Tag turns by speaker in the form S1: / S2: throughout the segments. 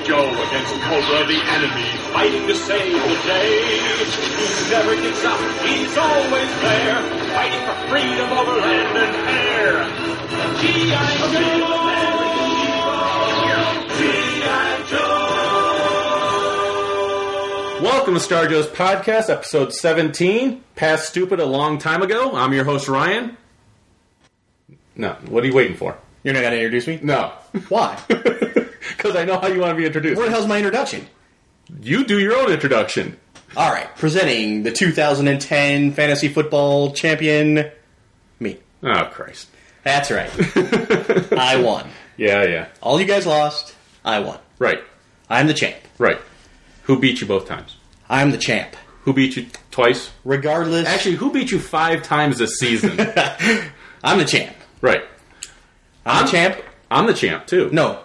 S1: against Cobra the enemy, fighting to save the day. He never gives up, he's always there, fighting for freedom over land and air. The G.I. Joe! American hero, G.I. Joe!
S2: Welcome to Star Joe's podcast, episode 17, Past Stupid a Long Time Ago. I'm your host, Ryan. No, what are you waiting for?
S3: You're not going to introduce me?
S2: No.
S3: Why?
S2: Because I know how you want to be introduced.
S3: Where the hell's my introduction?
S2: You do your own introduction.
S3: All right, presenting the 2010 fantasy football champion, me.
S2: Oh, Christ.
S3: That's right. I won.
S2: Yeah, yeah.
S3: All you guys lost. I won.
S2: Right,
S3: I'm the champ.
S2: right. Who beat you both times?
S3: I'm the champ.
S2: Who beat you twice?
S3: Regardless,
S2: Actually, who beat you five times this season?
S3: I'm the champ.
S2: right.
S3: I'm, the champ.
S2: I'm the champ, too.
S3: No.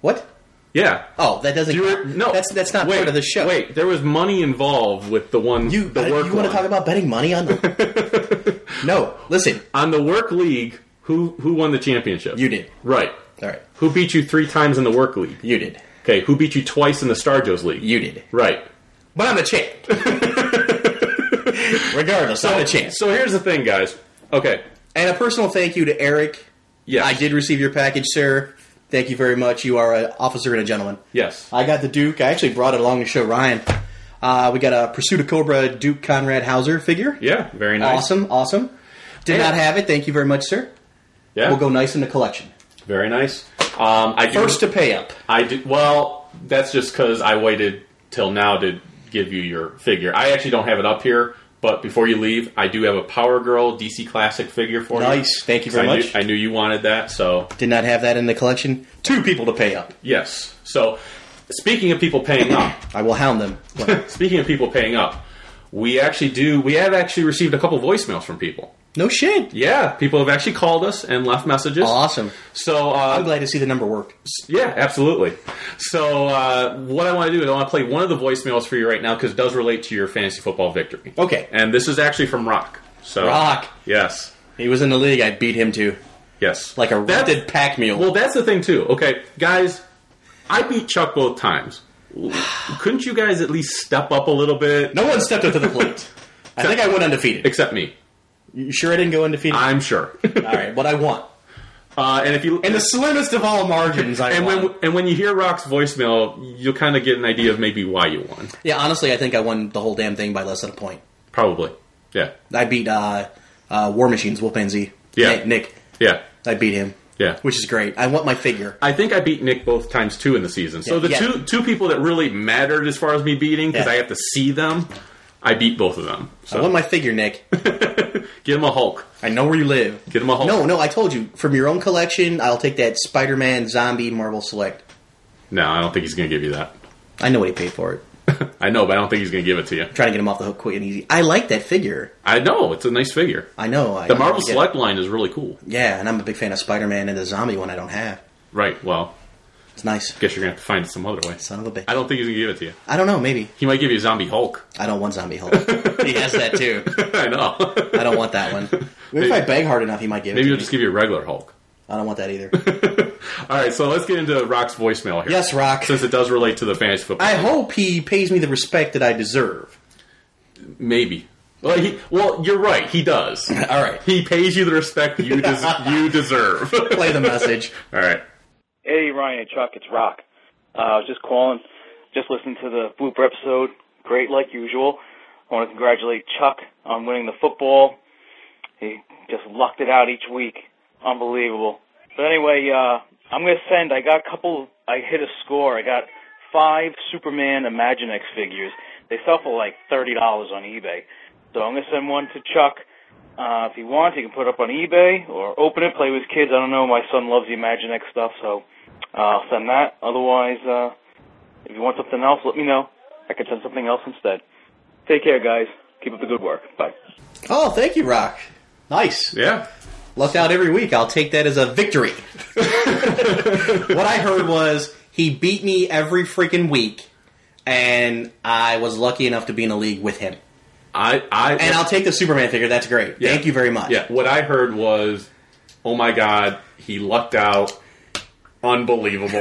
S3: What?
S2: Yeah.
S3: Oh, that doesn't.
S2: Do you re-
S3: count.
S2: no.
S3: that's that's not
S2: wait,
S3: part of the show.
S2: Wait, there was money involved with the one.
S3: you
S2: the
S3: I-
S2: work
S3: you want
S2: one.
S3: to talk about betting money on the? no, listen,
S2: on the work league? Who who won the championship?
S3: you did.
S2: Right.
S3: All right,
S2: Who beat you three times in the work league?
S3: you did.
S2: Okay. Who beat you twice in the Star Joes league?
S3: You did.
S2: Right.
S3: But I'm the champ. Regardless, I'm the champ.
S2: So here's the thing, guys. Okay.
S3: And a personal thank you to Eric.
S2: Yes.
S3: I did receive your package, sir. Thank you very much. You are an officer and a gentleman.
S2: Yes.
S3: I got the Duke. I actually brought it along to show Ryan. Uh, we got a Pursuit of Cobra Duke Conrad Hauser figure.
S2: yeah. Very nice.
S3: Awesome, awesome. Did
S2: And-
S3: not have it. Thank you very much, sir.
S2: Yeah.
S3: We'll go nice in the collection.
S2: Very nice. Um, I do,
S3: First to pay up.
S2: I do. Well, that's just because I waited till now to give you your figure. I actually don't have it up here, but before you leave, I do have a Power Girl DC Classic figure for you.
S3: Nice. Thank you very
S2: I
S3: much.
S2: Knew, I knew you wanted that, so
S3: Did not have that in the collection. Two people to pay up.
S2: yes. So, speaking of people paying up,
S3: I will hound them. Well,
S2: speaking of people paying up, we actually do. We have actually received a couple voicemails from people.
S3: no shit.
S2: Yeah, people have actually called us and left messages.
S3: Awesome.
S2: So, uh,
S3: I'm glad to see the number work.
S2: Yeah, absolutely. So, uh, what I want to do is I want to play one of the voicemails for you right now because it does relate to your fantasy football victory.
S3: Okay.
S2: And this is actually from Rock. So
S3: Rock.
S2: Yes.
S3: He was in the league. I beat him too.
S2: Yes.
S3: Like a
S2: That's-
S3: rented pack mule.
S2: Well, that's the thing too. Okay, guys, I beat Chuck both times. Couldn't you guys at least step up a little bit?
S3: no one stepped up to the plate. I think I went undefeated.
S2: Except me.
S3: You sure I didn't go undefeated?
S2: I'm sure.
S3: All right, what I want.
S2: uh, and if you
S3: In the slimmest of all margins, I
S2: and
S3: won.
S2: when and when you hear Rock's voicemail, you'll kind of get an idea of maybe why you won.
S3: yeah, honestly, I think I won the whole damn thing by less than a point.
S2: Probably. Yeah.
S3: I beat uh, uh, War Machines, Wolfman Z.
S2: Yeah.
S3: Nick, Nick.
S2: Yeah.
S3: I beat him.
S2: Yeah.
S3: Which is great. I want my figure.
S2: I think I beat Nick both times too in the season. So
S3: Yeah,
S2: the
S3: yeah.
S2: two two people that really mattered as far as me beating because
S3: Yeah.
S2: I have to see them, I beat both of them.
S3: I
S2: So
S3: want my figure, Nick.
S2: get him a Hulk,
S3: I know where you live.
S2: get him a Hulk.
S3: No, no, I told you. From your own collection, I'll take that Spider Man Zombie Marvel Select.
S2: no, I don't think he's gonna give you that.
S3: I know what he paid for it.
S2: I know, but I don't think he's gonna give it to you.
S3: Trying to get him off the hook quick and easy. I like that figure.
S2: I know it's a nice figure.
S3: I know. I
S2: The Marvel
S3: get it.
S2: Select line is really cool.
S3: Yeah, and I'm a big fan of Spider Man and the zombie one I don't have.
S2: Right. Well,
S3: It's nice.
S2: guess you're gonna have to find it some other way.
S3: Son of a bitch.
S2: I don't think he's gonna give it to you.
S3: I don't know, maybe.
S2: He might give you a zombie Hulk.
S3: I don't want Zombie Hulk. he has that too.
S2: I know.
S3: I don't want that one. Maybe if I beg hard enough, he might give it
S2: Maybe
S3: to
S2: he'll
S3: me.
S2: just give you a regular Hulk.
S3: I don't want that either.
S2: All right, so let's get into Rock's voicemail here.
S3: Yes, Rock.
S2: Since it does relate to the fantasy football.
S3: I hope he pays me the respect that I deserve.
S2: Maybe. Well, he, well, you're right. He does.
S3: All right.
S2: He pays you the respect you des- you deserve. All
S3: Play the message.
S2: right.
S4: Hey, Ryan and Chuck, it's Rock. Uh, I was just calling, just listened to the blooper episode. Great, like usual. I want to congratulate Chuck on winning the football. He just lucked it out each week. Unbelievable. But anyway, uh, I'm going to send, I got a couple, I hit a score. I got five Superman Imaginex figures. They sell for like $30 on eBay. So I'm going to send one to Chuck. Uh, if he wants, he can put it up on eBay or open it, play with his kids. I don't know. My son loves the Imaginex stuff, so uh, I'll send that. Otherwise, uh, if you want something else, let me know. I could send something else instead. Take care, guys. Keep up the good work. Bye.
S3: Oh, thank you, Rock. Nice.
S2: Yeah.
S3: Lucked out every week. I'll take that as a victory. what I heard was he beat me every freaking week, and I was lucky enough to be in a league with him.
S2: I. I.
S3: And I'll take the Superman figure. That's great.
S2: Yeah.
S3: Thank you very much.
S2: Yeah. What I heard was, oh my god, he lucked out. Unbelievable.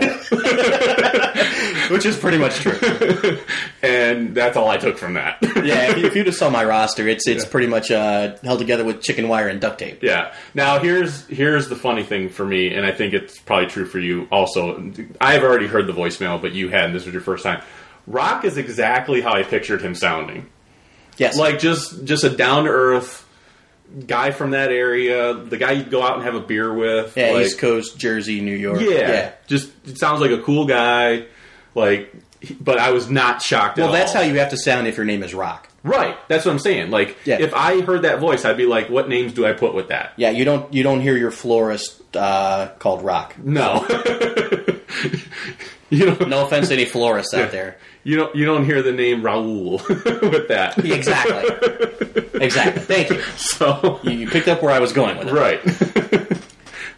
S3: which is pretty much true.
S2: and that's all I took from that.
S3: Yeah, if you, if you just saw my roster, it's it's pretty much uh, held together with chicken wire and duct tape.
S2: Yeah. Now here's here's the funny thing for me, and I think it's probably true for you also. I've already heard the voicemail, but you hadn't. This was your first time. Rock is exactly how I pictured him sounding.
S3: Yes,
S2: Like just just a down to earth guy from that area, the guy you'd go out and have a beer with.
S3: yeah,
S2: like,
S3: East Coast, Jersey, New York.
S2: yeah, Just it sounds like a cool guy. Like, he- but I was not shocked.
S3: Well,
S2: at
S3: that's
S2: all.
S3: how you have to sound if your name is Rock.
S2: Right. That's what I'm saying. Like,
S3: Yeah.
S2: if I heard that voice, I'd be like, what names do I put with that?
S3: Yeah, you don't you don't hear your florist uh, called Rock.
S2: No. you don't.
S3: No offense to any florists out there.
S2: You don't. You don't hear the name Raul with that.
S3: Exactly. exactly. Thank you.
S2: So.
S3: You- You picked up where I was going with it.
S2: Right.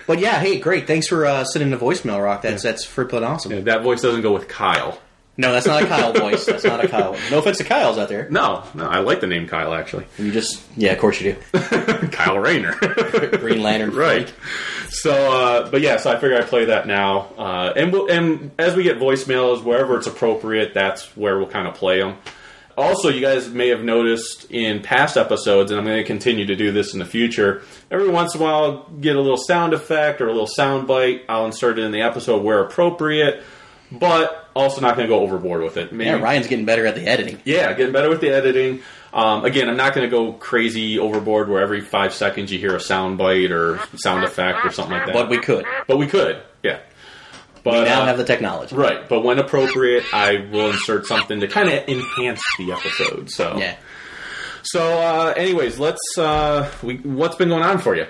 S3: But yeah, hey, great. Thanks for uh, sending the voicemail, Rock. That's that's flippin' awesome.
S2: that voice doesn't go with Kyle.
S3: No, that's not a Kyle voice. That's not a Kyle. No offense to Kyle's out there.
S2: No, no, I like the name Kyle actually.
S3: You just yeah, of course you do.
S2: Kyle Rayner.
S3: Green Lantern.
S2: right. So, uh, but yeah, so I figure I play that now, uh, and we'll, and as we get voicemails wherever it's appropriate, that's where we'll kind of play them. Also, you guys may have noticed in past episodes, and I'm going to continue to do this in the future. Every once in a while, I'll get a little sound effect or a little sound bite. I'll insert it in the episode where appropriate, but also not going to go overboard with it. Maybe
S3: Yeah, Ryan's getting better at the editing.
S2: yeah, getting better with the editing. Um, again, I'm not going to go crazy overboard where every five seconds you hear a sound bite or sound effect or something like that.
S3: But we could.
S2: but we could, yeah. But
S3: We now
S2: uh,
S3: have the technology.
S2: right. But when appropriate, I will insert something to kind of enhance the episode. So
S3: Yeah.
S2: So, uh, anyways, let's. Uh, we, what's been going on for you?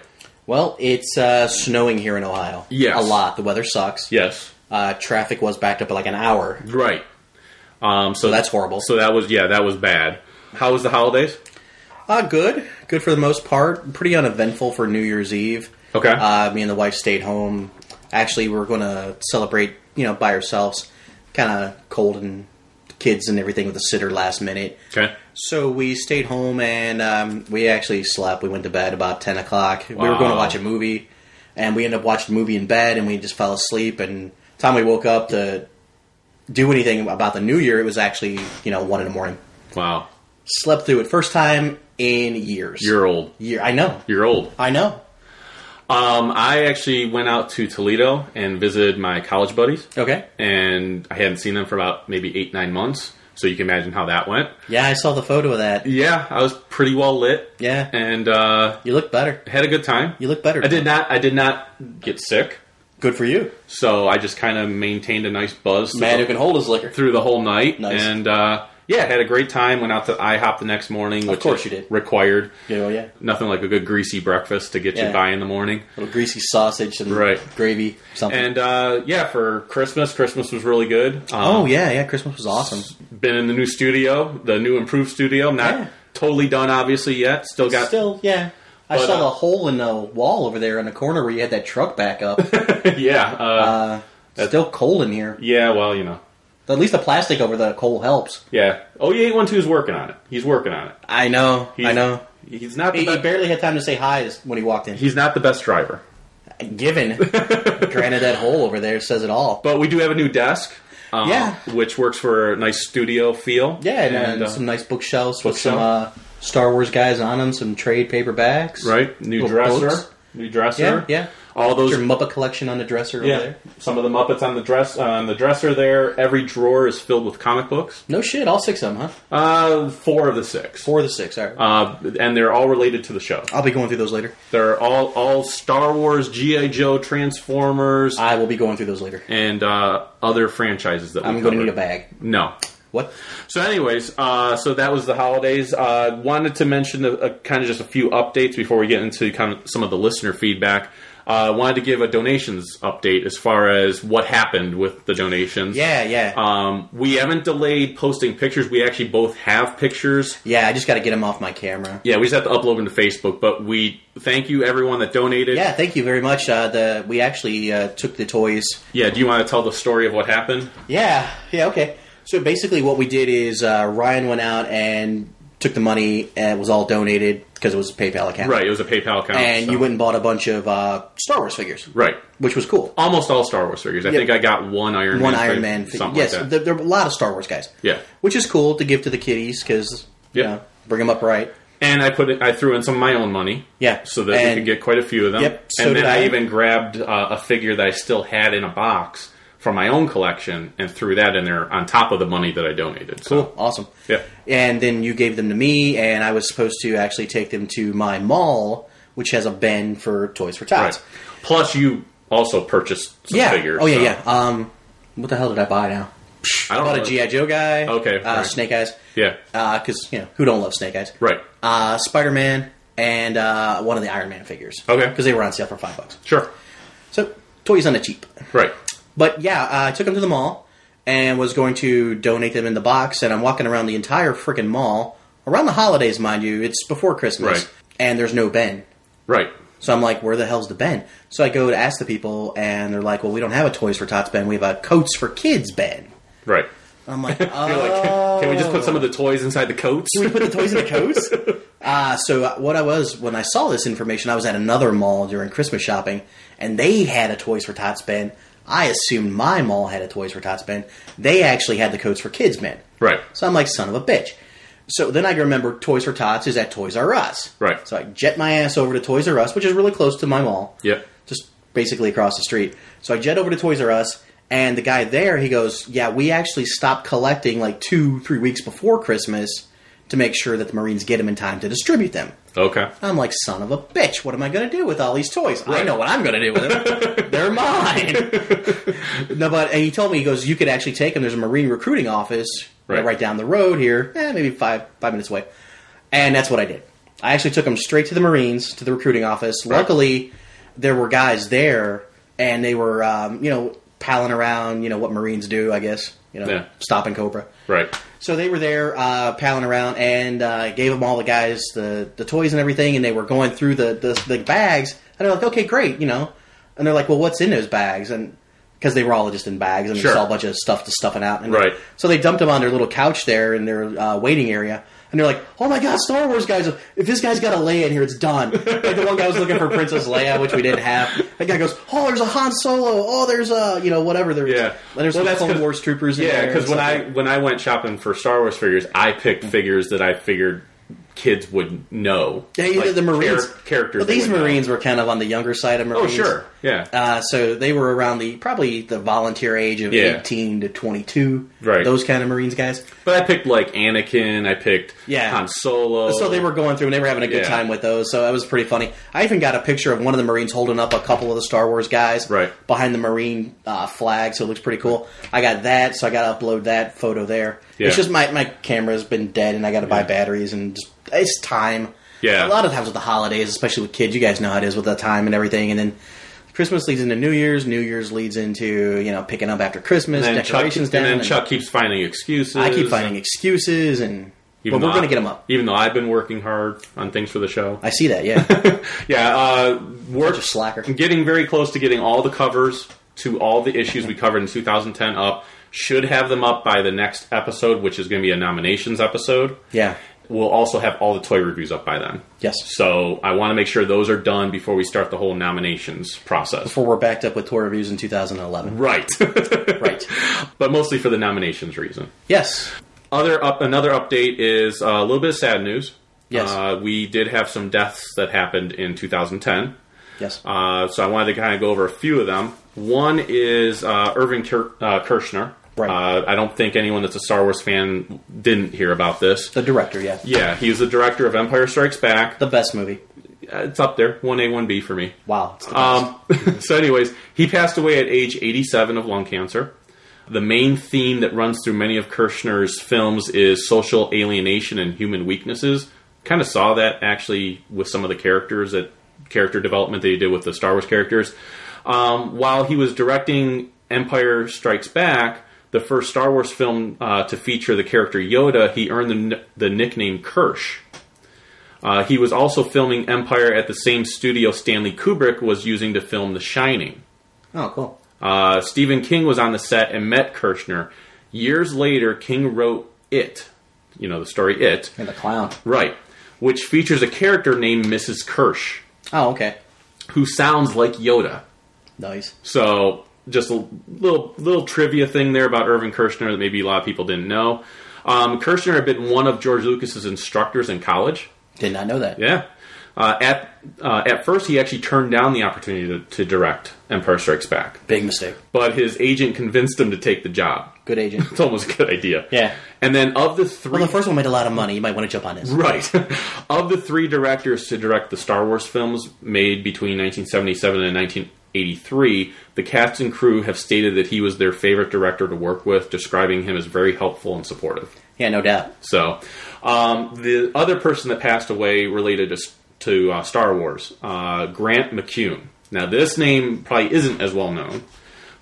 S3: Well, it's uh, snowing here in Ohio.
S2: Yes.
S3: A lot. The weather sucks.
S2: Yes.
S3: Uh, traffic was backed up at like an hour.
S2: Right. Um, so
S3: So that's horrible.
S2: So that was yeah, that was bad. How was the holidays?
S3: Uh, good. Good for the most part. Pretty uneventful for New Year's Eve.
S2: Okay.
S3: Uh, me and the wife stayed home. Actually, we were going to celebrate, you know, by ourselves. Kind of cold and kids and everything with a sitter last minute.
S2: Okay.
S3: So we stayed home and um, we actually slept. We went to bed about 10 o'clock. We were
S2: Wow.
S3: going to watch a movie and we ended up watching a movie in bed and we just fell asleep. And time we woke up to do anything about the new year, it was actually, you know, 1 in the morning.
S2: Wow.
S3: Slept through it. First time in years.
S2: You're old.
S3: Year. I know.
S2: You're old.
S3: I know.
S2: Um, I actually went out to Toledo and visited my college buddies,
S3: Okay.
S2: and I hadn't seen them for about maybe eight nine months. So you can imagine how that went.
S3: Yeah, I saw the photo of that.
S2: Yeah, I was pretty well lit.
S3: Yeah.
S2: and uh,
S3: You look better.
S2: had a good time.
S3: You look better.
S2: I did not. I did not get sick,
S3: Good for you.
S2: so I just kind of maintained a nice buzz.
S3: Man
S2: through,
S3: who can hold his liquor.
S2: through the whole night,
S3: Nice.
S2: and uh, yeah, had a great time. Went out to IHOP the next morning, which
S3: course
S2: is
S3: you did.
S2: required.
S3: Yeah, well, yeah.
S2: Nothing like a good greasy breakfast to get
S3: Yeah.
S2: you by in the morning.
S3: little greasy sausage and
S2: Right.
S3: gravy, something.
S2: And uh, yeah, for Christmas, Christmas was really good. Um,
S3: oh, yeah, yeah. Christmas was awesome.
S2: been in the new studio, the new improved studio. I'm not
S3: Yeah.
S2: totally done, obviously, yet. Still got.
S3: Still, yeah. I
S2: But,
S3: saw
S2: uh,
S3: the hole in the wall over there in the corner where you had that truck back up.
S2: yeah. Uh,
S3: Uh, still cold in here.
S2: yeah, well, you know.
S3: At least the plastic over the coal helps.
S2: Yeah. Oh, yeah, 812 is working on it. He's working on it.
S3: I know.
S2: He's,
S3: I know.
S2: He's not, the
S3: He, he
S2: best,
S3: barely had time to say hi as- when he walked in.
S2: he's not the best driver.
S3: Given, granted, that hole over there says it all.
S2: But we do have a new desk. Um,
S3: Yeah.
S2: Which works for a nice studio feel.
S3: Yeah, and,
S2: uh,
S3: uh, some nice bookshelves with some uh,
S2: bookshelf.
S3: Star Wars guys on them, some trade paperbacks.
S2: Right? New
S3: Little
S2: dresser.
S3: books.
S2: New dresser.
S3: Yeah, yeah.
S2: All those
S3: Your Muppet collection on the dresser
S2: Yeah,
S3: over there.
S2: some of the Muppets on the dress uh, on the dresser there. Every drawer is filled with comic books.
S3: No shit, all six of them, huh?
S2: Uh, four of the six,
S3: Four of the six. All right.
S2: uh, and they're all related to the show.
S3: I'll be going through those later.
S2: They're all all Star Wars, GI Joe, Transformers,
S3: I will be going through those later.
S2: and uh, other franchises that we
S3: I'm going to
S2: covered.
S3: need a bag.
S2: No.
S3: What?
S2: So, anyways, uh, so that was the holidays. Uh, wanted to mention a, a, kind of just a few updates before we get into kind of some of the listener feedback. Uh, wanted to give a donations update as far as what happened with the donations.
S3: Yeah, yeah.
S2: Um, we haven't delayed posting pictures. We actually both have pictures.
S3: yeah, I just got to get them off my camera.
S2: Yeah, we just have to upload them to Facebook. But we thank you everyone that donated.
S3: Yeah, thank you very much. Uh, the we actually uh, took the toys.
S2: Yeah. Do you want to tell the story of what happened?
S3: Yeah, yeah, okay. So basically, what we did is uh, Ryan went out and took the money and it was all donated because it was a PayPal account.
S2: Right, it was a PayPal account.
S3: And
S2: so-
S3: you went and bought a bunch of uh, Star Wars figures.
S2: Right.
S3: Which was cool.
S2: Almost all Star Wars figures. I
S3: Yep.
S2: think I got one Iron
S3: One
S2: Man.
S3: Iron
S2: fig-
S3: Man figure.
S2: Something
S3: Yes,
S2: like that.
S3: there, there were a lot of Star Wars guys.
S2: Yeah.
S3: Which is cool to give to the kiddies because, you
S2: Yeah.
S3: know, bring them up right.
S2: and I put it, I threw in some of my own money.
S3: Yeah.
S2: So that we
S3: And-
S2: could get quite a few of them.
S3: Yep, so
S2: and then
S3: did
S2: I,
S3: I.
S2: even grabbed uh, a figure that I still had in a box from my own collection and threw that in there on top of the money that I donated. So,
S3: Cool. Oh, Awesome.
S2: Yeah.
S3: And then you gave them to me, and I was supposed to actually take them to my mall, which has a bin for Toys for Tots.
S2: Right. Plus, you also purchased some
S3: Yeah.
S2: figures.
S3: oh, yeah,
S2: so-
S3: yeah. Um, what the hell did I buy now?
S2: I don't
S3: I bought
S2: know.
S3: a G.I. Joe guy.
S2: Uh, Okay,
S3: Uh,
S2: right.
S3: Snake Eyes.
S2: Yeah.
S3: Because, you know, who don't love Snake Eyes?
S2: Right.
S3: Uh, Spider Man and uh, one of the Iron Man figures.
S2: Okay.
S3: Because they were on sale for five bucks.
S2: Sure.
S3: So, toys on the cheap.
S2: Right.
S3: But yeah, uh, I took them to the mall and was going to donate them in the box. And I'm walking around the entire freaking mall around the holidays, mind you. It's before Christmas,
S2: Right.
S3: and there's no bin.
S2: Right.
S3: So I'm like, where the hell's the bin? So I go to ask the people, and they're like, well, we don't have a Toys for Tots bin. We have a Coats for Kids bin.
S2: Right.
S3: I'm like,
S2: You're
S3: oh,
S2: like, can we just put some of the toys inside the coats?
S3: put the toys in the coats. Uh, so uh, what I was when I saw this information, I was at another mall during Christmas shopping, and they had a Toys for Tots bin. I assumed my mall had a Toys for Tots bin. They actually had the coats for kids bin.
S2: Right.
S3: So I'm like, son of a bitch. So then I remember Toys for Tots is at Toys R Us.
S2: Right.
S3: So I jet my ass over to Toys R Us, which is really close to my mall.
S2: Yep.
S3: Just basically across the street. So I jet over to Toys R Us, and the guy there, he goes, Yeah, we actually stopped collecting like two, three weeks before Christmas to make sure that the Marines get them in time to distribute them.
S2: Okay.
S3: I'm like, son of a bitch, what am I going to do with all these toys? I
S2: Right.
S3: know what I'm going to do with them. They're mine. no, but and he told me, he goes, you could actually take them. There's a Marine recruiting office you know,
S2: Right.
S3: right, down the road here, eh, maybe five five minutes away. And that's what I did. I actually took them straight to the Marines, to the recruiting office. Luckily, there were guys there, and they were, um, you know, palling around, you know, what Marines do, I guess, you know,
S2: Yeah.
S3: stopping Cobra.
S2: Right.
S3: So they were there uh, palling around, and uh, I gave them all the guys the, the toys and everything, and they were going through the, the the bags, and they're like, "Okay, great," you know, and they're like, "Well, what's in those bags?" And because they were all just in bags, and
S2: Sure.
S3: they saw a bunch of stuff to stuffing out, and
S2: Right.
S3: So they dumped them on their little couch there in their uh, waiting area, and they're like, "Oh my god, Star Wars guys! If this guy's got a Leia in here, it's done." like the one guy was looking for Princess Leia, which we didn't have. That guy goes, "Oh, there's a Han Solo. Oh, there's a you know whatever there is.
S2: Yeah.
S3: There's
S2: Well,
S3: some
S2: that's
S3: Clone
S2: 'cause-
S3: Wars troopers. In
S2: Yeah,
S3: there
S2: because
S3: and
S2: when
S3: stuff
S2: I
S3: like-
S2: when I went shopping for Star Wars figures, I picked
S3: Mm-hmm.
S2: figures that I figured kids would know.
S3: Yeah, you
S2: Like,
S3: did the Marines
S2: char- characters.
S3: Well,
S2: they
S3: these
S2: would know.
S3: Marines were kind of on the younger side of Marines.
S2: Oh, sure. Yeah.
S3: Uh, so they were around the probably the volunteer age of
S2: Yeah.
S3: eighteen to twenty two.
S2: Right.
S3: Those kind of Marines guys.
S2: but I picked like Anakin. I picked
S3: Yeah.
S2: Han Solo.
S3: So they were going through and they were having a good
S2: Yeah.
S3: time with those. So that was pretty funny. I even got a picture of one of the Marines holding up a couple of the Star Wars guys
S2: Right.
S3: behind the Marine uh, flag. So it looks pretty cool. I got that. So I got to upload that photo there.
S2: Yeah.
S3: It's just my, my camera's been dead and I got to buy batteries and just, it's time.
S2: Yeah.
S3: A lot of times with the holidays, especially with kids, you guys know how it is with the time and everything. And then Christmas leads into New Year's. New Year's leads into, you know, picking up after Christmas,
S2: And then Chuck,
S3: decorations
S2: and
S3: down.
S2: then Chuck keeps finding excuses.
S3: I keep finding excuses and.
S2: Even
S3: but we're
S2: though
S3: going to
S2: I-
S3: get them up.
S2: Even though I've been working hard on things for the show.
S3: I see that, yeah.
S2: Yeah, uh, we're
S3: Bunch of slacker.
S2: Getting very close to getting all the covers to all the issues we covered in 2010 up. Should have them up by the next episode, which is going to be a nominations episode.
S3: Yeah.
S2: We'll also have all the toy reviews up by then.
S3: Yes.
S2: So I want to make sure those are done before we start the whole nominations process.
S3: Before we're backed up with tour reviews in 2011.
S2: right.
S3: Right.
S2: but mostly for the nominations reason.
S3: yes.
S2: Other up, another update is uh, a little bit of sad news.
S3: Yes.
S2: Uh, we did have some deaths that happened in 2010.
S3: Yes.
S2: Uh, so I wanted to kind of go over a few of them. One is uh, Irving Kir- uh, Kirshner.
S3: Right.
S2: Uh, I don't think anyone that's a Star Wars fan didn't hear about this.
S3: the director, yeah.
S2: Yeah, he was the director of Empire Strikes Back. Uh,
S3: The best movie.
S2: It's up there, one A, one B for me.
S3: Wow. It's the best.
S2: Um, so, anyways, he passed away at age 87 of lung cancer. The main theme that runs through many of Kirshner's films is social alienation and human weaknesses. Kind of saw that actually with some of the characters that character development that he did with the Star Wars characters. Um, while he was directing Empire Strikes Back, the first Star Wars film uh, to feature the character Yoda, he earned the, the nickname Kirsch. Uh, he was also filming Empire at the same studio Stanley Kubrick was using to film The Shining.
S3: oh, cool.
S2: Uh, Stephen King was on the set and met Kirshner. Years later, King wrote It, you know the story It,
S3: And the clown.
S2: right? Which features a character named Mrs. Kirsch,
S3: Oh, okay.
S2: who sounds like Yoda.
S3: Nice.
S2: So just a little little trivia thing there about Irvin Kershner that maybe a lot of people didn't know. Um, Kershner had been one of George Lucas's instructors in college.
S3: Did not know that.
S2: Yeah. Uh, at uh, at first, he actually turned down the opportunity to, to direct Empire Strikes Back,
S3: Big mistake.
S2: but his agent convinced him to take the job.
S3: Good agent.
S2: It's almost a good idea.
S3: Yeah.
S2: And then of the three,
S3: Well, the first one made a lot of money. You might want to jump on this.
S2: Right. of the three directors to direct the Star Wars films made between 1977 and 1983, the cast and crew have stated that he was their favorite director to work with, describing him as very helpful and supportive.
S3: Yeah, no doubt.
S2: So, um, the other person that passed away related to, s- to uh, Star Wars, uh, Grant McCune. Now, this name probably isn't as well known,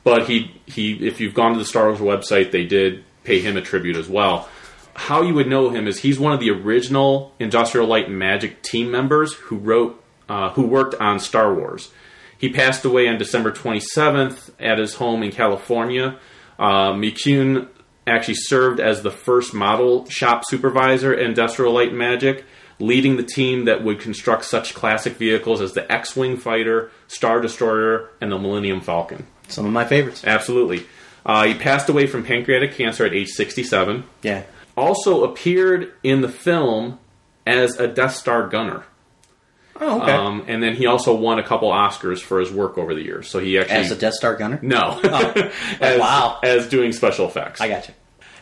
S2: but he he. If you've gone to the Star Wars website, they did pay him a tribute as well. How you would know him is he's one of the original Industrial Light and Magic team members who wrote uh, who worked on Star Wars. He passed away on December 27th at his home in California. Uh, McCune actually served as the first model shop supervisor at Industrial Light and Magic, leading the team that would construct such classic vehicles as the X Wing fighter, Star Destroyer, and the Millennium Falcon.
S3: Some of my favorites.
S2: Absolutely. Uh, he passed away from pancreatic cancer at age 67.
S3: Yeah.
S2: Also appeared in the film as a Death Star gunner.
S3: Oh, okay.
S2: Um, and then he also won a couple Oscars for his work over the years. So he actually
S3: As a Death Star gunner.
S2: no, as,
S3: Oh. wow.
S2: as doing special effects.
S3: I got you.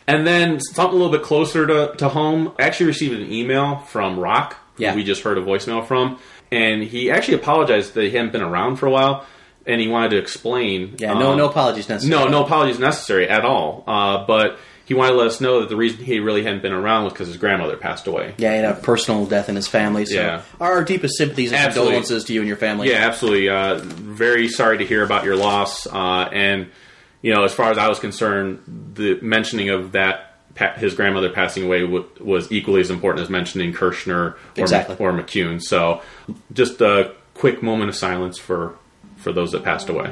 S2: And then something a little bit closer to, to home. I actually received an email from Rock, who
S3: Yeah.
S2: we just heard a voicemail from, and he actually apologized that he hadn't been around for a while, and he wanted to explain.
S3: Yeah. No.
S2: um,
S3: no apologies necessary.
S2: no, no apologies necessary at all. Uh, but he wanted to let us know that the reason he really hadn't been around was because his grandmother passed away.
S3: Yeah, he had a personal death in his family. So
S2: Yeah.
S3: our deepest sympathies and
S2: Absolutely.
S3: condolences to you and your family.
S2: Yeah, absolutely. Uh, very sorry to hear about your loss. Uh, and you know, as far as I was concerned, the mentioning of that pa- his grandmother passing away w- was equally as important as mentioning Kirshner or,
S3: Exactly.
S2: or McCune. So, just a quick moment of silence for for those that passed away.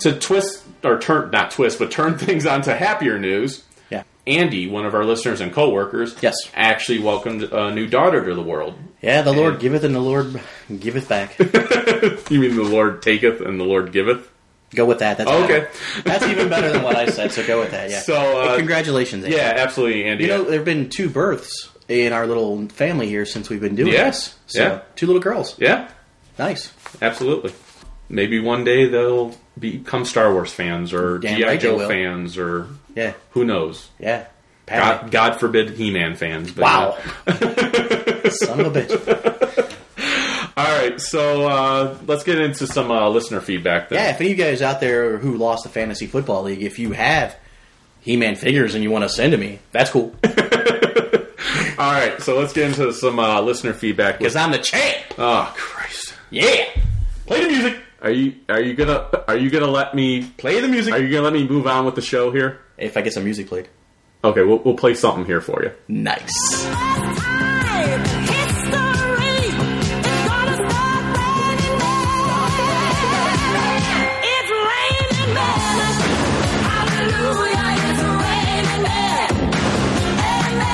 S2: To twist or turn not twist, but turn things onto happier news.
S3: Yeah.
S2: Andy, one of our listeners and coworkers,
S3: Yes.
S2: actually welcomed a new daughter to the world.
S3: Yeah, the Lord giveth and the Lord giveth back.
S2: You mean the Lord taketh and the Lord giveth?
S3: go with that. That's
S2: Oh, Okay.
S3: better. That's even better than what I said. So go with that. Yeah.
S2: So, uh,
S3: Hey, congratulations. Andy.
S2: Yeah, absolutely, Andy.
S3: You know, there have been two births in our little family here since we've been doing
S2: Yes.
S3: this. So,
S2: Yeah.
S3: two little girls.
S2: yeah,
S3: Nice.
S2: absolutely. Maybe one day they'll become Star Wars fans or
S3: Damn
S2: GI
S3: right they
S2: Joe
S3: will.
S2: fans or
S3: Yeah.
S2: who knows.
S3: Yeah. Pat.
S2: God, God forbid He-Man fans. But
S3: Wow.
S2: uh,
S3: Son of a bitch.
S2: all right, so uh, let's get into some uh, listener feedback. Then.
S3: Yeah, if any of you guys out there who lost the Fantasy Football League, if you have He Man figures and you want to send to me, that's cool.
S2: All right, so let's get into some uh, listener feedback.
S3: Because I'm the champ.
S2: oh Christ!
S3: Yeah.
S2: Play the music. Are you are you gonna are you gonna let me play the music? Are you gonna let me move on with the show here?
S3: If I get some music played.
S2: Okay, we'll, we'll play something here for you.
S3: Nice.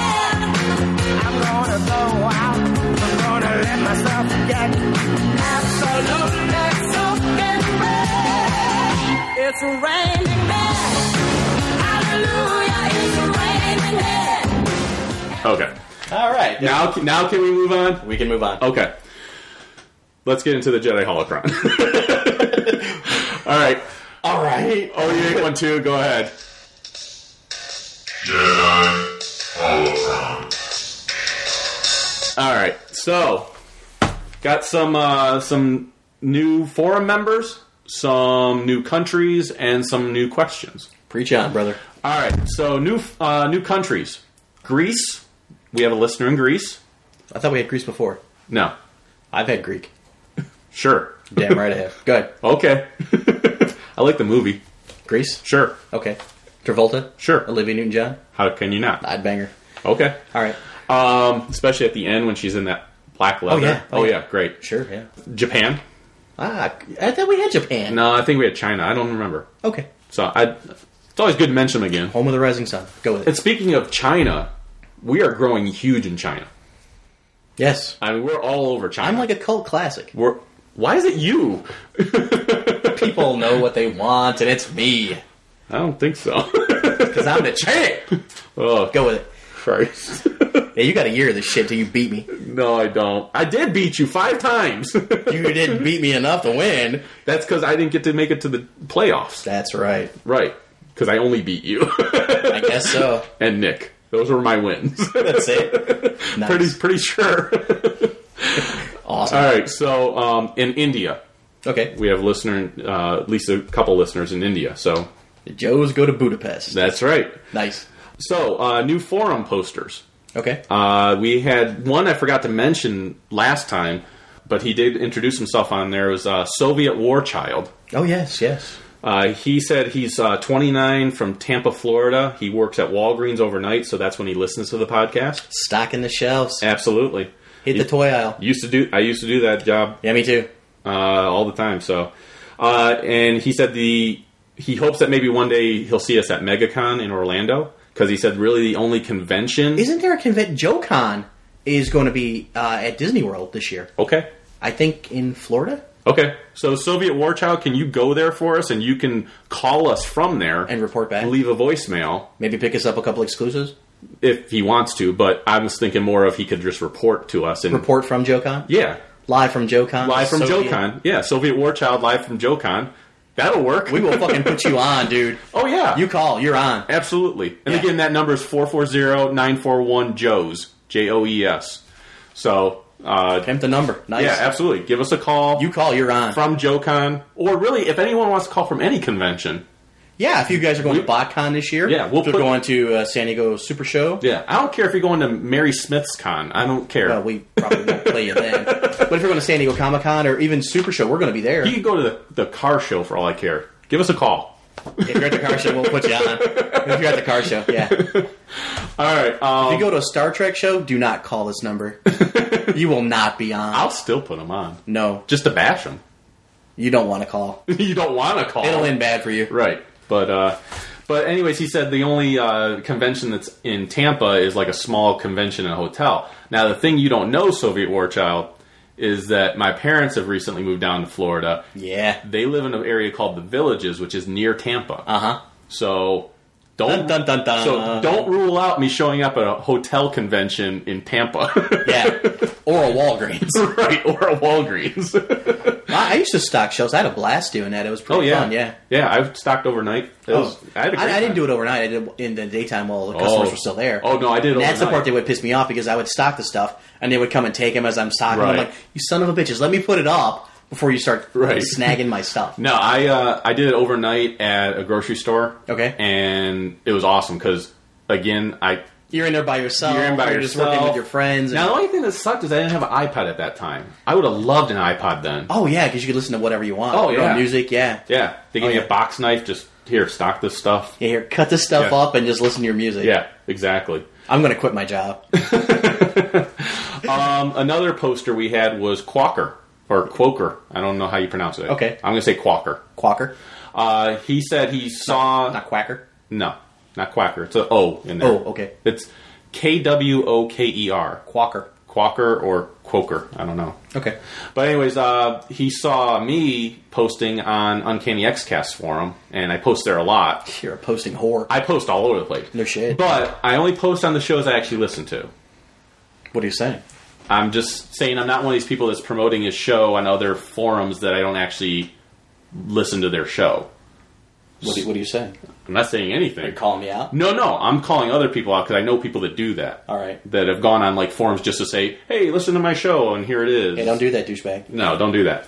S5: I'm gonna blow out. I'm gonna let myself get absolutely soaking wet. It's raining men. Hallelujah, it's raining men.
S2: Okay,
S3: All right.
S2: now can- now can we move on?
S3: we can move on.
S2: Okay. Let's get into the Jedi Holocron. All right.
S3: All right.
S2: Oh, you ate one too. Go ahead.
S6: Jedi Holocron.
S2: All right. So, got some uh, some new forum members, some new countries, and some new questions.
S3: Preach on, brother.
S2: All right. So new uh, new countries. Greece. We have a listener in Greece.
S3: I thought we had Greece before.
S2: No.
S3: I've had Greek.
S2: Sure.
S3: Damn right I have. Go ahead.
S2: Okay. I like the movie.
S3: Greece?
S2: Sure.
S3: Okay. Travolta?
S2: Sure.
S3: Olivia Newton John?
S2: How can you not?
S3: I'd bang her.
S2: Okay.
S3: All right.
S2: Um, especially at the end when she's in that black leather.
S3: yeah.
S2: Oh yeah. Great.
S3: Sure, yeah.
S2: Japan.
S3: Ah, I thought we had Japan.
S2: No, I think we had China. I don't remember.
S3: Okay.
S2: So I. It's always good to mention them again.
S3: Home of the Rising Sun. Go with it.
S2: And speaking of China, we are growing huge in China.
S3: yes.
S2: I mean, we're all over China.
S3: I'm like a cult classic.
S2: we're. Why is it you?
S3: People know what they want, and it's me.
S2: I don't think so.
S3: Because I'm the champ.
S2: oh
S3: Go with it.
S2: Christ!
S3: Yeah, you got a year of this shit till you beat me.
S2: No, I don't. I did beat you five times.
S3: You didn't beat me enough to win.
S2: That's because I didn't get to make it to the playoffs,
S3: That's right.
S2: right? Because I only beat you
S3: I guess so.
S2: and Nick. Those were my wins.
S3: That's it. Nice.
S2: pretty, pretty sure.
S3: awesome.
S2: All right. So, um, in India,
S3: Okay.
S2: we have listener, uh, at least a couple listeners in India. So
S3: The Joes go to Budapest.
S2: that's right.
S3: nice.
S2: So, uh, new forum posters.
S3: Okay.
S2: Uh, we had one I forgot to mention last time, but he did introduce himself on there. It was uh, Soviet War Child.
S3: oh, yes, yes.
S2: Uh, he said he's uh, 29 from Tampa, Florida. He works at Walgreens overnight, so that's when he listens to the podcast.
S3: Stocking the shelves.
S2: Absolutely.
S3: Hit the toy aisle.
S2: Used to do. I used to do that job
S3: Yeah, me too.
S2: uh, all the time. So, uh, and he said the he hopes that maybe one day he'll see us at MegaCon in Orlando because he said really the only convention.
S3: Isn't there a convent? JoeCon is going to be uh, at Disney World this year.
S2: okay.
S3: I think in Florida
S2: Okay, so Soviet War Child, can you go there for us, and you can call us from there
S3: and report back.
S2: leave a voicemail
S3: Maybe pick us up a couple exclusives.
S2: if he wants to. But I was thinking more of he could just report to us and
S3: Report from JoeCon.
S2: yeah,
S3: Live from JoeCon.
S2: live from
S3: Soviet-
S2: JoeCon. Yeah, Soviet War Child live from JoeCon. That'll work.
S3: We will fucking put you on, dude.
S2: oh yeah,
S3: You call. You're on.
S2: absolutely. And
S3: Yeah.
S2: again, that number is 440-941 Joes J O E S. So uh,
S3: Pimp the number. Nice.
S2: yeah, absolutely. Give us a call.
S3: You call. You're on.
S2: from JoeCon, or really, if anyone wants to call from any convention,
S3: Yeah, if you guys are going to BotCon this year,
S2: Yeah, we'll
S3: if you're
S2: put-
S3: going to uh, San Diego Super Show.
S2: Yeah, I don't care if you're going to Mary Smith's con. I don't care.
S3: Well, we probably won't play you then. But if you're going to San Diego Comic Con or even Super Show, we're going to be there.
S2: you can go to the, the car show for all I care. Give us a call.
S3: If you're at the car show, we'll put you on. If you're at the car show, yeah. If
S2: All right, um,
S3: you go to a Star Trek show, do not call this number. You will not be on.
S2: I'll still put them on
S3: no,
S2: just to bash them.
S3: you don't want to call.
S2: you don't want to call,
S3: It'll end bad for you.
S2: right? But uh, but anyways, he said the only uh, convention that's in Tampa is like a small convention in a hotel. Now the thing you don't know, Soviet War Child, is that my parents have recently moved down to Florida.
S3: Yeah.
S2: They live in an area called the Villages, which is near Tampa.
S3: Uh huh.
S2: So don't
S3: Dun, dun, dun, dun.
S2: so don't rule out me showing up at a hotel convention in Tampa,
S3: Yeah. Or a Walgreens.
S2: right, or a Walgreens.
S3: I, I used to stock shelves. I had a blast doing that. It was pretty
S2: oh yeah,
S3: fun. Yeah. Oh.
S2: yeah. I stocked overnight. It was- I, had a great
S3: I, didn't
S2: time.
S3: do it overnight. I did it in the daytime while the customers
S2: Oh.
S3: were still there.
S2: Oh no, I did.
S3: And that's the
S2: overnight.
S3: part that would piss me off because I would stock the stuff and they would come and take them as I'm stocking. I'm
S2: Right.
S3: like, you son of a bitches, let me put it up before you start
S2: Right.
S3: snagging my stuff.
S2: No, I uh, I did it overnight at a grocery store.
S3: Okay.
S2: and it was awesome because again, I
S3: You're in there by yourself.
S2: You're in by
S3: Oh, just
S2: yourself.
S3: working with your friends. and-
S2: now the only thing that sucked is I didn't have an iPod at that time. I would have loved an iPod then.
S3: oh yeah, because you could listen to whatever you want.
S2: Oh,
S3: Your own
S2: yeah.
S3: music. Yeah.
S2: Yeah, they gave
S3: Oh,
S2: me
S3: yeah.
S2: a box knife. Just here, stock this stuff.
S3: Yeah, here, cut this stuff
S2: Yeah.
S3: up and just listen to your music.
S2: Yeah, exactly.
S3: I'm gonna quit my job.
S2: Um, another poster we had was Quaker or Quoker. I don't know how you pronounce it.
S3: Okay.
S2: I'm going to say Quaker.
S3: Quacker,
S2: Uh, he said he saw
S3: not quacker.
S2: no, not Quacker. It's a O in there.
S3: Oh, okay.
S2: It's K W O K E R.
S3: Quacker.
S2: Quaker or Quoker. I don't know.
S3: Okay.
S2: But anyways, uh, he saw me posting on Uncanny XCast forum, and I post there a lot.
S3: You're a posting whore.
S2: I post all over the place.
S3: No shit.
S2: But I only post on the shows I actually listen to.
S3: what are you saying?
S2: I'm just saying I'm not one of these people that's promoting his show on other forums that I don't actually listen to their show.
S3: What do, you- what do you say?
S2: I'm not saying anything.
S3: You're calling me out?
S2: No, no, I'm calling other people out because I know people that do that.
S3: All right.
S2: That have gone on like forums just to say, "Hey, listen to my show," and here it is.
S3: Hey, don't do that, douchebag. It's
S2: no, don't do that.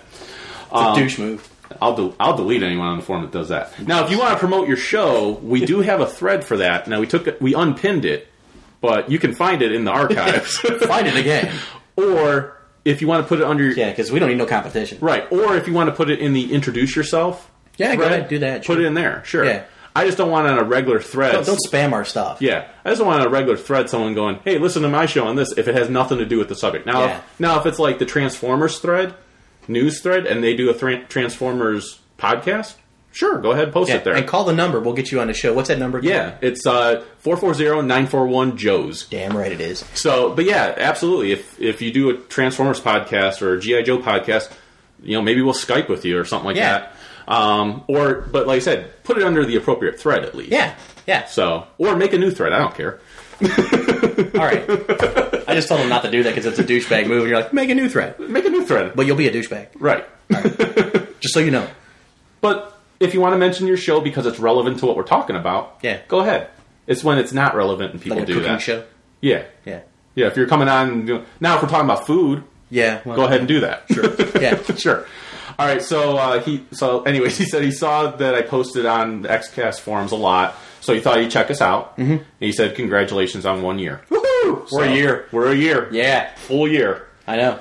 S3: a
S2: Um,
S3: douche move.
S2: I'll del- I'll delete anyone on the forum that does that. Now, if you want to promote your show, we do have a thread for that. Now we took we unpinned it, but you can find it in the archives.
S3: Find it again.
S2: or if you want to put it under your
S3: Yeah, because we don't need no competition.
S2: right, or if you want to put it in the introduce yourself,
S3: Yeah, go
S2: thread,
S3: ahead, do that.
S2: Put it in there, sure.
S3: Yeah.
S2: I just don't want it on a regular thread.
S3: Don't, don't spam our stuff.
S2: Yeah, I just don't want on a regular thread someone going, "Hey, listen to my show on this." If it has nothing to do with the subject. Now,
S3: Yeah.
S2: if, now if it's like the Transformers thread, news thread, and they do a thra- Transformers podcast, sure, go ahead, and post
S3: Yeah,
S2: it there.
S3: And call the number. We'll get you on the show. What's that number?
S2: yeah, it's uh four four zero nine four one Joe's.
S3: Damn right it is.
S2: E. So, but yeah, absolutely. If if you do a Transformers podcast or a GI Joe podcast, you know maybe we'll Skype with you or something like
S3: Yeah.
S2: that. Um, or but like I said, put it under the appropriate thread at least.
S3: Yeah, yeah.
S2: So, or make a new thread. I don't care.
S3: All right. I just told him not to do that because it's a douchebag move, and you're like, make a new thread.
S2: Make a new thread.
S3: But you'll be a douchebag,
S2: right.
S3: just so you know.
S2: But if you want to mention your show because it's relevant to what we're talking about,
S3: Yeah.
S2: go ahead. It's when it's not relevant and people
S3: Like a
S2: do
S3: cooking
S2: that.
S3: show.
S2: Yeah,
S3: Yeah.
S2: yeah. If you're coming on and doing- now, if we're talking about food,
S3: Yeah. well,
S2: go ahead and do that. Sure,
S3: Yeah.
S2: sure. All right. So uh, he, so anyways, he said he saw that I posted on the XCast forums a lot, so he thought he'd check us out. Mm-hmm. And he said, "Congratulations on one year.
S3: Woohoo! We're
S2: So,
S3: a year.
S2: We're a year.
S3: Yeah.
S2: full year."
S3: I know.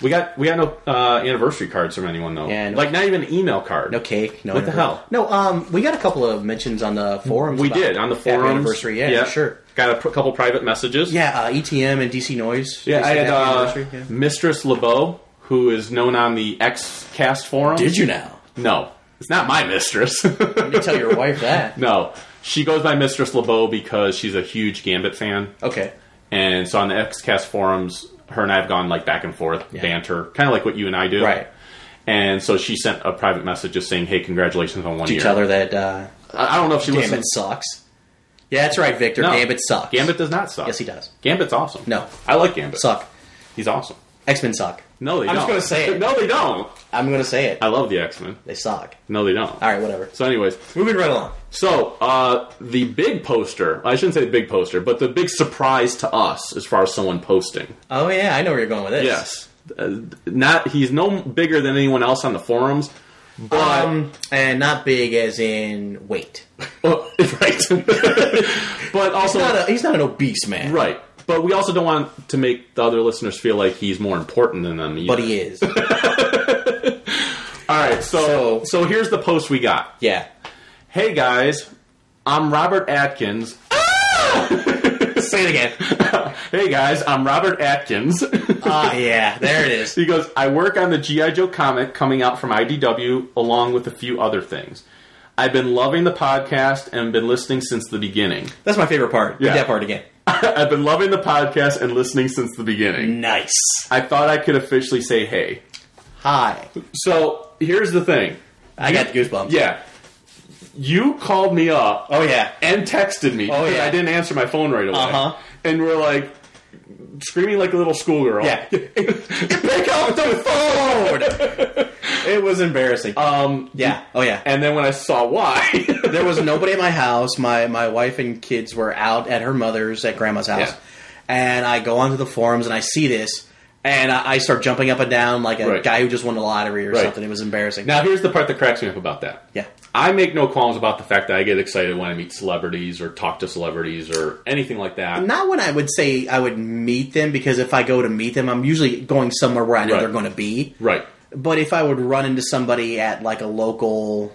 S2: We got we got no uh, anniversary cards from anyone though.
S3: Yeah, no.
S2: like not even an email card.
S3: No cake. No.
S2: What the
S3: anniver-
S2: hell?
S3: No. Um, we got a couple of mentions on the forums.
S2: We
S3: about-
S2: did on the
S3: Happy
S2: forums.
S3: anniversary. Yeah, sure.
S2: Got a p- couple private messages.
S3: Yeah, uh, ETM and DC Noise.
S2: yeah. I
S3: They said
S2: had
S3: happy
S2: uh,
S3: anniversary, yeah.
S2: Mistress LeBeau, who is known on the XCast forum.
S3: Did you now?
S2: No, it's not my mistress.
S3: Let me tell your wife that.
S2: no, she goes by Mistress LeBeau because she's a huge Gambit fan,
S3: Okay.
S2: and so on the XCast forums, her and I have gone like back and forth,
S3: Yeah.
S2: banter, kind of like what you and I do,
S3: Right.
S2: And so she sent a private message just saying, "Hey, congratulations on one
S3: Did you
S2: year."
S3: tell her that uh,
S2: I I don't know if she
S3: Gambit
S2: listens.
S3: sucks? Yeah, that's right, Victor.
S2: No.
S3: Gambit sucks.
S2: Gambit does not suck.
S3: Yes, he does.
S2: Gambit's awesome.
S3: No.
S2: I like Gambit.
S3: suck.
S2: He's awesome.
S3: X Men suck.
S2: No, they don't.
S3: I'm just gonna say it.
S2: No, Uh, they don't.
S3: I'm gonna say it.
S2: I love the X Men.
S3: They suck.
S2: No, they don't.
S3: All right, whatever.
S2: So, anyways,
S3: Moving right along.
S2: so uh, the big poster. I shouldn't say the big poster, but the big surprise to us as far as someone posting.
S3: Oh yeah, I know where you're going with this.
S2: Yes, uh, not he's no bigger than anyone else on the forums, but
S3: Um, and not big as in weight.
S2: Oh, right. but also
S3: Not a, he's not an obese man,
S2: right. But we also don't want to make the other listeners feel like he's more important than them.
S3: But he is.
S2: All right, so
S3: So-
S2: so here's the post we got.
S3: yeah.
S2: Hey guys, I'm Robert Atkins.
S3: Say it again.
S2: Hey guys, I'm Robert Atkins.
S3: Ah, yeah. There it is.
S2: he goes, I work on the G.I. Joe comic coming out from IDW along with a few other things. I've been loving the podcast and been listening since the beginning.
S3: That's my favorite part.
S2: Yeah.
S3: Read that part again.
S2: I've been loving the podcast and listening since the beginning.
S3: Nice.
S2: I thought I could officially say hey.
S3: Hi.
S2: So here's the thing.
S3: I got the goosebumps.
S2: Yeah. You called me up
S3: Oh yeah.
S2: and texted me.
S3: Oh,
S2: because
S3: yeah.
S2: I didn't answer my phone right away.
S3: Uh-huh.
S2: And we're like screaming like a little schoolgirl.
S3: Yeah. Pick up the phone. it was embarrassing.
S2: Um,
S3: yeah. Oh yeah.
S2: And then when I saw why,
S3: there was nobody at my house. My my wife and kids were out at her mother's at grandma's house,
S2: Yeah.
S3: and I go onto the forums and I see this, and I, I start jumping up and down like a
S2: Right.
S3: guy who just won the lottery or
S2: Right.
S3: something. It was embarrassing.
S2: now here's the part that cracks me up about that.
S3: yeah,
S2: I make no qualms about the fact that I get excited when I meet celebrities or talk to celebrities or anything like that.
S3: not when I would say I would meet them because if I go to meet them, I'm usually going somewhere where I know
S2: Right.
S3: they're going to be.
S2: Right.
S3: But if I would run into somebody at like a local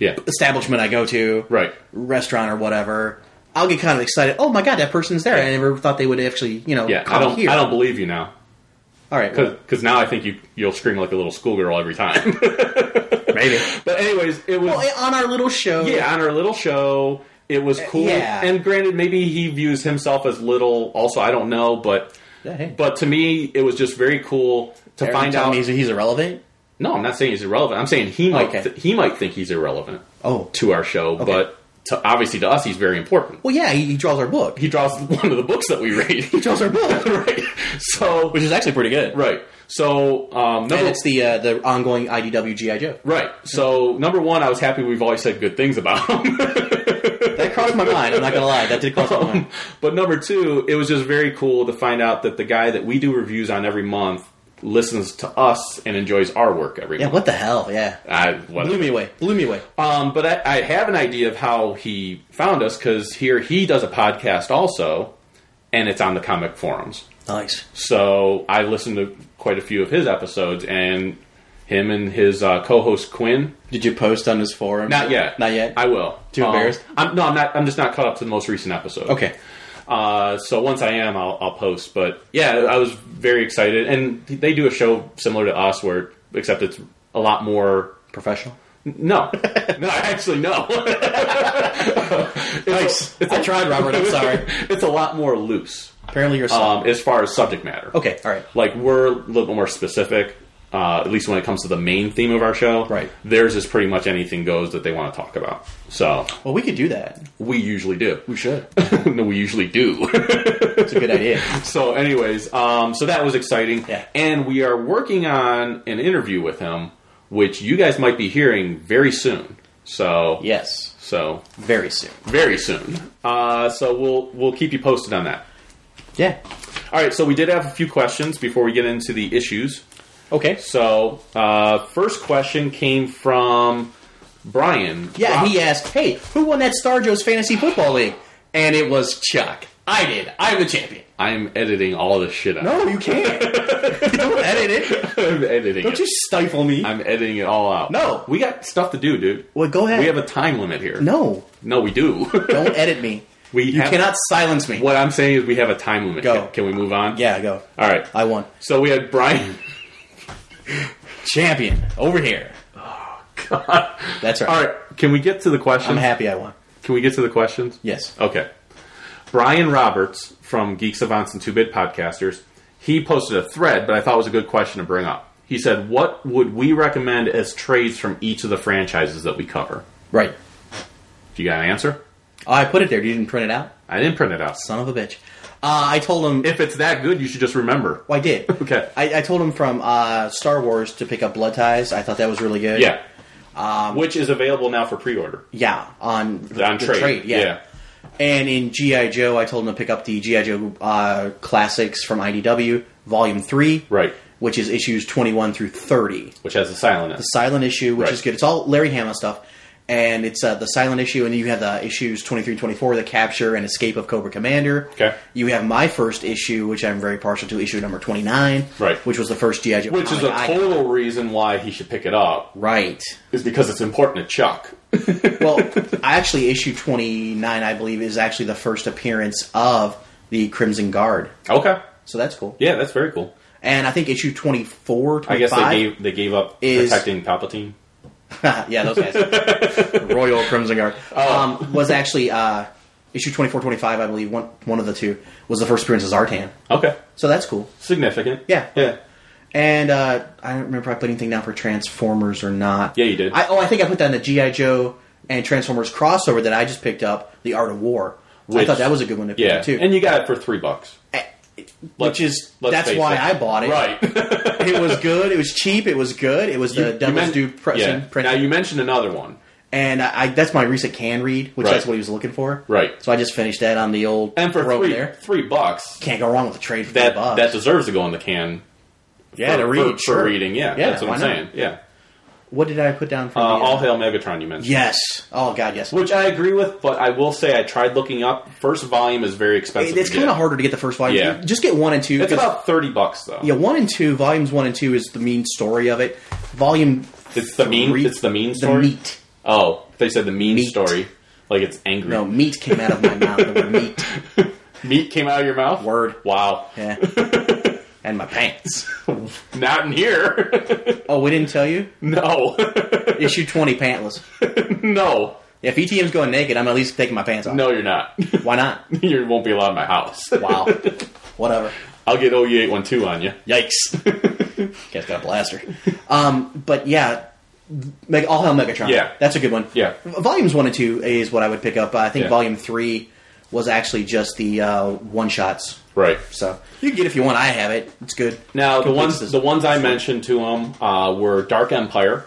S2: Yeah.
S3: establishment I go to,
S2: Right.
S3: restaurant or whatever. I'll get kind of excited. Oh my god, that person's there! I never thought they would actually, you know,
S2: Yeah. I
S3: come
S2: don't.
S3: here.
S2: I don't believe you now
S3: All right, well,
S2: because now I think you you'll scream like a little schoolgirl every time.
S3: maybe.
S2: but anyways, it was.
S3: Well, on our little show.
S2: Yeah, on our little show, it was cool.
S3: Eh, yeah.
S2: And granted, maybe he views himself as little. Also, I don't know, but
S3: Yeah, hey.
S2: but to me, it was just very cool to
S3: Everyone
S2: find
S3: tell
S2: out.
S3: me he's, he's irrelevant.
S2: no, I'm not saying he's irrelevant. I'm saying he might
S3: Okay.
S2: th- he might think he's irrelevant
S3: Oh,
S2: to our show, but to, obviously to us, he's very important.
S3: well, yeah, he, he draws our book.
S2: He draws one of the books that we read.
S3: He draws our book,
S2: right. So
S3: which is actually pretty good.
S2: right. So um, number
S3: and it's the uh, the ongoing IDW GI Joe.
S2: right. So number one, I was happy we've always said good things about him.
S3: That crossed my mind. I'm not gonna lie, that did cross my mind.
S2: Um, but number two, it was just very cool to find out that the guy that we do reviews on every month listens to us and enjoys our work every
S3: Yeah,
S2: month.
S3: what the hell? Yeah,
S2: I, what-
S3: blew me away. Blew me away.
S2: Um, but I, I have an idea of how he found us because here he does a podcast also, and it's on the comic forums.
S3: Nice.
S2: So I listened to quite a few of his episodes, and him and his uh, co-host Quinn.
S3: Did you post on his forum?
S2: Not yet.
S3: Not yet.
S2: I will. Um,
S3: Too embarrassed?
S2: I'm, no, I'm not. I'm just not caught up to the most recent episode.
S3: okay.
S2: Uh, so once I am, I'll, I'll post. But yeah, I was very excited, and they do a show similar to us, where except it's a lot more
S3: Professional.
S2: no, no, actually no. nice.
S3: I tried, Robert. I'm sorry.
S2: It's a lot more loose
S3: Apparently, you're soft.
S2: um, as far as subject matter.
S3: okay. All right.
S2: Like we're a little more specific, uh, at least when it comes to the main theme of our show.
S3: Right.
S2: Theirs is pretty much anything goes that they want to talk about. So
S3: Well, we could do that.
S2: we usually do.
S3: We should.
S2: no, we usually do.
S3: It's a good idea.
S2: so, anyways, um, so that was exciting.
S3: Yeah.
S2: And we are working on an interview with him, which you guys might be hearing very soon. So
S3: Yes.
S2: So
S3: Very soon.
S2: very soon. Uh, so we'll we'll keep you posted on that.
S3: Yeah.
S2: All right. So we did have a few questions before we get into the issues.
S3: Okay.
S2: So uh, first question came from Brian.
S3: Yeah,
S2: Rob-
S3: he asked, "Hey, who won that Star Joe's Fantasy Football League?" And it was Chuck. I did. I'm the champion.
S2: I'm editing all this shit out.
S3: No, you can't. Don't edit it.
S2: I'm editing.
S3: Don't
S2: it.
S3: you stifle me.
S2: I'm editing it all out.
S3: No.
S2: we got stuff to do, dude.
S3: well, go ahead.
S2: We have a time limit here.
S3: no.
S2: no, we do.
S3: Don't edit me.
S2: we
S3: you
S2: have-
S3: cannot silence me.
S2: What I'm saying is we have a time limit.
S3: Go.
S2: Can, can we move on?
S3: Yeah, go.
S2: All right.
S3: I won.
S2: so we had Brian.
S3: Champion over here. Oh God. That's right.
S2: All right. Can we get to the question?
S3: I'm happy I won.
S2: Can we get to the questions?
S3: Yes.
S2: Okay. Brian Roberts from Geek Savants and Two Bit Podcasters, he posted a thread, but I thought it was a good question to bring up. He said, "What would we recommend as trades from each of the franchises that we cover?"
S3: Right.
S2: Do you got an answer?
S3: Oh, I put it there. You didn't print it out.
S2: I didn't print it out.
S3: Son of a bitch. Uh, I told him.
S2: If it's that good, you should just remember.
S3: well, I did.
S2: Okay.
S3: I, I told him from uh, Star Wars to pick up Blood Ties. I thought that was really good.
S2: Yeah. Which is available now for pre-order
S3: Yeah. On Um, the,
S2: on
S3: the
S2: trade.
S3: yeah. And in GI Joe, I told him to pick up the GI Joe uh, classics from IDW, Volume Three,
S2: Right.
S3: Which is issues twenty-one through thirty.
S2: Which has the silent S.
S3: silent issue, which
S2: Right.
S3: is good. It's all Larry Hama stuff, and it's uh, the silent issue, and you have the issues 23 24, the capture and escape of Cobra Commander.
S2: Okay.
S3: You have my first issue, which I'm very partial to, issue number 29,
S2: Right.
S3: which was the first G.I. Joe.
S2: Which is
S3: comic
S2: a
S3: Oh, I got.
S2: total reason why he should pick it up
S3: Right.
S2: is because it's important to Chuck.
S3: Well, I actually, issue 29, I believe, is actually the first appearance of the Crimson Guard.
S2: Okay.
S3: So that's cool.
S2: Yeah, that's very cool.
S3: And I think issue 24, 25.
S2: I guess they gave they gave up
S3: is-
S2: protecting Palpatine.
S3: yeah, those guys. Royal Crimson Guard.
S2: Oh.
S3: Um, was actually uh, issue 24, 25, I believe, one, one of the two, was the first appearance of Zartan.
S2: Okay,
S3: So that's cool.
S2: significant.
S3: Yeah.
S2: yeah,
S3: And uh, I don't remember if I put anything down for Transformers or not.
S2: Yeah, you did.
S3: I, oh, I think I put down the G.I. Joe and Transformers crossover that I just picked up, The Art of War. I
S2: Which-
S3: thought that was a good one to pick
S2: yeah.
S3: up, too.
S2: And you got it for three bucks,
S3: Eh, Which is, that's
S2: face
S3: why
S2: it.
S3: I bought it.
S2: Right.
S3: It was good. It was cheap. It was good. It was the
S2: You
S3: Devil's
S2: men-
S3: Due pressing.
S2: yeah.
S3: print.
S2: Now you mentioned another one,
S3: and I, I that's my recent can read, which
S2: Right.
S3: that's what he was looking for.
S2: Right.
S3: So I just finished that on the old
S2: and for
S3: road
S2: three
S3: there.
S2: three bucks,
S3: Can't go wrong with a trade for
S2: that
S3: that, bucks.
S2: that deserves to go in the can.
S3: yeah,
S2: for,
S3: to read
S2: for, for
S3: sure.
S2: reading. Yeah,
S3: Yeah,
S2: that's what
S3: why
S2: I'm
S3: not?
S2: saying. Yeah,
S3: What did I put down for
S2: uh,
S3: the, uh,
S2: all hail Megatron. You mentioned.
S3: Yes. Oh God, yes.
S2: Which I agree with, but I will say I tried looking up. First volume is very expensive.
S3: It- it's
S2: to get.
S3: kind of harder to get the first volume.
S2: Yeah.
S3: Just get one and two.
S2: It's
S3: 'cause-
S2: about thirty bucks though.
S3: yeah, one and two. Volumes one and two is the mean story of it. Volume
S2: It's the mean.
S3: three-
S2: It's the mean story.
S3: The meat.
S2: Oh, they said the mean
S3: Meat.
S2: story. Like it's angry.
S3: No, meat came out of my mouth. The word meat.
S2: Meat came out of your mouth.
S3: Word.
S2: Wow.
S3: Yeah. And my pants.
S2: Not in here.
S3: Oh, we didn't tell you.
S2: no.
S3: Issue twenty, pantless.
S2: no.
S3: If ETM's going naked, I'm at least taking my pants off.
S2: No, you're not.
S3: Why not?
S2: you won't be allowed in my house.
S3: Wow. Whatever.
S2: I'll get E OE812 on you.
S3: Yikes. Guy's got a blaster. Um, but yeah, Meg- All Hell Megatron.
S2: Yeah.
S3: That's a good one.
S2: Yeah.
S3: Volumes 1 and 2 is what I would pick up. I think
S2: Yeah.
S3: Volume 3 was actually just the uh, one shots.
S2: Right.
S3: So you can get it if you want. I have it. It's good.
S2: Now the
S3: Completes
S2: ones
S3: this-
S2: the ones I mentioned to him uh, were Dark Empire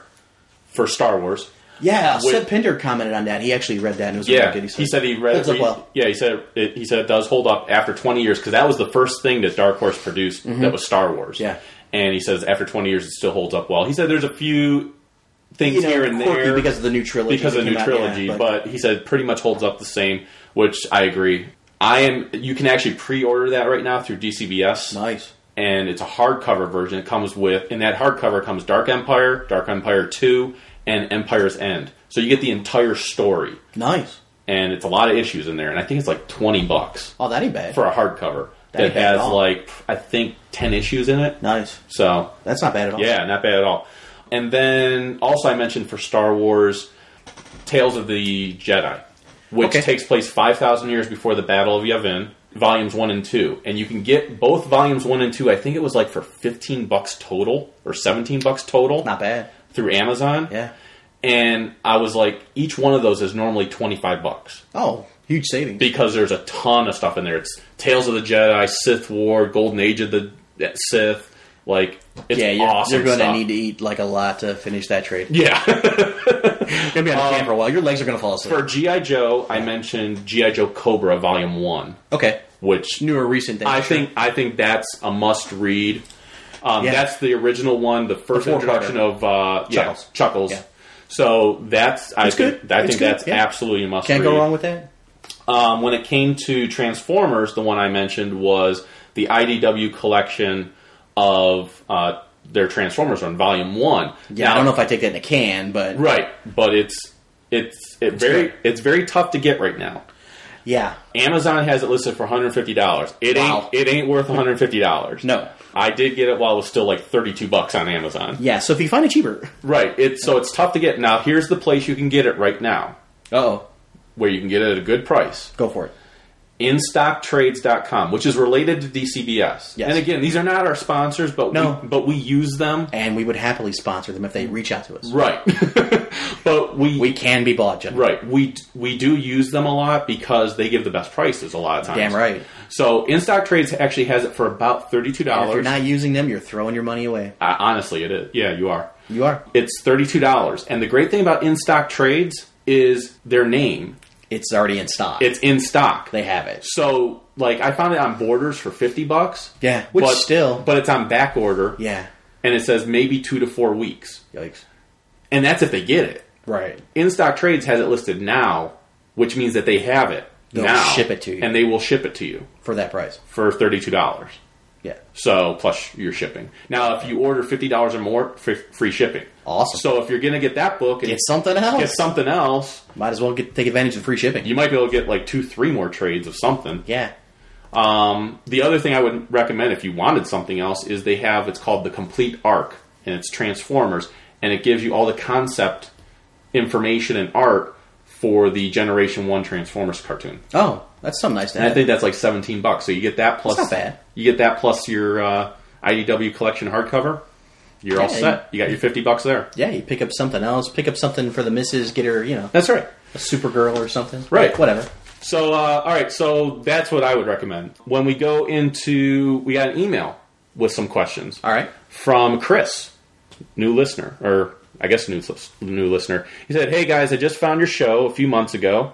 S2: for Star Wars.
S3: Yeah,
S2: Wait.
S3: Seb Pinder commented on that. He actually read that and it was
S2: Yeah,
S3: really good.
S2: he said he read
S3: holds
S2: it.
S3: up
S2: re-
S3: well.
S2: Yeah, he said it, he said it does hold up after 20 years because that was the first thing that Dark Horse produced that was Star Wars.
S3: Mm-hmm. Yeah.
S2: and he says after 20 years it still holds up well. He said there's a few things
S3: You know,
S2: here and
S3: quirky
S2: there
S3: because of the new trilogy.
S2: because of
S3: that
S2: the new
S3: came out, yeah,
S2: trilogy, but, he said pretty much holds up the same, which I agree. I am. You can actually pre-order that right now through DCBS.
S3: nice.
S2: and it's a hardcover version. It comes with, and that hardcover comes Dark Empire, Dark Empire 2, and Empire's End. So you get the entire story,
S3: Nice.
S2: and it's a lot of issues in there, and I think it's like 20 bucks
S3: Oh, that ain't bad.
S2: for a hardcover
S3: That ain't
S2: that
S3: bad at
S2: has
S3: all.
S2: like, I think, 10 issues in it.
S3: nice.
S2: So,
S3: That's not bad at all.
S2: yeah, not bad at all. And then also I mentioned for Star Wars, Tales of the Jedi, which
S3: Okay.
S2: takes place 5,000 years before the Battle of Yavin, volumes 1 and 2. And you can get both volumes 1 and 2, I think it was like for 15 bucks total or 17 bucks total
S3: Not bad.
S2: through Amazon.
S3: Yeah.
S2: And I was like each one of those is normally 25 bucks
S3: Oh, huge savings.
S2: because there's a ton of stuff in there. It's Tales of the Jedi, Sith War, Golden Age of the Sith, like it's
S3: yeah, you're,
S2: awesome
S3: you're going to
S2: stuff.
S3: need to eat like a lot to finish that trade.
S2: yeah. Um,
S3: You're going to be on a can for a while. Your legs are going to fall asleep.
S2: For GI Joe, I mentioned GI Joe Cobra Volume One,
S3: okay.
S2: which
S3: Newer recent thing.
S2: I
S3: sure.
S2: think I think that's a must read. Um,
S3: Yeah.
S2: That's the original one, the first
S3: Before
S2: introduction of uh, yeah,
S3: Chuckles.
S2: Chuckles.
S3: Yeah.
S2: So that's I
S3: It's
S2: think
S3: good.
S2: I
S3: It's
S2: think
S3: good,
S2: that's
S3: yeah.
S2: absolutely a must.
S3: Can't
S2: read.
S3: go wrong with that.
S2: Um, when it came to Transformers, the one I mentioned was the IDW collection of uh, their Transformers on Volume One.
S3: Yeah, I don't know if I take that in a can, but
S2: right, but it's it's it very
S3: good.
S2: it's very tough to get right now.
S3: yeah.
S2: Amazon has it listed for $150. It
S3: Wow.
S2: ain't it ain't worth $150.
S3: No.
S2: I did get it while it was still like 32 bucks on Amazon.
S3: Yeah, so if you find it cheaper.
S2: Right. It's so it's tough to get. Now, here's the place you can get it right now
S3: Uh-oh.
S2: where you can get it at a good price.
S3: Go for it.
S2: InStockTrades.com, which is related to DCBS.
S3: Yes.
S2: And again, these are not our sponsors, but
S3: No.
S2: we, but we use them.
S3: And we would happily sponsor them if they reach out to us.
S2: Right. but we,
S3: We can be bought, gentlemen.
S2: right. We we do use them a lot because they give the best prices a lot of times.
S3: Damn right.
S2: So, InStock Trades actually has it for about $32.
S3: And if you're not using them, you're throwing your money away.
S2: Uh, honestly, it is. Yeah, you are.
S3: You are.
S2: It's thirty-two dollars, and the great thing about in-stock trades is their name.
S3: It's already in stock.
S2: It's in stock.
S3: they have it.
S2: So, like, I found it on Borders for fifty bucks.
S3: Yeah, which
S2: but,
S3: still-
S2: but it's on back order.
S3: Yeah.
S2: and it says maybe two to four weeks,
S3: Yikes.
S2: and that's if they get it.
S3: Right.
S2: In-stock trades has it listed now, which means that they have it
S3: They'll
S2: now.
S3: ship it to you.
S2: and they will ship it to you
S3: For that price.
S2: for thirty-two dollars.
S3: Yeah.
S2: So plus your shipping. Now, if you order fifty dollars or more, fr- free shipping.
S3: Awesome.
S2: So if you're gonna get that book and
S3: Get something else.
S2: get something else,
S3: Might as well get, take advantage of the free shipping.
S2: you might be able to get like two, three more trades of something.
S3: yeah.
S2: Um, the other thing I would recommend if you wanted something else is they have it's called the Complete Arc, and it's Transformers, and it gives you all the concept information and art for the Generation One Transformers cartoon.
S3: Oh, that's some nice to
S2: And I
S3: have.
S2: think that's like seventeen bucks. So you get that plus
S3: That's not bad.
S2: you get that plus your uh, IDW collection hardcover. You're all
S3: Yeah.
S2: set. You got your fifty bucks there.
S3: yeah, you pick up something else. Pick up something for the missus. Get her, you know,
S2: That's right.
S3: a Supergirl or something.
S2: Right.
S3: Whatever.
S2: So, uh, all right. So that's what I would recommend. When we go into, we got an email with some questions
S3: All right.
S2: from Chris, new listener, or I guess new lis- new listener. He said, "Hey guys, I just found your show a few months ago.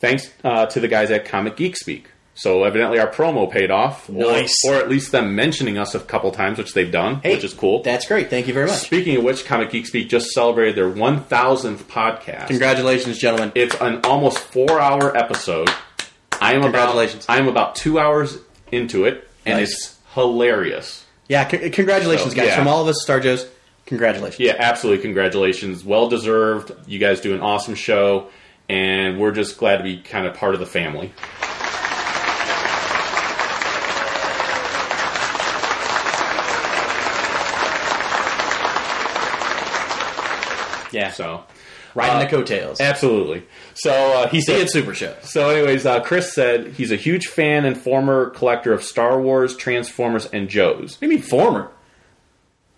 S2: Thanks uh, to the guys at Comic Geek Speak. So evidently our promo paid off, or-
S3: Nice.
S2: or, at least them mentioning us a couple times, which they've done,
S3: Hey,
S2: which is cool.
S3: That's great. Thank you very much.
S2: Speaking of which, Comic Geek Speak just celebrated their 1,000th podcast.
S3: Congratulations, gentlemen.
S2: It's an almost four hour episode. I am
S3: Congratulations.
S2: about I am about two hours into it, and
S3: Nice.
S2: it's hilarious.
S3: yeah, c- congratulations,
S2: So,
S3: guys.
S2: yeah.
S3: From all of us, Star Joes, congratulations.
S2: Yeah, absolutely. Congratulations, well deserved. You guys do an awesome show, and we're just glad to be kind of part of the family.
S3: Yeah.
S2: So,
S3: Riding
S2: Uh,
S3: the coattails.
S2: absolutely. So uh, he
S3: See you
S2: said.
S3: at Super Shows.
S2: So, anyways, uh, Chris said he's a huge fan and former collector of Star Wars, Transformers, and Joes.
S3: I mean, former.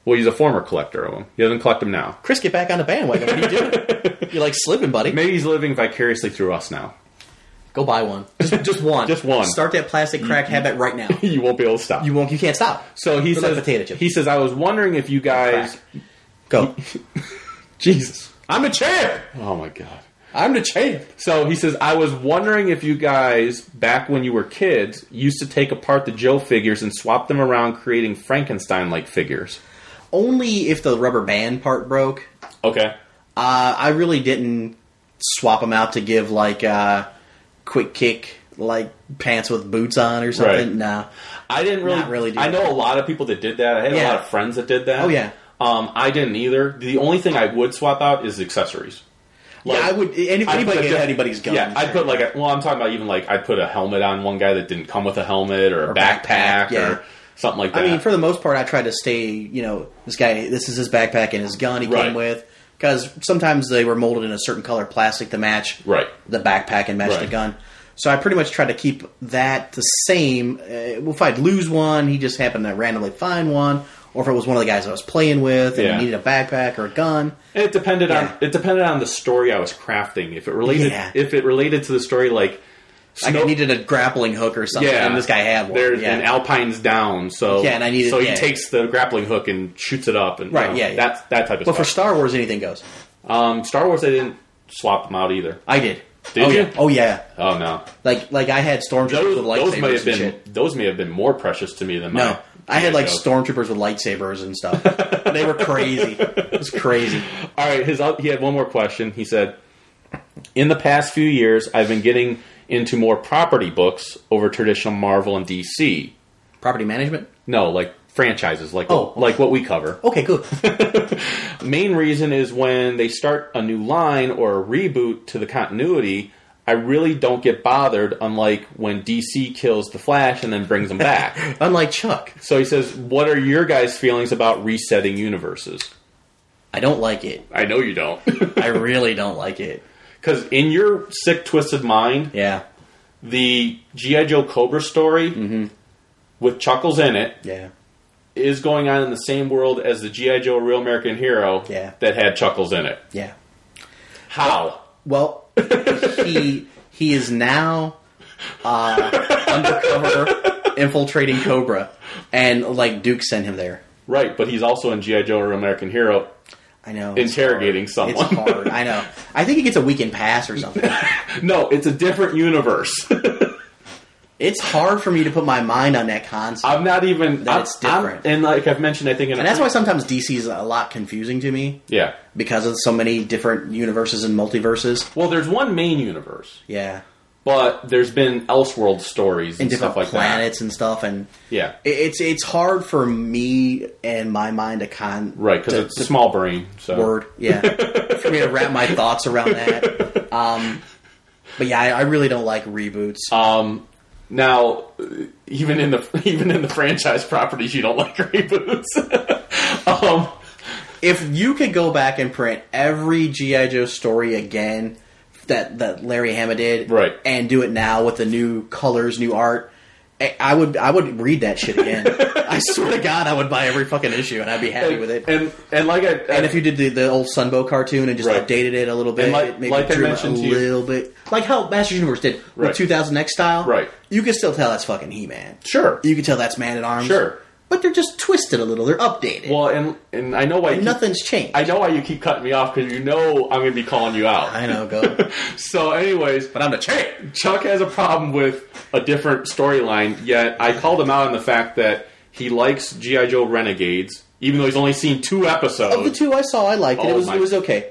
S2: Well, he's a former collector of them. He doesn't collect them now.
S3: Chris, get back on the bandwagon. What are you doing? You're like slipping, buddy.
S2: Maybe he's living vicariously through us now.
S3: Go buy one. Just, just one.
S2: Just one. Mm-hmm.
S3: Start that plastic crack habit right now.
S2: you won't be able to stop.
S3: You won't. You can't stop.
S2: so he
S3: They're like
S2: says,
S3: potato chips.
S2: he says, I was wondering if you guys.
S3: Go.
S2: Jesus, I'm the champ. Oh my god, I'm the champ. So he says, I was wondering if you guys, back when you were kids, used to take apart the Joe figures and swap them around, creating Frankenstein-like figures.
S3: Only if the rubber band part broke.
S2: Okay.
S3: Uh, I really didn't swap them out to give like uh, quick kick like pants with boots on or something.
S2: Right.
S3: Nah.
S2: I didn't really.
S3: Not really do
S2: I know
S3: that.
S2: a lot of people that did that. I had a
S3: Yeah.
S2: lot of friends that did that.
S3: Oh, yeah.
S2: Um, I didn't either. The only thing I would swap out is accessories. Like,
S3: yeah, I would. Any,
S2: I'd
S3: anybody
S2: put
S3: can
S2: a
S3: get
S2: diff-
S3: anybody's gun.
S2: Yeah, I'd put like a, well, I'm talking about even like I'd put a helmet on one guy that didn't come with a helmet or a
S3: Or
S2: backpack,
S3: backpack, yeah.
S2: or something like that.
S3: I mean, for the most part, I try to stay. You know, this guy. This is his backpack and his gun he
S2: Right.
S3: came with. Because sometimes they were molded in a certain color plastic to match
S2: Right.
S3: the backpack and match the
S2: Right.
S3: gun. So I pretty much tried to keep that the same. Uh, if I'd lose one, he just happened to randomly find one, or if it was one of the guys I was playing with and
S2: Yeah.
S3: he needed a backpack or a gun.
S2: And it depended
S3: Yeah.
S2: on it depended on the story I was crafting. If it related,
S3: Yeah.
S2: if it related to the story, like
S3: Like I
S2: Snow-
S3: needed a grappling hook or something, and this guy had one.
S2: There's
S3: yeah.
S2: and Alpine's down, so
S3: Yeah, and I needed-
S2: So he
S3: yeah.
S2: takes the grappling hook and shoots it up, and you
S3: Right,
S2: know,
S3: yeah, yeah.
S2: that's that type of
S3: but for
S2: stuff.
S3: Star Wars, anything goes.
S2: um, Star Wars, I didn't swap them out either.
S3: I did.
S2: Did
S3: oh,
S2: you?
S3: Yeah. Oh yeah.
S2: Oh no,
S3: Like like I had stormtroopers
S2: those, those
S3: with
S2: may
S3: lightsabers
S2: have
S3: and shit.
S2: been those may have been more precious to me than
S3: No,
S2: my-
S3: I had like
S2: Joe.
S3: stormtroopers with lightsabers and stuff. they were crazy. It was crazy.
S2: All right, his he had one more question. He said, "In the past few years, I've been getting into more property books over traditional Marvel and DC.
S3: Property management.
S2: No, like franchises, like
S3: Oh.
S2: like what we cover.
S3: Okay, good.
S2: Main reason is when they start a new line or a reboot to the continuity." I really don't get bothered, unlike when DC kills the Flash and then brings him back.
S3: Unlike Chuck,
S2: so he says, "What are your guys' feelings about resetting universes?"
S3: I don't like it.
S2: I know you don't,
S3: I really don't like it.
S2: because in your sick, twisted mind,
S3: Yeah,
S2: the GI Joe Cobra story with Chuckles in it
S3: yeah.
S2: is going on in the same world as the GI Joe Real American Hero
S3: Yeah.
S2: that had Chuckles in it.
S3: Yeah.
S2: How?
S3: Well, he he is now uh, undercover infiltrating Cobra, and like Duke sent him there.
S2: Right, but he's also in GI Joe Real American Hero.
S3: I know.
S2: Interrogating
S3: it's hard.
S2: someone.
S3: It's hard. I know. I think he gets a weekend pass or something.
S2: No, it's a different universe.
S3: it's hard for me to put my mind on that concept.
S2: I'm not even.
S3: That
S2: I'm-
S3: it's
S2: I'm-
S3: different.
S2: and like I've mentioned, I think in
S3: and that's why sometimes DC is a lot confusing to me
S2: Yeah.
S3: because of so many different universes and multiverses.
S2: Well, there's one main universe,
S3: Yeah,
S2: but there's been Elseworld stories and,
S3: and different
S2: stuff like
S3: planets and stuff, and
S2: that. Yeah.
S3: it- it's it's hard for me and my mind to con
S2: Right, because
S3: to-
S2: it's
S3: to
S2: small brain. So
S3: word. Yeah, for me to wrap my thoughts around that. Um, but yeah, I, I really don't like reboots.
S2: Um, now, uh, even in the even in the franchise properties, you don't like reboots. um,
S3: if you could go back and print every GI Joe story again that that Larry Hama did,
S2: Right.
S3: and do it now with the new colors, new art, I I would I would read that shit again. I swear to God, I would buy every fucking issue, and I'd be happy with it. And,
S2: and and like I and
S3: if you did the, the old Sunbow cartoon and just
S2: Right.
S3: updated it a little bit,
S2: And like-
S3: it maybe
S2: like I
S3: drew it a
S2: mentioned to you-
S3: little bit, like how Masters Universe did
S2: Right.
S3: with 2000 X style,
S2: Right.
S3: You can still tell that's fucking He Man.
S2: sure,
S3: You can tell that's Man at Arms.
S2: Sure.
S3: But they're just twisted a little. They're updated.
S2: well, and and I know why you keep-
S3: Nothing's changed.
S2: I know why you keep cutting me off because you know I'm going to be calling you out.
S3: I know, go.
S2: So, anyways, but I'm the champ. Chuck has a problem with a different storyline. Yet I called him out on the fact that he likes GI Joe Renegades, even though he's only seen two episodes.
S3: of the two I saw, I liked it.
S2: Oh
S3: it was
S2: my-
S3: it was okay.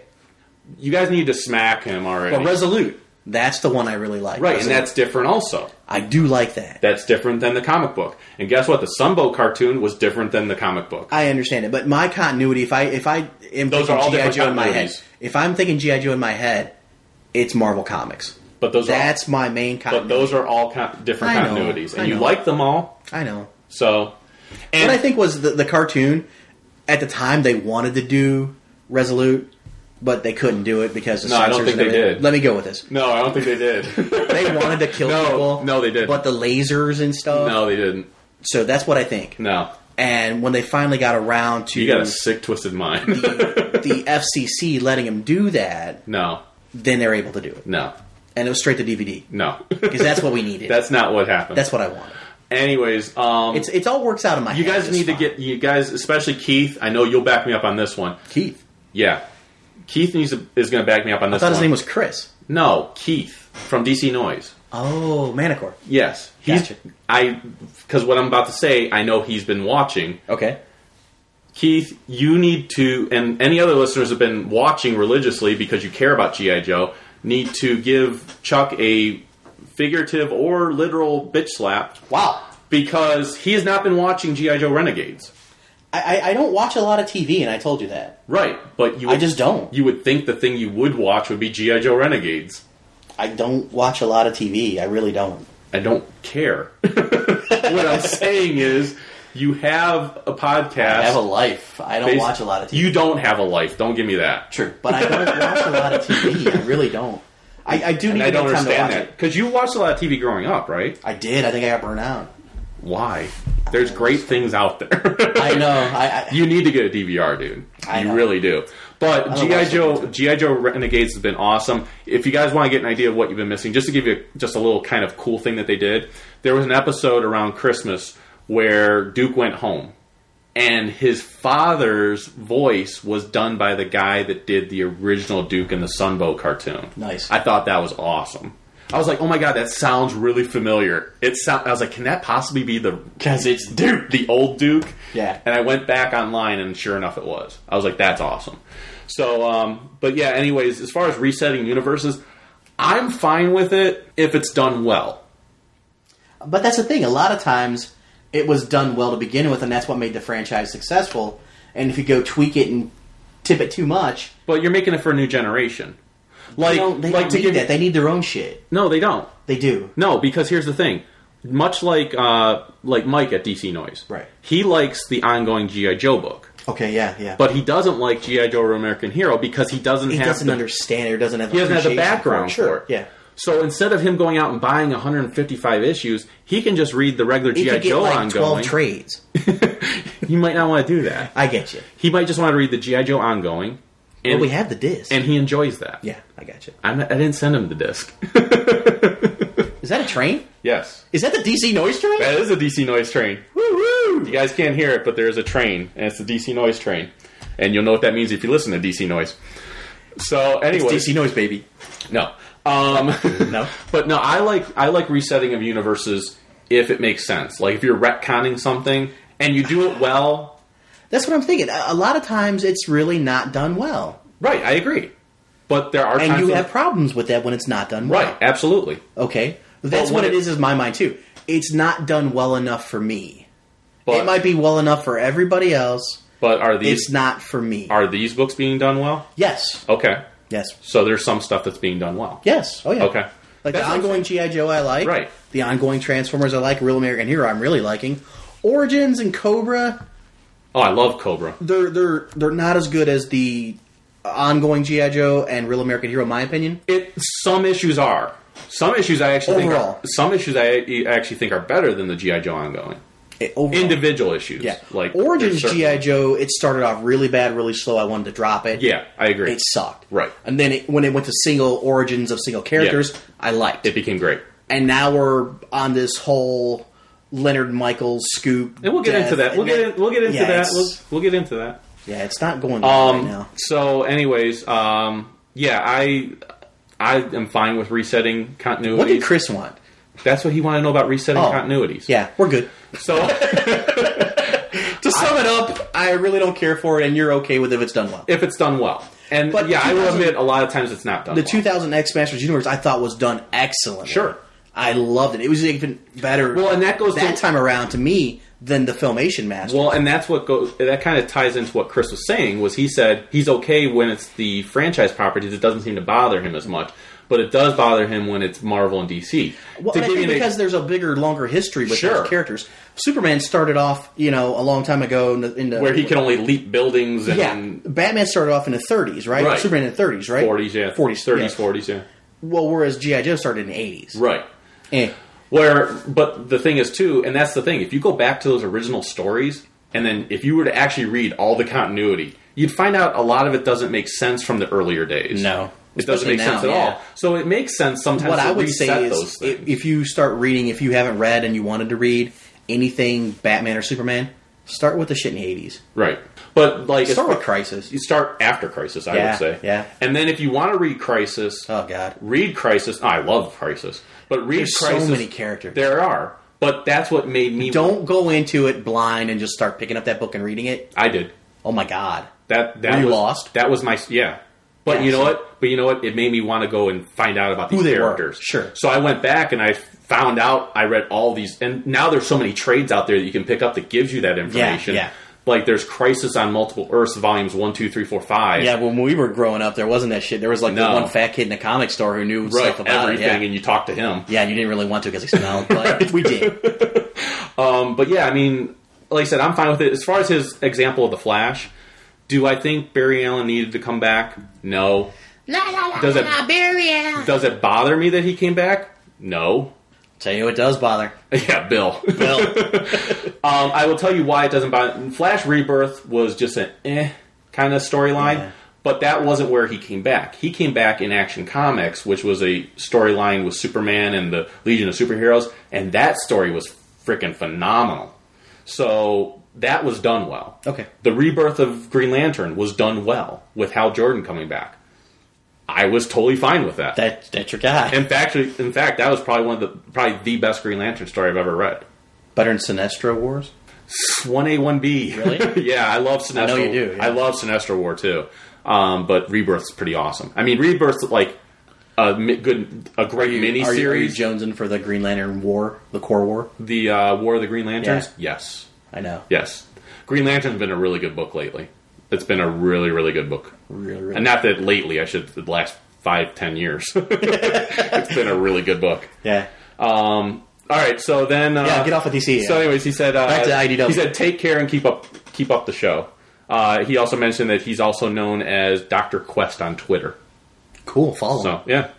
S2: you guys need to smack him already,
S3: But Resolute, that's the one I really like.
S2: right? And
S3: Resolute.
S2: that's different, also.
S3: I do like that.
S2: that's different than the comic book. And guess what? The Sunbow cartoon was different than the comic book.
S3: I understand it, but my continuity, if I if I am
S2: Those are all
S3: thinking GI
S2: different
S3: Joe in my head,
S2: continuities.
S3: if I'm thinking GI Joe in my head, it's Marvel Comics.
S2: but those
S3: That's my
S2: are all,
S3: main
S2: but
S3: continuity.
S2: those are all con- different
S3: I know,
S2: continuities,
S3: I
S2: and you
S3: know.
S2: like them all.
S3: I know.
S2: So, and
S3: what I think was the, the cartoon at the time they wanted to do Resolute, but they couldn't do it because the
S2: No, I don't
S3: censors
S2: think
S3: and
S2: they
S3: everything.
S2: did.
S3: Let me go with this.
S2: no, I don't think they did.
S3: They wanted to kill
S2: No,
S3: people.
S2: no, they didn't.
S3: But the lasers and stuff.
S2: no, they didn't.
S3: So that's what I think.
S2: No,
S3: And when they finally got around to
S2: you got a sick, twisted mind.
S3: the FCC letting them do that,
S2: no,
S3: then they're able to do it.
S2: no.
S3: and it was straight to DVD
S2: No,
S3: because that's what we needed. that's
S2: that's not what happened.
S3: that's what I wanted.
S2: Anyways, um,
S3: It's it all works out in my.
S2: you
S3: head.
S2: guys
S3: It's
S2: need to
S3: fine.
S2: get you guys, especially Keith. I know you'll back me up on this one.
S3: Keith.
S2: Yeah, Keith needs to, is going to back me up on
S3: I
S2: this.
S3: thought his
S2: one.
S3: name was Chris.
S2: no Keith from DC Noise.
S3: Oh, Manicore.
S2: Yes, he's
S3: Gotcha.
S2: I because what I'm about to say, I know he's been watching.
S3: Okay.
S2: Keith, you need to, and any other listeners have been watching religiously because you care about GI Joe. Need to give Chuck a figurative or literal bitch slap
S3: Wow.
S2: because he has not been watching GI Joe Renegades.
S3: I, I, I don't watch a lot of TV, and I told you that.
S2: Right, but you
S3: I just don't.
S2: You would think the thing you would watch would be GI Joe Renegades.
S3: I don't watch a lot of TV. I really don't.
S2: I don't care. what I'm saying is, you have a podcast.
S3: I have a life. I don't
S2: Bas-
S3: watch a lot of TV.
S2: You don't have a life. Don't give me that.
S3: True, but I don't watch a lot of TV. I really don't. I, I do need
S2: And I don't
S3: to make time to watch
S2: understand that
S3: it.
S2: because you watched a lot of TV growing up, right?
S3: I did. I think I got burnt out.
S2: Why? There's great things out there.
S3: I know. I, I
S2: you need to get a DVR, dude.
S3: I
S2: you
S3: know.
S2: really do. But
S3: don't
S2: GI
S3: watch
S2: Joe,
S3: anything.
S2: GI Joe Renegades has been awesome. If you guys want to get an idea of what you've been missing, just to give you just a little kind of cool thing that they did, there was an episode around Christmas where Duke went home, and his father's voice was done by the guy that did the original Duke and the Sunbow cartoon.
S3: Nice.
S2: I thought that was awesome. I was like, "Oh my god, that sounds really familiar." It sound. I was like, "Can that possibly be the
S3: because it's
S2: Duke, the old Duke.
S3: Yeah.
S2: And I went back online, and sure enough, it was. I was like, that's awesome. So, um, but yeah. Anyways, as far as resetting universes, I'm fine with it if it's done well.
S3: But that's the thing. A lot of times, it was done well to begin with, and that's what made the franchise successful. And if you go tweak it and tip it too much,
S2: But you're making it for a new generation. Like,
S3: they don't, they
S2: like
S3: don't
S2: to
S3: need
S2: give
S3: that. They need their own shit.
S2: no, they don't.
S3: They do.
S2: No, because here's the thing. Much like uh, like Mike at DC Noise,
S3: Right.
S2: He likes the ongoing GI Joe book,
S3: Okay. Yeah. Yeah.
S2: but he doesn't like GI Joe or American Hero because he doesn't
S3: he
S2: have
S3: doesn't
S2: the-
S3: understand or doesn't have.
S2: he doesn't have the
S3: appreciation
S2: background
S3: Sure.
S2: for it.
S3: Yeah.
S2: So instead of him going out and buying 155 issues, he can just read the regular
S3: He
S2: GI
S3: could get
S2: Joe
S3: like twelve
S2: ongoing.
S3: trades.
S2: he might not want to do that.
S3: I get you.
S2: He might just want to read the GI Joe ongoing, and
S3: But we have the disc.
S2: and he enjoys that.
S3: yeah, I got you.
S2: I'm not, I didn't send him the disc.
S3: Is that a train?
S2: yes,
S3: Is that the DC noise train?
S2: that is a DC noise train.
S3: Woo-woo!
S2: You guys can't hear it, but there is a train, and it's the DC noise train, and you'll know what that means if you listen to DC noise. So anyway,
S3: It's DC noise, baby.
S2: no. Um,
S3: No.
S2: But no, I like I like resetting of universes if it makes sense. Like if you're retconning something and you do it well,
S3: That's what I'm thinking. A a lot of times it's really not done well.
S2: right? I agree. But there are
S3: And
S2: times
S3: you
S2: when-
S3: have problems with that when it's not done well.
S2: right, absolutely.
S3: Okay. That's
S2: But when
S3: what it
S2: it-
S3: is is my mind too. It's not done well enough for me.
S2: But
S3: it might be well enough for everybody else.
S2: but are
S3: It's
S2: these
S3: not for me.
S2: are these books being done well?
S3: yes.
S2: Okay,
S3: Yes.
S2: so there's some stuff that's being done well.
S3: Yes. Oh yeah.
S2: Okay.
S3: Like
S2: That's
S3: the ongoing GI Joe I like.
S2: Right.
S3: The ongoing Transformers I like. Real American Hero I'm really liking. Origins and Cobra
S2: Oh, I love Cobra.
S3: they're they're they're not as good as the ongoing GI Joe and Real American Hero, in my opinion.
S2: It some issues are. Some issues I actually
S3: Overall.
S2: think are, some issues I actually think are better than the GI Joe ongoing.
S3: It- overall.
S2: Individual issues,
S3: yeah.
S2: Like
S3: Origins
S2: there's certain-
S3: GI Joe, it started off really bad, really slow. I wanted to drop it.
S2: Yeah, I agree.
S3: it sucked.
S2: Right.
S3: and then it, when it went to single origins of single characters,
S2: Yeah.
S3: I liked.
S2: it became great.
S3: and now we're on this whole Leonard Michaels scoop,
S2: And we'll get
S3: death,
S2: into that.
S3: and
S2: We'll get in, we'll get into
S3: yeah,
S2: that.
S3: it's-
S2: We'll, we'll get into that.
S3: yeah, it's not going well
S2: Um,
S3: right now.
S2: So, anyways, um, yeah, I I am fine with resetting continuities.
S3: What did Chris want?
S2: That's what he wanted to know about resetting
S3: Oh.
S2: continuities.
S3: Yeah, we're good.
S2: So,
S3: To sum it up, I really don't care for it, and you're okay with it if it's done well.
S2: if it's done well, and
S3: But
S2: yeah, I will
S3: 2000
S2: admit, a lot of times it's not done.
S3: the
S2: well.
S3: 2000 X Masters Universe I thought was done excellently.
S2: Sure.
S3: I loved it. It was even better.
S2: Well, and that goes
S3: that
S2: to-
S3: time around to me than the Filmation Masters.
S2: Well, and that's what goes. That kind of ties into what Chris was saying. Was he said he's okay when it's the franchise properties. It doesn't seem to bother him as much, but it does bother him when it's Marvel and DC.
S3: Well,
S2: To
S3: and I
S2: give
S3: think
S2: you an
S3: because there's a bigger, longer history with
S2: Sure.
S3: those characters. Superman started off, you know, a long time ago in the, in the
S2: where he can only leap buildings and
S3: yeah. Batman started off in the 30s, right?
S2: Right.
S3: Superman in the 30s, right?
S2: 40s, yeah,
S3: 40s,
S2: 30s,
S3: yeah.
S2: 40s, yeah,
S3: Well, whereas GI Joe started in the 80s.
S2: right.
S3: Eh.
S2: Where, but the thing is too, and that's the thing. If you go back to those original stories, and then if you were to actually read all the continuity, you'd find out a lot of it doesn't make sense from the earlier days.
S3: No.
S2: It doesn't
S3: Especially
S2: make
S3: now,
S2: sense at
S3: yeah.
S2: all. So it makes sense sometimes
S3: what
S2: to
S3: I would
S2: reset
S3: say
S2: those
S3: is
S2: things.
S3: if if you start reading, if you haven't read and you wanted to read anything Batman or Superman, start with the shit in the 80s.
S2: right. But like
S3: Start
S2: it's-
S3: with Crisis.
S2: you start after Crisis, I
S3: Yeah,
S2: would say.
S3: yeah.
S2: And then if you want to read Crisis,
S3: Oh, God.
S2: read Crisis. I love Crisis, but read
S3: There's so
S2: Crisis.
S3: many characters.
S2: There are, but that's what made me.
S3: Don't go into it blind and just start picking up that book and reading it.
S2: I did
S3: Oh, my God.
S2: that? That
S3: Were you
S2: was,
S3: lost?
S2: That was my yeah. But
S3: Yeah,
S2: you know
S3: so-
S2: what? But you know what? It made me want to go and find out about these
S3: Who they were,
S2: characters.
S3: sure.
S2: So I went back and I found out. I read all these, and now there's so many trades out there that you can pick up that gives you that information.
S3: yeah.
S2: Like there's Crisis on Multiple Earths, volumes one, two, three, four, five.
S3: Yeah, when we were growing up, there wasn't that shit. There was like the
S2: No.
S3: one fat kid in a comic store who knew
S2: Right,
S3: stuff about
S2: everything,
S3: it. Yeah.
S2: and you talk to him.
S3: yeah, and you didn't really want to because he smelled, but we did.
S2: But yeah, I mean, like I said, I'm fine with it. As far as his example of the Flash, do I think Barry Allen needed to come back? No. Does it does it bother me that he came back? No.
S3: Tell you, it does bother.
S2: Yeah, Bill.
S3: Well,
S2: Um, I will tell you why it doesn't bother. Flash Rebirth was just an eh kind of storyline,
S3: Yeah.
S2: but that wasn't where he came back. He came back in Action Comics, which was a storyline with Superman and the Legion of Superheroes, and that story was freaking phenomenal. So that was done well.
S3: Okay.
S2: The rebirth of Green Lantern was done well with Hal Jordan coming back. I was totally fine with that.
S3: that, that's your guy.
S2: in fact, in fact, that was probably one of the probably the best Green Lantern story I've ever read.
S3: Better than Sinestro Wars?
S2: One A, one B.
S3: Really?
S2: yeah, I love Sinestro.
S3: I know you do, yeah.
S2: I love Sinestro War too. Um, but Rebirth's pretty awesome. I mean, Rebirth's like a mi- good, a great mini
S3: Are you, are you
S2: series.
S3: Jonesing for the Green Lantern War, the Core War?
S2: The uh, War of the Green Lanterns. Yes,
S3: I know.
S2: yes. Green Lantern's been a really good book lately. It's been a really, really good book.
S3: Really, really.
S2: And not that lately, I should the last five, ten years. it's been a really good book.
S3: yeah.
S2: All right, so then uh,
S3: Yeah, get off of DC.
S2: So, anyways, he said uh,
S3: Back to IDW.
S2: He said, "Take care and keep up, keep up the show." Uh, he also mentioned that he's also known as Doctor Quest on Twitter.
S3: cool, follow him.
S2: So, yeah.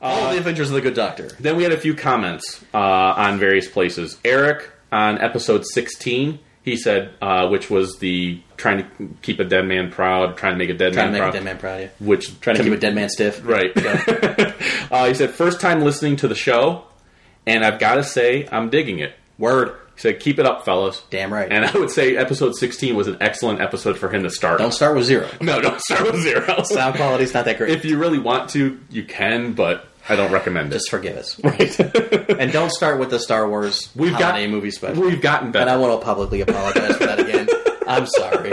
S3: Follow the adventures of the good doctor.
S2: Then we had a few comments uh, on various places. Eric on episode 16, he said, uh, which was the trying to keep a dead man proud, trying to make a dead man
S3: Trying to make
S2: proud,
S3: a dead man proud, yeah.
S2: which
S3: Trying to keep a dead man stiff.
S2: Right. uh, he said, first time listening to the show, and I've got to say, I'm digging it.
S3: Word.
S2: He said, keep it up, fellas.
S3: Damn right.
S2: And I would say episode 16 was an excellent episode for him to start.
S3: Don't start with zero.
S2: no, don't start with zero.
S3: Sound quality's not that great.
S2: if you really want to, you can, but I don't recommend it.
S3: Just forgive us. Right. and don't start with the Star Wars
S2: We've got-
S3: holiday movie special.
S2: We've gotten
S3: And I
S2: better.
S3: want to publicly apologize for that again. I'm sorry.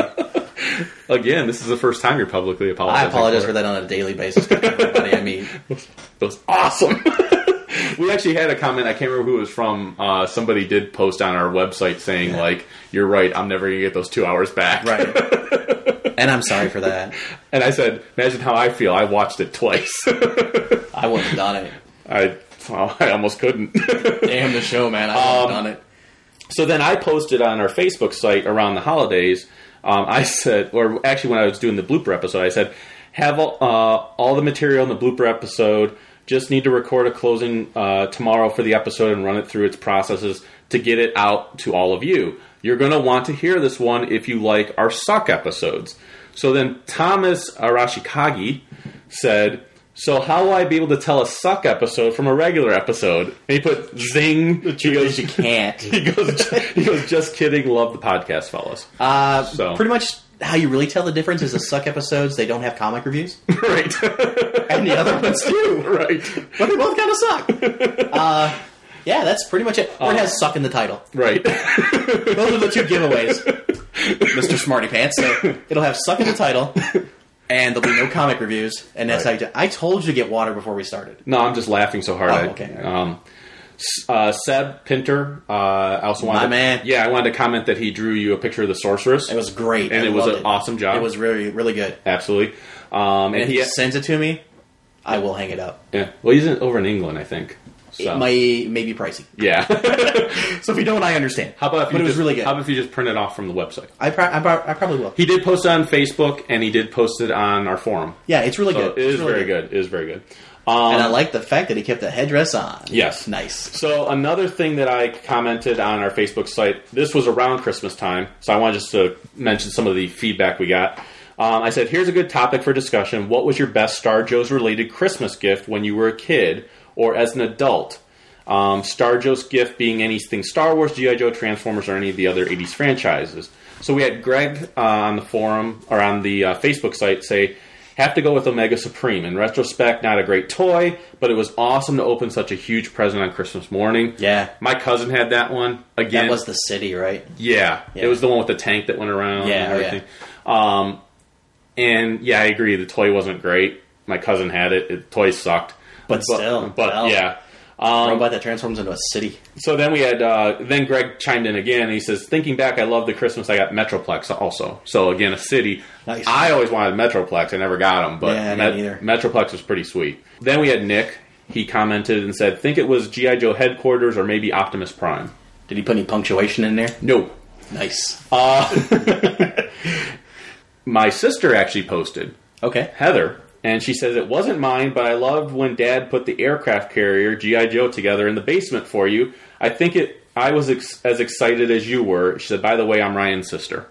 S2: Again, this is the first time you're publicly
S3: I
S2: apologizing.
S3: apologize for that on a daily basis to everybody I mean,
S2: It was awesome. we actually had a comment. I can't remember who it was from. Uh, somebody did post on our website saying, like, you're right. I'm never going to get those two hours back.
S3: Right. And I'm sorry for that.
S2: And I said, imagine how I feel. I watched it twice.
S3: I wouldn't have done it.
S2: I, well, I almost couldn't.
S3: Damn the show, man. I wouldn't
S2: Um,
S3: have done it.
S2: So then I posted on our Facebook site around the holidays. Um, I said, or actually, when I was doing the blooper episode, I said, "Have all, uh, all the material in the blooper episode. Just need to record a closing uh, tomorrow for the episode and run it through its processes to get it out to all of you. You're going to want to hear this one if you like our suck episodes." So then Thomas Arashikagi said. So how will I be able to tell a suck episode from a regular episode? And he put zing. He goes,
S3: You can't.
S2: he goes, he goes, just kidding. Love the podcast, fellas.
S3: Uh,
S2: So.
S3: Pretty much how you really tell the difference is the suck episodes, they don't have comic reviews.
S2: right,
S3: And the other ones do.
S2: right,
S3: But they both kind of suck. Uh, yeah, that's pretty much it.
S2: Uh,
S3: Or it has suck in the title.
S2: right.
S3: Those are the two giveaways, Mr. Smarty Pants. So it'll have suck in the title, and there'll be no comic reviews. And that's
S2: Right.
S3: how you do. I told you to get water before we started.
S2: No, I'm just laughing so hard.
S3: Oh,
S2: I-
S3: okay.
S2: Um, S- uh, Seb Pinter. Uh, I also wanted.
S3: My
S2: to-
S3: man.
S2: Yeah, I wanted to comment that he drew you a picture of the sorceress.
S3: It was great,
S2: And
S3: I
S2: it was
S3: loved
S2: an awesome job.
S3: It was really, really good.
S2: absolutely. Um, and
S3: And if
S2: he.
S3: he sends it to me, I will hang it up.
S2: yeah. Well, he's in, over in England, I think. So.
S3: It may may be pricey.
S2: yeah.
S3: So if you don't, I understand.
S2: how about if you
S3: But it was
S2: just,
S3: really good.
S2: How about if you just print it off from the website?
S3: I, pro- I, pro- I probably will.
S2: He did post it on Facebook, and he did post it on our forum.
S3: Yeah, it's really
S2: So
S3: good.
S2: it
S3: It's
S2: is
S3: really
S2: very good. It is very good. Um,
S3: And I like the fact that he kept the headdress on.
S2: Yes.
S3: nice.
S2: So another thing that I commented on our Facebook site, this was around Christmas time, so I wanted just to mention some of the feedback we got. Um, I said, here's a good topic for discussion. What was your best Star Joe's related Christmas gift when you were a kid or as an adult? Um, Star Joe's gift being anything Star Wars, G.I. Joe, Transformers, or any of the other 80s franchises. So we had Greg uh, on the forum or on the uh, Facebook site say, have to go with Omega Supreme. In retrospect, not a great toy, but it was awesome to open such a huge present on Christmas morning.
S3: Yeah.
S2: My cousin had that one. Again,
S3: That was the city, right?
S2: yeah,
S3: Yeah.
S2: it was the one with the tank that went around
S3: Yeah,
S2: and everything. Um, and yeah, I agree. The toy wasn't great. My cousin had it. it the toy sucked.
S3: But still,
S2: but
S3: well.
S2: yeah. um,
S3: Robot that transforms into a city.
S2: So then we had uh, then Greg chimed in again. and He says, "Thinking back, I love the Christmas I got Metroplex also. So again, a city.
S3: Nice.
S2: I always wanted Metroplex. I never got them, but
S3: Yeah, I
S2: Met-
S3: didn't
S2: Metroplex was pretty sweet. Then we had Nick. He commented and said, "Think it was GI Joe headquarters or maybe Optimus Prime."
S3: Did he put any punctuation in there?
S2: No,
S3: Nice.
S2: Uh, my sister actually posted.
S3: Okay.
S2: Heather, and she says it wasn't mine, but I loved when Dad put the aircraft carrier GI Joe together in the basement for you. I think it. I was ex- as excited as you were. She said, "By the way, I'm Ryan's sister."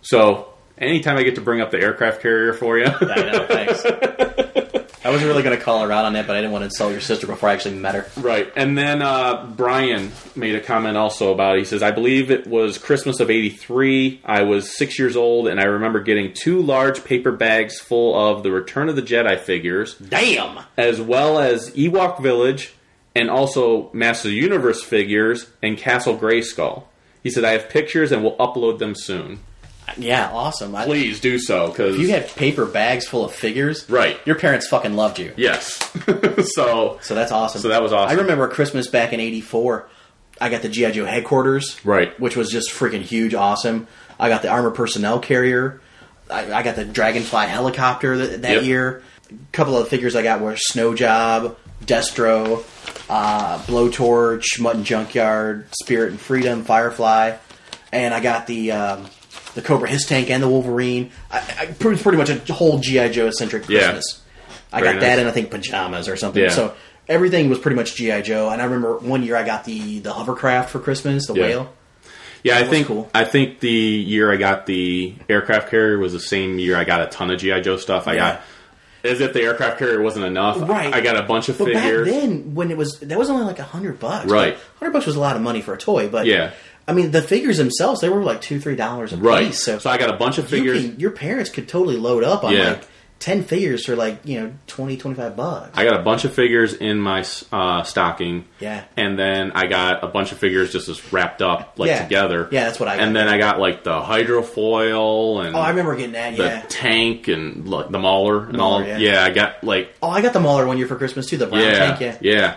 S2: So anytime I get to bring up the aircraft carrier for you,
S3: I know, thanks. I was really going to call her out on that, but I didn't want to insult your sister before I actually met her.
S2: right? And then uh, Brian made a comment also about. It. He says, "I believe it was Christmas of '83. I was six years old, and I remember getting two large paper bags full of the Return of the Jedi figures."
S3: Damn!
S2: as well as Ewok Village and also Master Universe figures and Castle Grayskull. He said, I have pictures and will upload them soon.
S3: Yeah, awesome. I, if
S2: Please do so, because.
S3: you had paper bags full of figures,
S2: Right.
S3: Your parents fucking loved you.
S2: Yes. so.
S3: So that's awesome.
S2: So that was awesome.
S3: I remember Christmas back in '84. I got the GI Joe headquarters,
S2: Right.
S3: which was just freaking huge, awesome. I got the armored personnel carrier. I, I got the Dragonfly helicopter th- that
S2: Yep.
S3: year. A couple of the figures I got were Snowjob, Destro, uh, Blowtorch, Mutton Junkyard, Spirit and Freedom, Firefly, and I got the um, the Cobra His Tank and the Wolverine. I, I pretty, pretty much a whole GI Joe centric
S2: Yeah.
S3: Christmas. I
S2: Very
S3: got that
S2: nice.
S3: and I think pajamas or something.
S2: Yeah.
S3: So everything was pretty much GI Joe. And I remember one year I got the the hovercraft for Christmas, the
S2: Yeah.
S3: whale.
S2: Yeah, I
S3: was
S2: think
S3: cool.
S2: I think the year I got the aircraft carrier was the same year I got a ton of GI Joe stuff. I
S3: Yeah.
S2: got as if the aircraft carrier wasn't enough.
S3: Right.
S2: I got a bunch of
S3: But
S2: figures.
S3: back then, when it was that was only like a hundred bucks.
S2: Right.
S3: hundred bucks was a lot of money for a toy. But
S2: Yeah.
S3: I mean the figures themselves they were like two three dollars a
S2: right.
S3: piece. So,
S2: So I got a bunch of
S3: you
S2: figures.
S3: can- your parents could totally load up on
S2: Yeah.
S3: like ten figures for like you know 20, 25 bucks.
S2: I got a bunch of figures in my uh, stocking.
S3: Yeah.
S2: And then I got a bunch of figures just as wrapped up, like
S3: Yeah.
S2: together.
S3: Yeah, that's what I got.
S2: And then I got like the hydrofoil and
S3: oh, I remember getting that.
S2: the
S3: Yeah.
S2: tank and like the mauler and all.
S3: Mauler, yeah.
S2: Yeah. I got like
S3: oh, I got the Mauler one year for Christmas too. The brown
S2: yeah,
S3: tank. Yeah.
S2: yeah.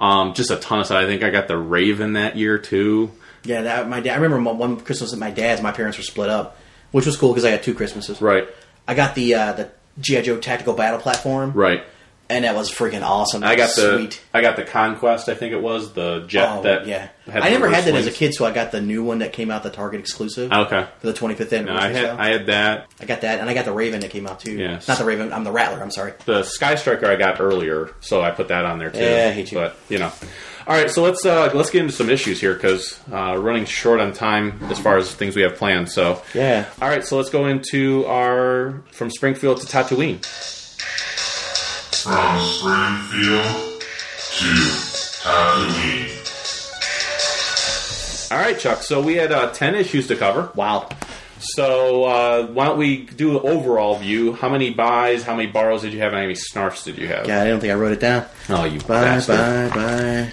S2: Um, just a ton of stuff. I think I got the Raven that year too.
S3: Yeah, that my dad. I remember my, one Christmas at my dad's. My parents were split up, which was cool because I got two Christmases.
S2: Right.
S3: I got the uh, the GI Joe tactical battle platform.
S2: Right.
S3: And that was freaking awesome.
S2: I got the
S3: sweet.
S2: I got the Conquest. I think it was the jet
S3: oh
S2: that.
S3: yeah.
S2: had
S3: I
S2: the
S3: never had
S2: reverse
S3: that as a
S2: wings.
S3: kid, so I got the new one that came out the Target exclusive
S2: Ah, Okay.
S3: for the 25th anniversary.
S2: No, I had
S3: sale.
S2: I had that.
S3: I got that, and I got the Raven that came out too.
S2: Yes.
S3: Not the Raven. I'm the Rattler. I'm sorry.
S2: the Sky Striker I got earlier, so I put that on there too.
S3: Yeah, I hate you.
S2: But you know, all right. So let's uh, let's get into some issues here because uh, running short on time as far as things we have planned. So
S3: Yeah.
S2: All right. So let's go into our from Springfield to Tatooine.
S6: From Springfield to Tatooine.
S2: All right, Chuck. So we had uh, ten issues to cover.
S3: Wow.
S2: So uh, why don't we do an overall view? How many buys? How many borrows did you have? And how many snarfs did you have?
S3: God, I don't think I wrote it down.
S2: Oh, you
S3: Bye,
S2: bastard!
S3: bye, bye.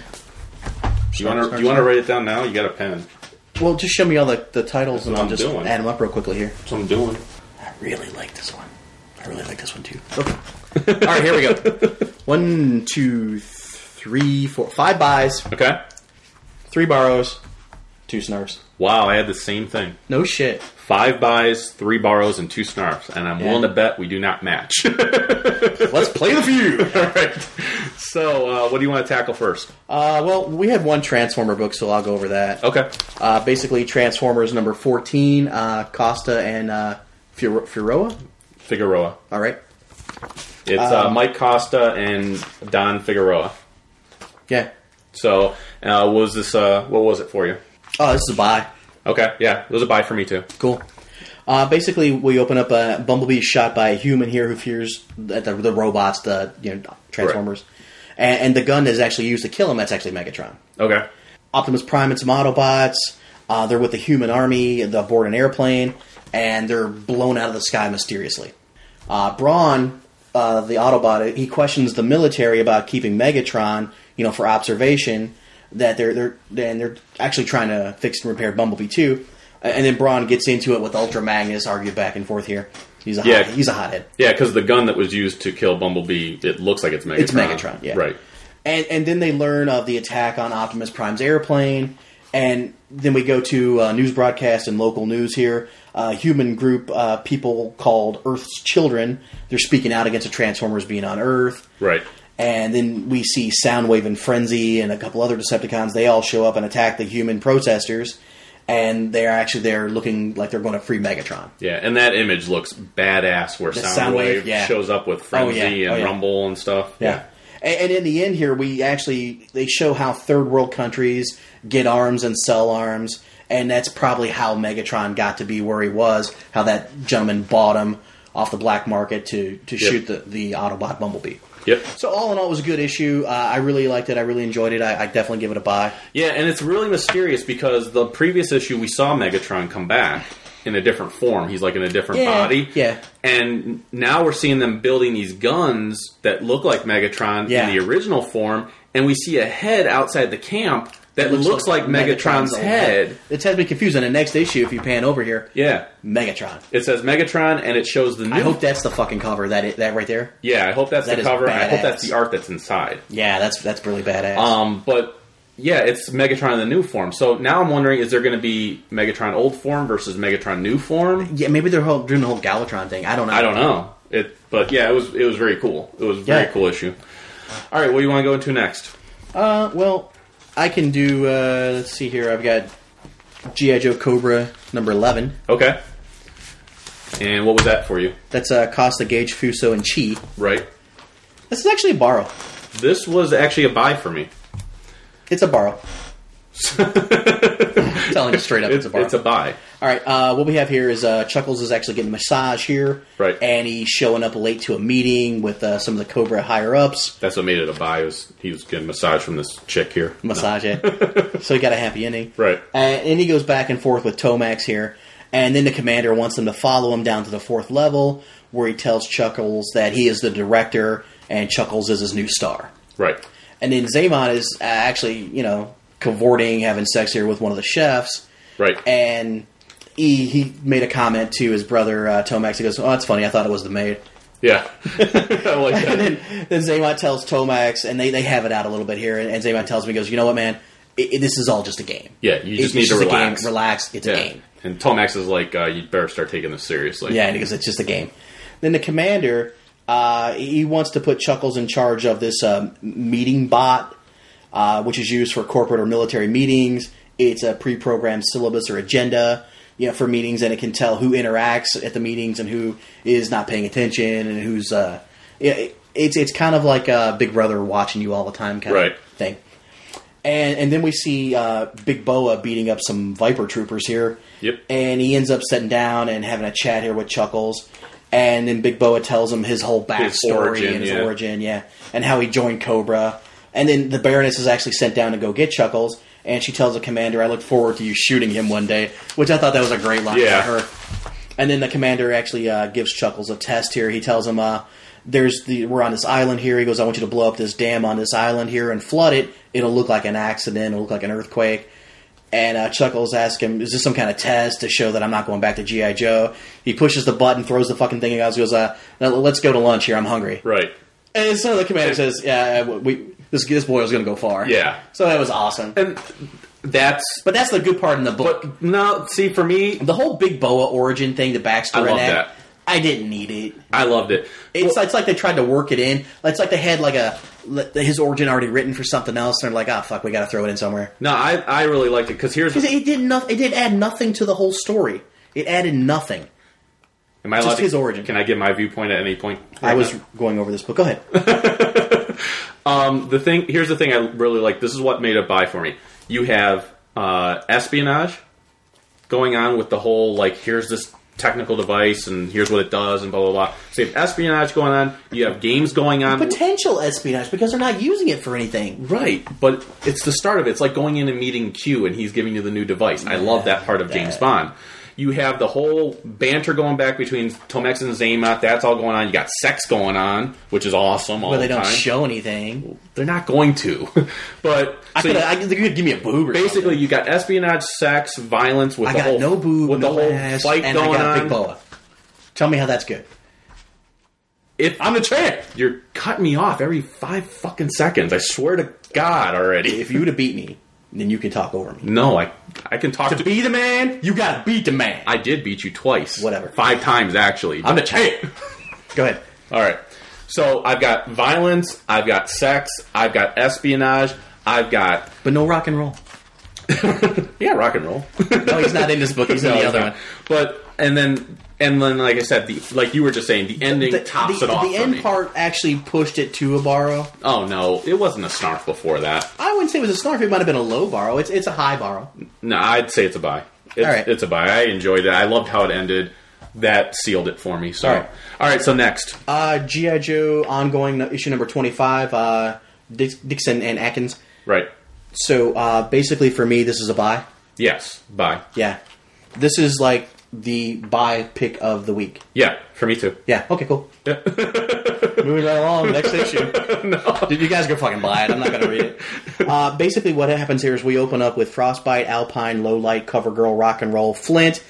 S2: Do you want to you want to write it down now? You got a pen?
S3: Well, just show me all the, the titles, and
S2: what
S3: I'll
S2: I'm
S3: just
S2: doing.
S3: add them up real quickly here.
S2: That's what I'm doing.
S3: I really like this one. I really like this one too. Okay. All right, here we go. One, two, th- three, four, five buys,
S2: Okay.
S3: three borrows, two snarfs.
S2: Wow, I had the same thing.
S3: No shit.
S2: Five buys, three borrows, and two snarfs, and I'm
S3: Yeah.
S2: willing to bet we do not match.
S3: Let's play the feud.
S2: All right. So, uh, what do you want to tackle first?
S3: Uh, well, we had one Transformer book, so I'll go over that.
S2: Okay.
S3: Uh, basically, Transformers number fourteen, uh, Costa and uh, Fur- Furoa.
S2: Figueroa.
S3: All right.
S2: It's
S3: Um,
S2: uh, Mike Costa and Don Figueroa.
S3: Yeah.
S2: So, uh, was this? Uh, what was it for you?
S3: Oh, this is a buy.
S2: Okay. Yeah, it was a buy for me too.
S3: Cool. Uh, basically, we open up a Bumblebee shot by a human here who fears that the, the robots, the you know Transformers, and, and the gun that is actually used to kill him. That's actually Megatron.
S2: Okay.
S3: Optimus Prime and some Autobots. Uh, they're with the human army. They're aboard an airplane, and they're blown out of the sky mysteriously. Uh, Brawn, uh, the Autobot, he questions the military about keeping Megatron, you know, for observation. That they're they're and they're actually trying to fix and repair Bumblebee too. And then Braun gets into it with Ultra Magnus, argue back and forth here. He's a hot,
S2: Yeah.
S3: he's a hothead.
S2: Yeah, because the gun that was used to kill Bumblebee, it looks like it's Megatron.
S3: It's Megatron, yeah.
S2: Right.
S3: and and then they learn of the attack on Optimus Prime's airplane, and then we go to uh, news broadcast and local news here. A human group, uh, people called Earth's Children, they're speaking out against the Transformers being on Earth.
S2: Right.
S3: And then we see Soundwave and Frenzy and a couple other Decepticons. They all show up and attack the human protesters, and they're actually there looking like they're going to free Megatron.
S2: Yeah, and that image looks badass where
S3: Soundwave,
S2: Soundwave
S3: yeah.
S2: shows up with Frenzy
S3: yeah. Oh,
S2: and
S3: yeah.
S2: Rumble and stuff.
S3: Yeah. And, and in the end here, we actually they show how third world countries get arms and sell arms, and that's probably how Megatron got to be where he was. How that gentleman bought him off the black market to to
S2: Yep.
S3: shoot the the Autobot Bumblebee.
S2: Yep.
S3: So all in all, it was a good issue. Uh, I really liked it. I really enjoyed it. I, I definitely give it a buy.
S2: Yeah, and it's really mysterious because the previous issue we saw Megatron come back in a different form. He's like in a different
S3: Yeah,
S2: body.
S3: yeah.
S2: And now we're seeing them building these guns that look like Megatron
S3: Yeah.
S2: in the original form, and we see a head outside the camp that looks, like, Megatron's,
S3: old
S2: head.
S3: It has been confusing. The next issue, if you pan over here,
S2: Yeah.
S3: Megatron.
S2: It says Megatron and it shows the new
S3: I hope that's the fucking cover. That that right there.
S2: Yeah, I hope that's
S3: That
S2: the
S3: is
S2: cover. and I hope
S3: badass.
S2: that's the art that's inside.
S3: Yeah, that's that's really badass.
S2: Um, but yeah, it's Megatron in the new form. So now I'm wondering, is there going to be Megatron old form versus Megatron new form?
S3: yeah, maybe they're whole, doing the whole Galatron thing. I don't know.
S2: I don't know. It, but yeah, it was it was very cool. It was a very
S3: Yeah.
S2: cool issue. All right, what do you want to go into next?
S3: Uh, well, I can do. Uh, let's see here. I've got GI Joe Cobra number eleven.
S2: Okay. And what was that for you?
S3: That's uh, Costa Gage Fuso and Chi.
S2: Right.
S3: This is actually a borrow.
S2: This was actually a buy for me.
S3: It's a borrow. I'm telling you straight up, it's,
S2: It's,
S3: a borrow.
S2: it's a buy.
S3: All right. Uh, what we have here is uh, Chuckles is actually getting a massage here,
S2: Right.
S3: And he's showing up late to a meeting with uh, some of the Cobra higher ups.
S2: That's what made it a buy. Was he was getting massage from this chick here?
S3: Massage it. so he got a happy ending,
S2: Right.
S3: And, and he goes back and forth with Tomax here. And then the commander wants them to follow him down to the fourth level, where he tells Chuckles that he is the director and Chuckles is his new star.
S2: Right.
S3: And then Zaymon is uh, actually, you know, cavorting, having sex here with one of the chefs.
S2: Right.
S3: And he, he made a comment to his brother uh, Tomax. He goes, "Oh, that's funny. I thought it was the maid."
S2: yeah. I like that.
S3: Then Zaymon tells Tomax, and they, they have it out a little bit here. And, and Zaymon tells him, "He goes, you know what, man? It, it- this is all just a game.
S2: Yeah, you just
S3: It's
S2: need to
S3: a game.
S2: relax.
S3: Relax. It's
S2: Yeah.
S3: a game."
S2: And Tomax is like, uh, you better start taking this seriously.
S3: Yeah, and he goes, it's just a game. Then the commander, uh, he wants to put Chuckles in charge of this um, meeting bot, uh, which is used for corporate or military meetings. It's a pre-programmed syllabus or agenda, you know, for meetings, and it can tell who interacts at the meetings and who is not paying attention and who's. Uh, yeah, it, it's it's kind of like a Big Brother watching you all the time kind
S2: Right.
S3: of thing. And, and then we see uh, Big Boa beating up some Viper troopers here.
S2: Yep.
S3: And he ends up sitting down and having a chat here with Chuckles. And then Big Boa tells him his whole backstory
S2: origin,
S3: and his
S2: yeah.
S3: origin, yeah, and how he joined Cobra. And then the Baroness is actually sent down to go get Chuckles, and she tells the commander, "I look forward to you shooting him one day," which I thought that was a great line
S2: Yeah.
S3: by her. And then the commander actually uh, gives Chuckles a test here. He tells him, uh, "There's the we're on this island here." He goes, "I want you to blow up this dam on this island here and flood it. It'll look like an accident. It'll look like an earthquake." And uh, Chuckles asks him, "Is this some kind of test to show that I'm not going back to GI Joe?" He pushes the button, throws the fucking thing, and goes, "Goes, uh, now let's go to lunch here. I'm hungry."
S2: Right.
S3: And so the commander says, "Yeah, uh, we this this boy was going to go far."
S2: Yeah.
S3: So that was awesome.
S2: And that's.
S3: But that's the good part in the book.
S2: But no, see, for me,
S3: the whole big boa origin thing, the backstory,
S2: I love
S3: of that,
S2: that.
S3: I didn't need it.
S2: I loved it.
S3: It's
S2: Well,
S3: it's like they tried to work it in. It's like they had like a le- his origin already written for something else, and they're like, "Ah, fuck, we got to throw it in somewhere."
S2: no, I, I really liked it because here's.
S3: Because it did not, it did add nothing to the whole story. It added nothing.
S2: am I allowed
S3: just
S2: to-
S3: his origin.
S2: Can I give my viewpoint at any point?
S3: I was going over this book. Go ahead.
S2: the thing here's the thing I really like. This is what made it buy for me. You have uh, espionage going on with the whole like here's this technical device and here's what it does and blah blah blah. So you have espionage going on. You have games going on.
S3: Potential espionage because they're not using it for anything.
S2: Right, but it's the start of it. It's like going in and meeting Q, and he's giving you the new device. I love that part of James
S3: Yeah.
S2: Bond. You have the whole banter going back between Tomex and Zaymot. That's all going on. You got sex going on, which is awesome. All
S3: But
S2: the
S3: they don't
S2: time.
S3: show anything.
S2: They're not going to. but
S3: I
S2: so
S3: could,
S2: you-
S3: I, they could give me a boob. Or
S2: basically,
S3: something.
S2: you got espionage, sex, violence with
S3: I
S2: the
S3: got
S2: whole
S3: no boob,
S2: with
S3: no
S2: the whole
S3: ass,
S2: fight
S3: and
S2: going
S3: I got a big
S2: on.
S3: boa. Tell me how that's good.
S2: If I'm the champ, you're cutting me off every five fucking seconds. I swear to God already.
S3: If you would have beat me, then you can talk over me.
S2: no, I I can talk to
S3: Be the man. You gotta beat the man.
S2: I did beat you twice.
S3: Whatever.
S2: Five times, actually.
S3: I'm the champ. Go ahead.
S2: All right. So I've got violence, I've got sex, I've got espionage, I've got.
S3: But no rock and roll.
S2: Yeah, rock and roll.
S3: No, he's not in this book. He's in
S2: No,
S3: the other
S2: not.
S3: one.
S2: But, and then, and then, like I said, the, like you were just saying, the ending tops
S3: the,
S2: it off.
S3: the
S2: for
S3: end
S2: me.
S3: part actually pushed it to a borrow.
S2: Oh, no. It wasn't a snarf before that.
S3: I wouldn't say it was a snarf. It might have been a low borrow. It's it's a high borrow.
S2: No, I'd say it's a buy. It's,
S3: All right.
S2: it's a buy. I enjoyed it. I loved how it ended. That sealed it for me. So,
S3: All right.
S2: all right so next.
S3: Uh, GI Joe ongoing no- issue number twenty five. Uh, Dix- Dixon and Atkins.
S2: right.
S3: So uh, basically, for me, this is a buy.
S2: Yes, buy.
S3: Yeah, this is like the buy pick of the week.
S2: Yeah, for me too.
S3: Yeah. Okay. Cool. Moving right along. Next issue. Dude, you guys go fucking buy it. I'm not gonna read it. Uh, basically, what happens here is we open up with Frostbite, Alpine, Low Light, Cover Girl, Rock and Roll, Flint,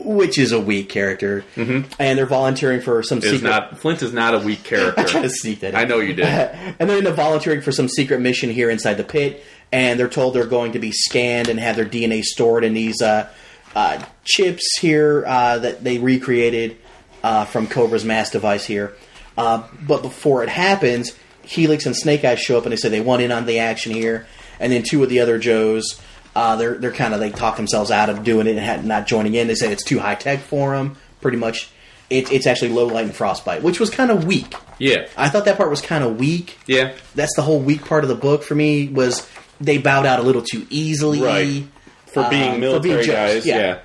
S3: which is a weak character, mm-hmm. and they're volunteering for some
S2: Is
S3: secret.
S2: not Flint is not a weak character.
S3: Try to sneak that in.
S2: I know you did.
S3: and they're into volunteering for some secret mission here inside the pit, and they're told they're going to be scanned and have their DNA stored in these uh, uh, chips here uh, that they recreated uh, from Cobra's mass device here. Uh, but before it happens, Helix and Snake Eyes show up and they say they want in on the action here, and then two of the other Joes. Uh, they're they're kind of they talk themselves out of doing it and ha- not joining in. They say it's too high tech for them. Pretty much, it, it's actually low light and frostbite, which was kind of weak.
S2: Yeah.
S3: I thought that part was kind of weak.
S2: yeah.
S3: That's the whole weak part of the book for me was they bowed out a little too easily.
S2: Right. For
S3: being
S2: being
S3: Uh, for
S2: military
S3: being jokes,
S2: guys,
S3: yeah.
S2: yeah.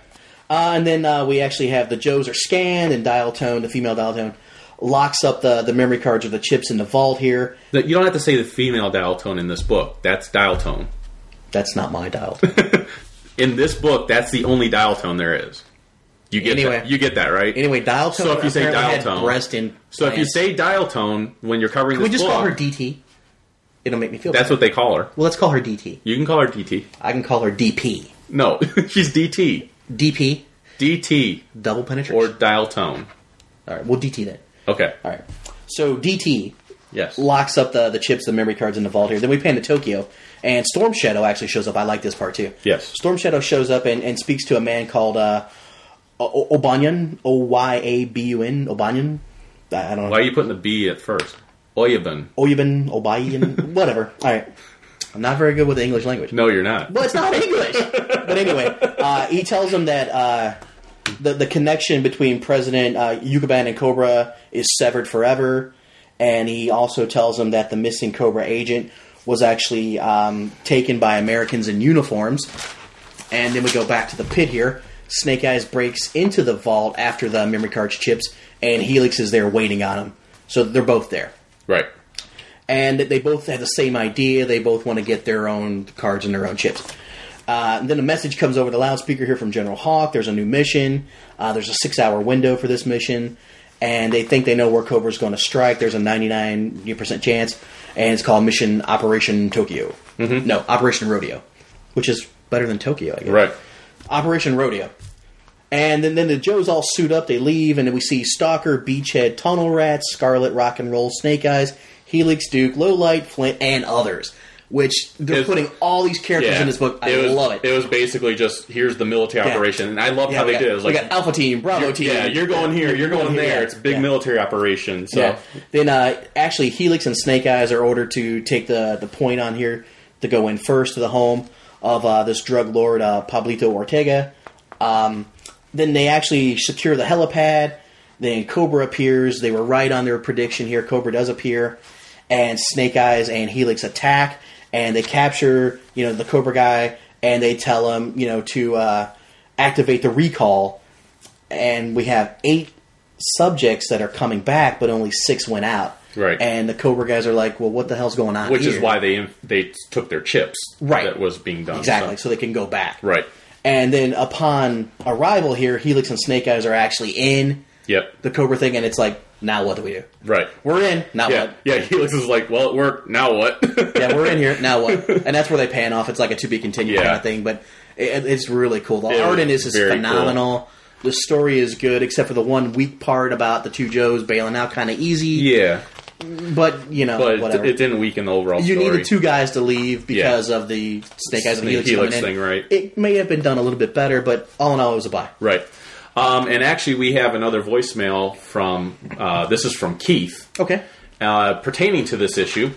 S3: Uh, and then uh, we actually have the Joes are scanned and dial tone, the female dial tone, locks up the, the memory cards or the chips in the vault here.
S2: That- You don't have to say the female dial tone in this book. That's dial tone.
S3: That's not my dial tone.
S2: In this book, that's the only dial tone there is. You get
S3: Anyway.
S2: that. You get that, right?
S3: anyway, dial tone.
S2: So if you say
S3: apparently
S2: dial
S3: had
S2: tone-
S3: breast in.
S2: so if you say dial tone when you're covering
S3: we
S2: this
S3: just
S2: book,
S3: call her DT. It'll make me feel.
S2: that's
S3: better.
S2: what they call her.
S3: Well, let's call her DT.
S2: You can call her DT.
S3: I can call her DP.
S2: No, she's DT.
S3: DP
S2: DT
S3: double penetration.
S2: or dial tone.
S3: All right, we'll DT that.
S2: Okay.
S3: All right. So DT
S2: Yes.
S3: locks up the, the chips, the memory cards in the vault here. Then we pan to Tokyo, and Storm Shadow actually shows up. I like this part too.
S2: Yes.
S3: Storm Shadow shows up and, and speaks to a man called uh, O- O- Obanyan, O Y A B U N, Obanyan. I I don't
S2: Why are
S3: know.
S2: you putting the B at first? Oyabun.
S3: Oyubin, Obayan, whatever. All right. I'm not very good with the English language.
S2: No, you're not.
S3: Well, it's not English. but anyway, uh, he tells him that uh, the the connection between President uh, Yukaban and Cobra is severed forever, and he also tells him that the missing Cobra agent was actually um, taken by Americans in uniforms. And then we go back to the pit here. Snake Eyes breaks into the vault after the memory card chips, and Helix is there waiting on him. So they're both there
S2: Right.
S3: and they both have the same idea. They both want to get their own cards and their own chips. Uh, and then a message comes over the loudspeaker here from General Hawk. There's a new mission. Uh, there's a six-hour window for this mission, and they think they know where Cobra's going to strike. There's a 99% chance, and it's called Mission Operation Tokyo. Mm-hmm. No, Operation Rodeo, which is better than Tokyo, I guess.
S2: Right.
S3: Operation Rodeo. And then, then the Joes all suit up, they leave, and then we see Stalker, Beachhead, Tunnel Rats, Scarlet, Rock and Roll, Snake Eyes, Helix Duke, Lowlight, Flint, and others. Which they're
S2: It's-
S3: putting all these characters
S2: Yeah.
S3: in this book. I
S2: was,
S3: love it.
S2: It was basically just here's the military
S3: Yeah.
S2: operation, and I love
S3: Yeah,
S2: how
S3: we
S2: they
S3: got-
S2: did. It was
S3: we
S2: like
S3: got Alpha Team, Bravo Team.
S2: Yeah, you're going here, you're, going,
S3: here,
S2: there.
S3: yeah,
S2: It's a big
S3: yeah.
S2: military operation. So
S3: Yeah. Then uh, actually, Helix and Snake Eyes are ordered to take the the point on here to go in first to the home of uh, this drug lord uh, Pablito Ortega. Um, then they actually secure the helipad. Then Cobra appears. They were right on their prediction here. Cobra does appear, and Snake Eyes and Helix attack, and they capture you know the Cobra guy, and they tell him you know to uh, activate the recall and we have eight subjects that are coming back, but only six went out.
S2: Right.
S3: And the Cobra guys are like, well, what the hell's going on?
S2: which is
S3: here?
S2: why they they took their chips
S3: Right.
S2: that was being done.
S3: exactly,
S2: So-
S3: so they can go back.
S2: Right.
S3: And then upon arrival here, Helix and Snake Eyes are actually in
S2: Yep.
S3: the Cobra thing, and it's like, now what do we do?
S2: Right.
S3: We're in. Now
S2: yeah.
S3: what?
S2: Yeah. Helix is like, well, it worked. Now what?
S3: yeah, we're in here now. What? And that's where they pan off. It's like a to be continued
S2: Yeah.
S3: kind of thing, but it, it's really cool. The
S2: It
S3: art
S2: was
S3: in this is
S2: very
S3: phenomenal. The story is good, except for the one weak part about the two Joes bailing out, kind of easy.
S2: yeah.
S3: but you know,
S2: But
S3: Uh, whatever.
S2: it, it didn't weaken the overall.
S3: you
S2: story.
S3: needed two guys to leave because of the Snake Eyes and
S2: The
S3: Helix,
S2: Helix
S3: coming in.
S2: thing, right.
S3: It may have been done a little bit better, but all in all, it was a buy.
S2: Right. Um, and actually, we have another voicemail from. Uh, this is from Keith.
S3: Okay.
S2: uh, pertaining to this issue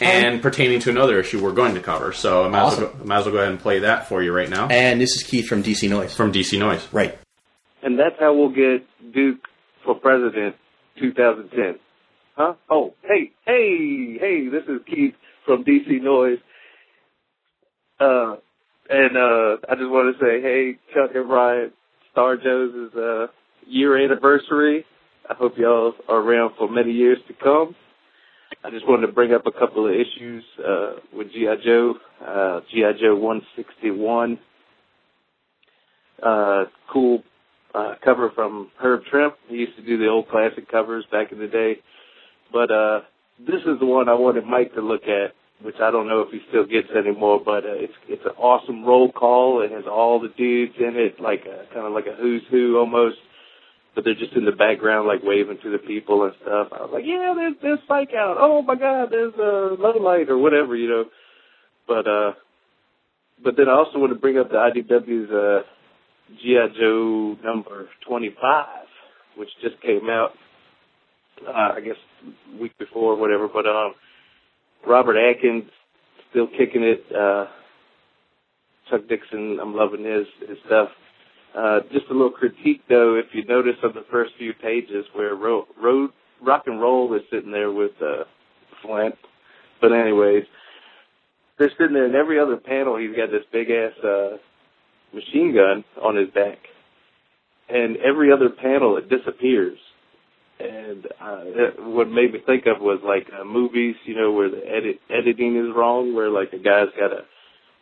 S2: and pertaining to another issue we're going to cover. So I might, as well
S3: Um, Awesome.
S2: go, might as well go ahead and play that for you right now
S3: And this is Keith from DC Noise.
S2: from DC Noise.
S3: Right.
S7: and that's how we'll get Duke for president 2010. Huh? Oh, hey, hey, hey, this is Keith from DC Noise. Uh, and, uh, I just want to say, hey, Chuck and Brian, Star Joe's is, uh, year anniversary. I hope y'all are around for many years to come. I just wanted to bring up a couple of issues, uh, with G.I. Joe, uh, G.I. Joe 161. Uh, cool uh, cover from Herb Trimp. He used to do the old classic covers back in the day. But uh, this is the one I wanted Mike to look at, which I don't know if he still gets anymore. But uh, it's it's an awesome roll call. It has all the dudes in it, like a, kind of like a who's who almost. But they're just in the background, like waving to the people and stuff. I was like, yeah, there's there's Spike out. Oh my God, there's a uh, low light or whatever, you know. But uh, but then I also want to bring up the IDW's uh, G.I. Joe number 25, which just came out, uh, I guess, week before or whatever. But um, Robert Atkins still kicking it. Uh, Chuck Dixon, I'm loving his, his stuff. Uh, just a little critique, though, if you notice on the first few pages where ro- road rock and roll is sitting there with uh, Flint. But anyways, they're sitting there, and every other panel he's got this big ass uh, machine gun on his back. And every other panel, it disappears. And uh, that- what made me think of was like uh, movies, you know, where the edit editing is wrong, where like a guy's got a,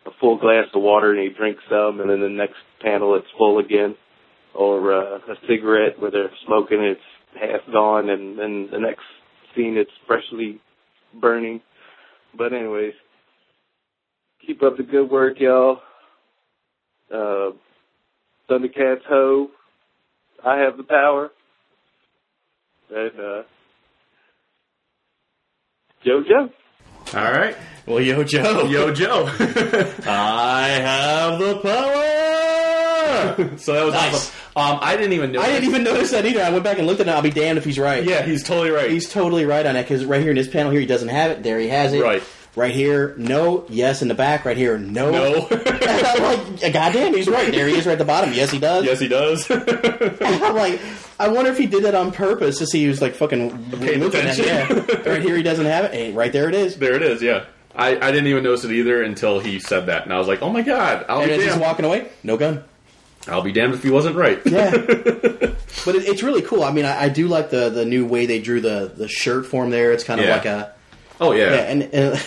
S7: a full glass of water and he drinks some, and then the next panel it's full again, or uh, a cigarette where they're smoking and it's half gone, and then the next scene it's freshly burning. But anyways, keep up the good work, y'all uh, Thundercats Ho, I have the power, and uh, JoJo.
S2: All right.
S3: Well, yo, Joe.
S2: Yo, Joe. I have the power. so that was
S3: Nice.
S2: awesome. Um, I didn't even know.
S3: I didn't even notice that either. I went back and looked at it. I'll be damned if he's right.
S2: Yeah, he's totally right.
S3: He's totally right on that because right here in this panel here, he doesn't have it. There he has it.
S2: Right.
S3: Right here, no. Yes, in the back, right here, no.
S2: no.
S3: And I'm like, goddamn, he's right. There he is right at the bottom. Yes, he does.
S2: yes, he does.
S3: I'm like, I wonder if he did that on purpose to see he was like fucking
S2: Paying
S3: looking at it.
S2: attention.
S3: Yeah. right here, he doesn't have it. Hey, right there it is.
S2: there it is. Yeah. I, I didn't even notice it either until he said that, and I was like, "Oh my god! I'll
S3: And
S2: be
S3: as he's
S2: damned.
S3: walking away, no gun.
S2: I'll be damned if he wasn't right."
S3: Yeah. but it, it's really cool. I mean, I, I do like the, the new way they drew the, the shirt form there. It's kind of
S2: Yeah.
S3: like a.
S2: oh
S3: Yeah, and, and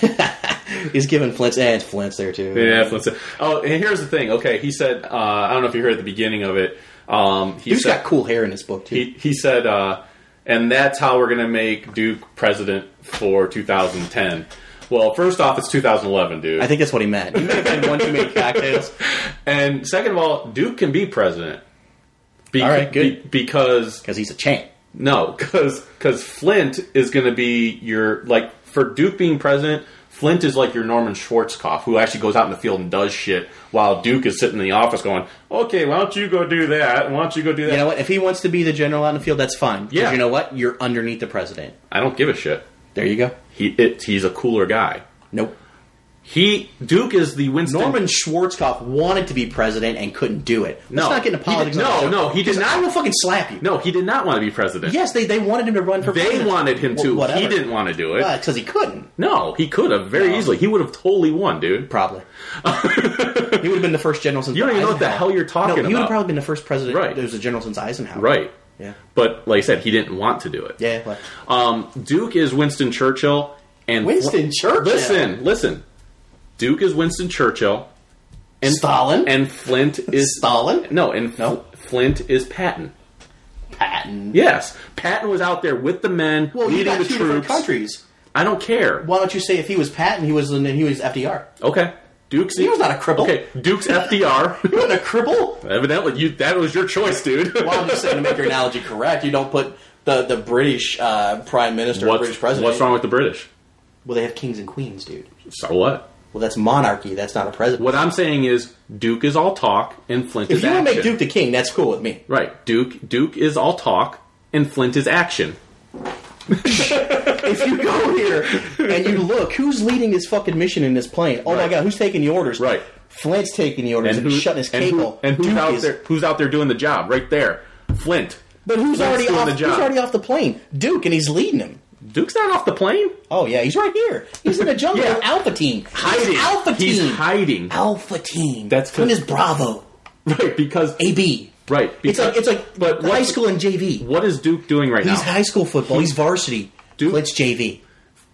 S3: he's giving Flint's. And it's Flint's there too.
S2: Yeah, let's say. Oh, and here's the thing. Okay, he said. Uh, I don't know if you heard at the beginning of it. Um, he
S3: Dude's
S2: said.
S3: got cool hair in his book too.
S2: He, he said, uh, and that's how we're gonna make Duke president for 2010. Well, first off, it's 2011, dude.
S3: I think that's what he meant. He may have been one too many cocktails.
S2: and second of all, Duke can be president. Be-
S3: All right, good.
S2: be- because
S3: because he's a champ.
S2: No, because Flint is going to be your like for Duke being president. Flint is like your Norman Schwarzkopf, who actually goes out in the field and does shit, while Duke is sitting in the office going, "Okay, why don't you go do that? Why don't you go do that?"
S3: You know what? If he wants to be the general out in the field, that's fine. 'Cause
S2: Yeah.
S3: You know what? You're underneath the president.
S2: I don't give a shit.
S3: There you go.
S2: He it, he's a cooler guy.
S3: Nope.
S2: He Duke is the Winston.
S3: Norman Schwarzkopf wanted to be president and couldn't do it. Let's
S2: No.
S3: not get into
S2: He did-
S3: politics. on
S2: no,
S3: the show.
S2: no, he did
S3: 'Cause
S2: not.
S3: I will fucking slap you.
S2: No, he did not want to be president.
S3: Yes, they, they wanted him to run for
S2: they
S3: president.
S2: wanted him to.
S3: Wh- whatever.
S2: He didn't want to do it.
S3: Because he couldn't,
S2: No, he could have very
S3: No.
S2: easily. He would have totally won, dude.
S3: probably. He would have been the first general since
S2: You don't even know what the
S3: Eisenhower.
S2: hell you're talking
S3: No, he would
S2: about.
S3: have probably been the first president.
S2: Right.
S3: Right. was a general since Eisenhower.
S2: Right.
S3: Yeah.
S2: But like I said, he didn't want to do it.
S3: Yeah. But
S2: Um, Duke is Winston Churchill and
S3: Winston Churchill?
S2: Listen, listen. Duke is Winston Churchill. And
S3: Stalin?
S2: and Flint is
S3: Stalin?
S2: No, and
S3: No.
S2: Fl- Flint is Patton.
S3: Patton.
S2: Yes, Patton was out there with the men
S3: Well, you
S2: leading
S3: got
S2: the
S3: two different
S2: troops.
S3: countries.
S2: I don't care.
S3: Why don't you say if he was Patton, he was and he was FDR?
S2: Okay, Duke's
S3: He was not a cripple.
S2: Okay, Duke's
S3: You
S2: FDR.
S3: want a cripple?
S2: Evidently, you that was your choice, dude.
S3: Well, I'm just saying to make your analogy correct, you don't put the the British uh, prime minister, or
S2: what's,
S3: British president.
S2: what's wrong with the British?
S3: Well, they have kings and queens, dude.
S2: So what?
S3: Well, that's monarchy. That's not a president.
S2: What I'm saying is Duke is all talk and Flint
S3: if
S2: is
S3: you
S2: action.
S3: want to make Duke the king, that's cool with me.
S2: right, Duke Duke is all talk and Flint is action.
S3: if you go here and you look, who's leading this fucking mission in this plane? Oh my
S2: Right.
S3: god, who's taking the orders?
S2: Right.
S3: Flint's taking the orders
S2: And
S3: and,
S2: who-
S3: shutting his
S2: and who-
S3: cable.
S2: and who's
S3: Duke
S2: out
S3: is-
S2: there? Who's out there doing the job? Right there, Flint.
S3: But who's
S2: Flint's
S3: already
S2: doing
S3: off?
S2: the
S3: Who's
S2: job.
S3: already off the plane? Duke, and he's leading him.
S2: Duke's not off the plane.
S3: Oh yeah, he's right here. He's in the jungle
S2: Yeah.
S3: with Alpha Team.
S2: Hiding.
S3: He's Alpha
S2: He's
S3: Team.
S2: hiding.
S3: Alpha Team.
S2: That's 'cause-
S3: Flint is Bravo.
S2: Right, because
S3: AB.
S2: right.
S3: It's
S2: Because,
S3: like it's like
S2: but what-
S3: high school and JV.
S2: What is Duke doing right
S3: He's
S2: now?
S3: high school football. He's varsity.
S2: Duke-
S3: Flint's JV.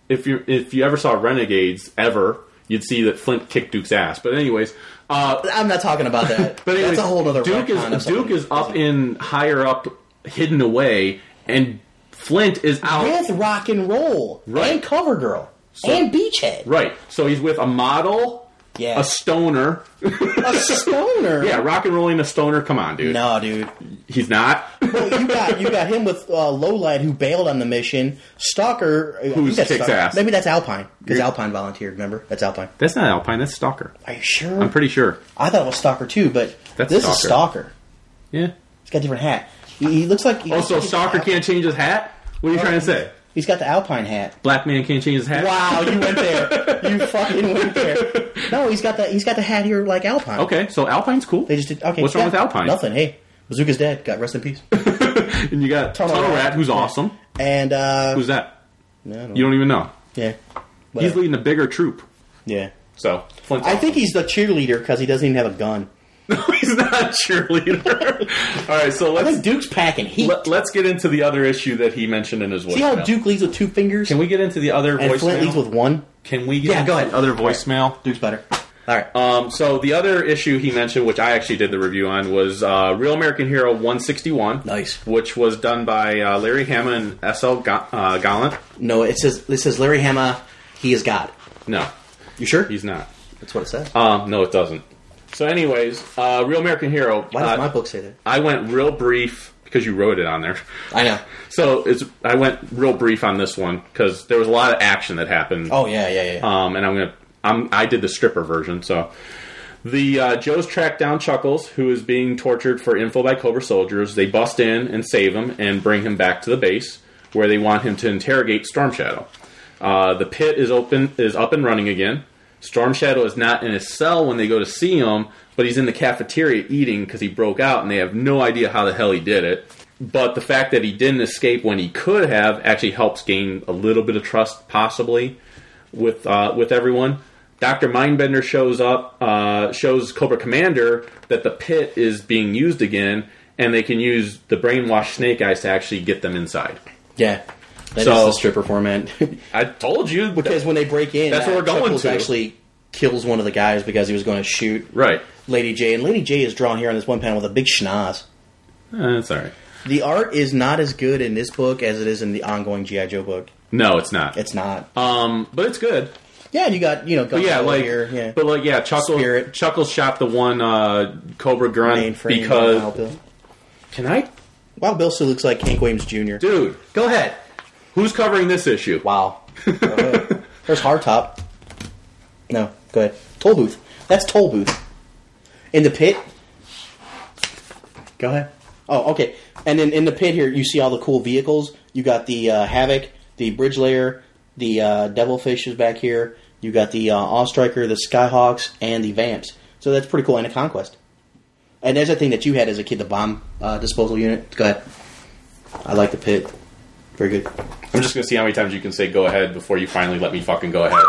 S2: if you if you ever saw Renegades ever, you'd see that Flint kicked Duke's ass. But anyways, uh,
S3: I'm not talking about that.
S2: but anyways,
S3: that's a whole other
S2: Duke
S3: retcon of
S2: is
S3: something.
S2: Duke is up in higher up, hidden away, and Flint is out.
S3: with rock and roll
S2: Right.
S3: and cover girl and beachhead
S2: right, so he's with a model,
S3: yeah
S2: a stoner.
S3: a stoner
S2: yeah, rock and rolling a stoner. Come on, dude.
S3: no dude
S2: He's not.
S3: you got you got him with uh, Lowlight who bailed on the mission stalker I think
S2: Who's
S3: that's
S2: kicks
S3: Stalker.
S2: ass.
S3: maybe that's Alpine because Alpine volunteered remember that's Alpine
S2: That's not Alpine. That's Stalker.
S3: are you sure
S2: I'm pretty sure.
S3: I thought it was stalker too but
S2: That's
S3: this is
S2: Stalker.
S3: stalker
S2: Yeah.
S3: he's got a different hat he, he looks like he
S2: Also,
S3: looks like
S2: Stalker
S3: Alpine.
S2: can't change his hat. What are you trying to say?
S3: he's got the Alpine hat
S2: Black man can't change his hat.
S3: wow you went there you fucking went there no he's got the he's got the hat here like Alpine
S2: Okay, so Alpine's cool.
S3: they just did okay
S2: What's wrong
S3: yeah,
S2: with Alpine?
S3: nothing hey Bazooka's dead God rest in peace.
S2: And you got Tunnel,
S3: Tunnel
S2: Rat,
S3: Rat,
S2: who's
S3: yeah.
S2: awesome.
S3: And uh,
S2: Who's that?
S3: no, I don't-
S2: You don't even know.
S3: yeah,
S2: He's
S3: Whatever.
S2: leading a bigger troop.
S3: yeah.
S2: So Flint's
S3: I
S2: awesome.
S3: think he's the cheerleader because he doesn't even have a gun.
S2: he's not a cheerleader. All right, so
S3: I think
S2: let's
S3: Duke's packing heat.
S2: let, us get into the other issue that he mentioned in his voicemail.
S3: See how Duke leads with two fingers
S2: Can we get into the other
S3: and
S2: voicemail?
S3: Flint leads with one.
S2: Can we get
S3: Yeah,
S2: into
S3: go ahead.
S2: the other voicemail?
S3: Duke's better. All right.
S2: Um, so the other issue he mentioned, which I actually did the review on, was uh, Real American Hero 161.
S3: Nice.
S2: Which was done by uh, Larry Hama and S.L. Ga- uh, Gallant.
S3: no, it says it says Larry Hama. He is God.
S2: No,
S3: You sure?
S2: he's not.
S3: That's what it says.
S2: Um, no, it doesn't. So, anyways, uh, Real American Hero.
S3: Why does
S2: uh,
S3: my book say that?
S2: I went real brief because you wrote it on there.
S3: I know.
S2: So it's I went real brief on this one because there was a lot of action that happened.
S3: Oh yeah, yeah, yeah. yeah.
S2: Um, and I'm gonna I'm I did the stripper version. So the uh, Joes track down Chuckles, who is being tortured for info by Cobra soldiers. They bust in and save him and bring him back to the base where they want him to interrogate Storm Shadow. Uh, the pit is open is up and running again. Storm Shadow is not in his cell when they go to see him, but he's in the cafeteria eating because he broke out, and they have no idea how the hell he did it. But the fact that he didn't escape when he could have actually helps gain a little bit of trust, possibly with uh, with everyone. Doctor Mindbender shows up, uh, shows Cobra Commander that the pit is being used again, and they can use the brainwashed Snake Eyes to actually get them inside.
S3: yeah. That is
S2: so-
S3: the stripper format.
S2: I told you
S3: because when they break in,
S2: That's what
S3: uh,
S2: we're going
S3: Chuckles
S2: to.
S3: Actually, kills one of the guys because he was going to shoot
S2: right.
S3: Lady J, and Lady J is drawn here on this one panel with a big schnoz.
S2: Uh, it's all right.
S3: The art is not as good in this book as it is in the ongoing GI Joe book.
S2: No, it's not.
S3: It's not.
S2: um, but it's good.
S3: yeah, and you got you know,
S2: But yeah,
S3: Gunpowder
S2: like,
S3: here, yeah.
S2: but like, yeah, Chuckle,
S3: Spirit.
S2: Chuckle shot the one uh, Cobra grunt
S3: Mainframe,
S2: because
S3: Wild Bill.
S2: can I,
S3: Wild Bill still looks like Hank Williams Jr.
S2: dude?
S3: Go ahead.
S2: Who's covering this issue?
S3: Wow. Go ahead. There's Hardtop. No, go ahead. Toll booth. That's toll booth. In the pit. Go ahead. Oh, okay. And then in the pit here, you see all the cool vehicles. You got the uh, Havoc, the Bridge Layer, the uh, Devilfish is back here. You got the uh, Awestriker, the Skyhawks, and the Vamps. So that's pretty cool. And a Conquest. And there's that thing that you had as a kid, the bomb uh, disposal unit. Go ahead. I like the pit. Very good.
S2: I'm just gonna see how many times you can say "go ahead" before you finally let me fucking go ahead.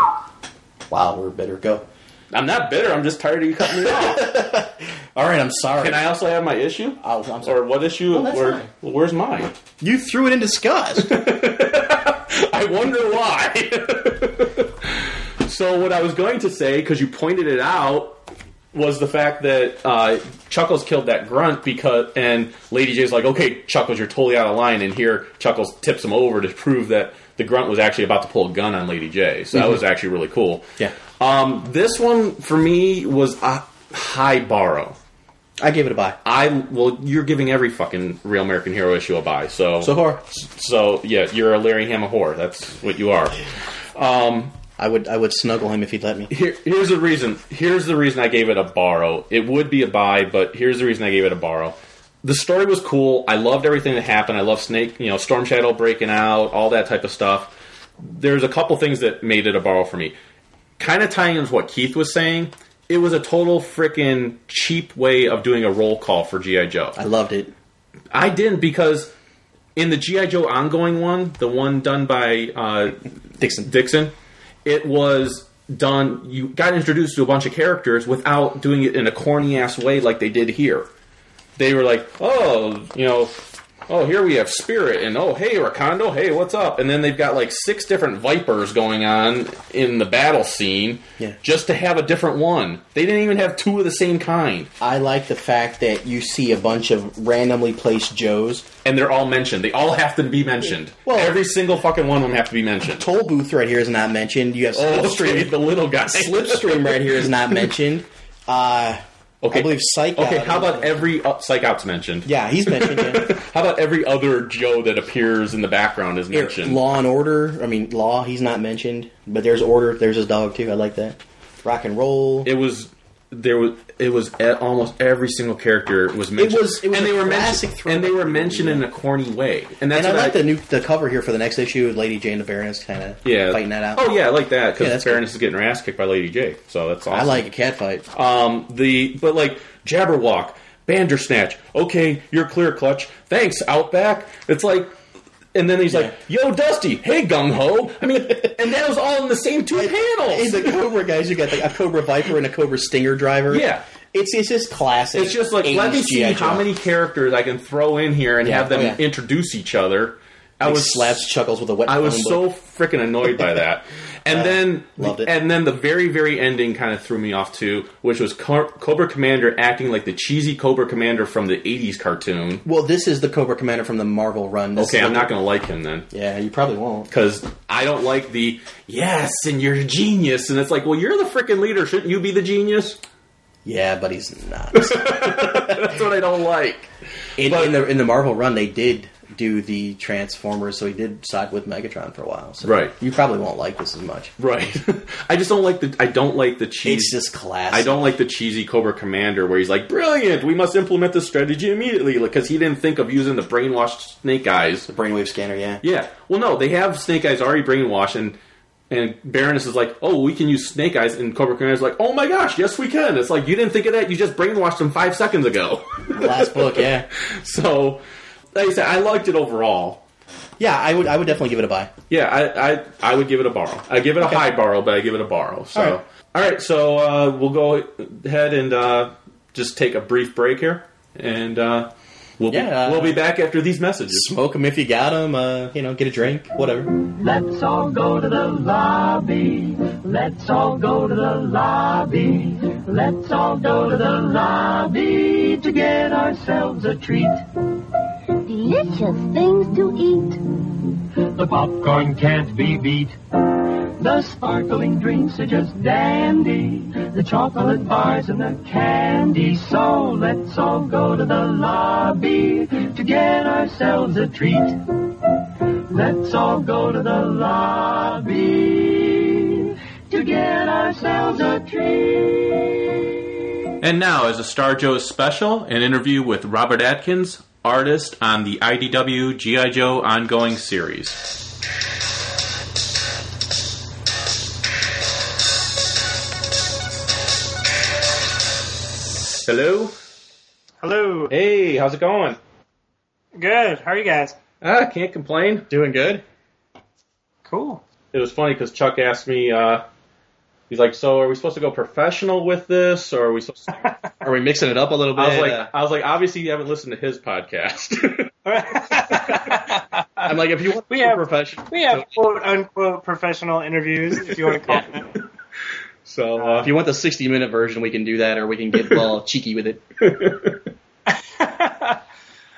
S3: Wow, we're better go.
S2: I'm not bitter. I'm just tired of you cutting me off.
S3: All right, I'm sorry.
S2: Can I also have my issue?
S3: Oh, I'm sorry.
S2: Or what issue?
S3: that's
S2: where,
S3: fine.
S2: Where's mine?
S3: You threw it in disgust.
S2: I wonder why. so what I was going to say, because you pointed it out, was the fact that uh, Chuckles killed that grunt because, and Lady J's like, okay, Chuckles, you're totally out of line, and here Chuckles tips him over to prove that the grunt was actually about to pull a gun on Lady J. So that was actually really cool.
S3: Mm-hmm. Yeah.
S2: Um, this one for me was a high borrow.
S3: I gave it a buy.
S2: I well, you're giving every fucking real American hero issue a buy.
S3: So far,
S2: so yeah, you're a Larry Ham a whore. That's what you are. Um,
S3: I would I would snuggle him if he'd let me.
S2: here, here's the reason. Here's the reason I gave it a borrow. It would be a buy, but here's the reason I gave it a borrow. The story was cool. I loved everything that happened. I loved Snake, you know, Storm Shadow breaking out, all that type of stuff. There's a couple things that made it a borrow for me. Kind of tying into what Keith was saying, it was a total freaking cheap way of doing a roll call for GI Joe.
S3: I loved it.
S2: I didn't because in the GI Joe ongoing one, the one done by uh,
S3: Dixon.
S2: Dixon, it was done. You got introduced to a bunch of characters without doing it in a corny ass way like they did here. They were like, oh, you know, oh here we have Spirit, and oh hey Rakondo, hey what's up? And then they've got like six different Vipers going on in the battle scene,
S3: Yeah.
S2: just to have a different one. They didn't even have two of the same kind,
S3: I like the fact that you see a bunch of randomly placed Joes.
S2: and they're all mentioned. They all have to be mentioned.
S3: Well-
S2: every single fucking one of them have to be mentioned.
S3: Toll booth right here is not mentioned. You have
S2: Oh,
S3: Slipstream.
S2: the little guy.
S3: Slipstream right here is not mentioned. Uh,
S2: Okay.
S3: I believe Psych
S2: Okay,
S3: Out
S2: how
S3: is
S2: about
S3: mentioned.
S2: every uh, psych out's mentioned?
S3: yeah, he's mentioned. Yeah.
S2: How about every other Joe that appears in the background is
S3: Here,
S2: mentioned?
S3: Law and Order. I mean, Law. He's not mentioned, but there's Order. There's his dog too. I like that. Rock and Roll.
S2: It was there was it was e- almost every single character was mentioned.
S3: was- it was
S2: and
S3: a
S2: they were
S3: classic
S2: mentioned and they were mentioned in a corny way. And that's
S3: and I
S2: what
S3: like the new the cover here for the next issue. with Lady Jane the Baroness kind of
S2: yeah
S3: fighting that out.
S2: Oh yeah, I like that
S3: Yeah,
S2: because
S3: that's
S2: Baroness is getting her ass kicked by Lady J. So that's awesome.
S3: I like a cat fight.
S2: Um, the but like Jabberwock, Bandersnatch. Okay, you're clear, Clutch. Thanks, Outback. It's like, and then he's like, "Yo, Dusty. Hey, Gung Ho." I mean, and that was all in the same two
S3: In
S2: panels.
S3: the Cobra guys, you got like a Cobra Viper and a Cobra Stinger driver.
S2: Yeah.
S3: It's, it's just classic.
S2: It's just like let me
S3: 80s
S2: see
S3: G.I.
S2: how
S3: Joe.
S2: many characters I can throw in here and
S3: Yeah,
S2: have them
S3: oh, yeah.
S2: introduce each other. I
S3: Like
S2: was
S3: slaps chuckles with a wet.
S2: I was
S3: phone
S2: so
S3: book. Uh,
S2: freaking annoyed by that. And then
S3: loved it.
S2: and then the very very ending kind of threw me off too, which was Co- Cobra Commander acting like the cheesy Cobra Commander from the 80s cartoon.
S3: Well, this is the Cobra Commander from the Marvel run. This
S2: Okay,
S3: is
S2: I'm
S3: the-
S2: not going to like him then.
S3: Yeah, you probably won't.
S2: Because I don't like the, yes, and you're a genius. And it's like, well, you're the freaking leader. Shouldn't you be the genius?
S3: Yeah, but he's not.
S2: That's what I don't like.
S3: in,
S2: But-
S3: in the in the Marvel run, they did do the Transformers, so he did side with Megatron for a while. So
S2: Right.
S3: You probably won't like this as much.
S2: Right. I just don't like the, I don't like the cheese.
S3: It's just classic.
S2: I don't like the cheesy Cobra Commander where he's like, brilliant, we must implement this strategy immediately. Because he didn't think of using the brainwashed snake eyes.
S3: brainwave scanner. Yeah.
S2: Yeah. Well, no, they have Snake Eyes already brainwashed, and and Baroness is like, "Oh, we can use Snake Eyes," and Cobra Commander's like, "Oh my gosh, yes, we can." It's like you didn't think of that; you just brainwashed them five seconds ago.
S3: Last book. Yeah.
S2: so, like I said, I liked it overall.
S3: Yeah, I would I would definitely give it a buy.
S2: Yeah, I I, I would give it a borrow. I give it a high borrow, but I give it a borrow. So, all
S3: All
S2: right,
S3: right.
S2: so uh, we'll go ahead and uh, just take a brief break here, and uh, we'll
S3: Yeah,
S2: be,
S3: uh,
S2: we'll be back after these messages.
S3: Smoke them if you got them. Uh, you know, get a drink, whatever.
S5: Let's all go to the lobby. Let's all go to the lobby. Let's all go to the lobby to get ourselves a treat.
S8: Delicious things to eat.
S5: The popcorn can't be beat. The sparkling drinks are just dandy. The chocolate bars and the candy. So let's all go to the lobby to get ourselves a treat. Let's all go to the lobby to get ourselves a treat.
S2: And now, as a Star Joe's special, an interview with Robert Atkins, artist on the IDW G.I. Joe ongoing series. Hello?
S7: Hello.
S2: Hey, how's it going?
S7: Good. How are you guys?
S2: Ah, can't complain.
S3: Doing good.
S7: Cool.
S2: It was funny because Chuck asked me, uh, He's like, so are we supposed to go professional with this, or are we supposed? To...
S3: Are we mixing it up a little bit?
S2: I was
S3: Uh,
S2: like, I was like, obviously you haven't listened to his podcast. I'm
S7: we
S2: like, if you want
S7: Uh, We
S2: to be
S7: have-
S2: professional,
S7: have quote unquote professional interviews, if you want to call them. that. Uh,
S2: so uh,
S3: if you want the 60 minute version, we can do that, or we can get a little cheeky with it.
S2: uh,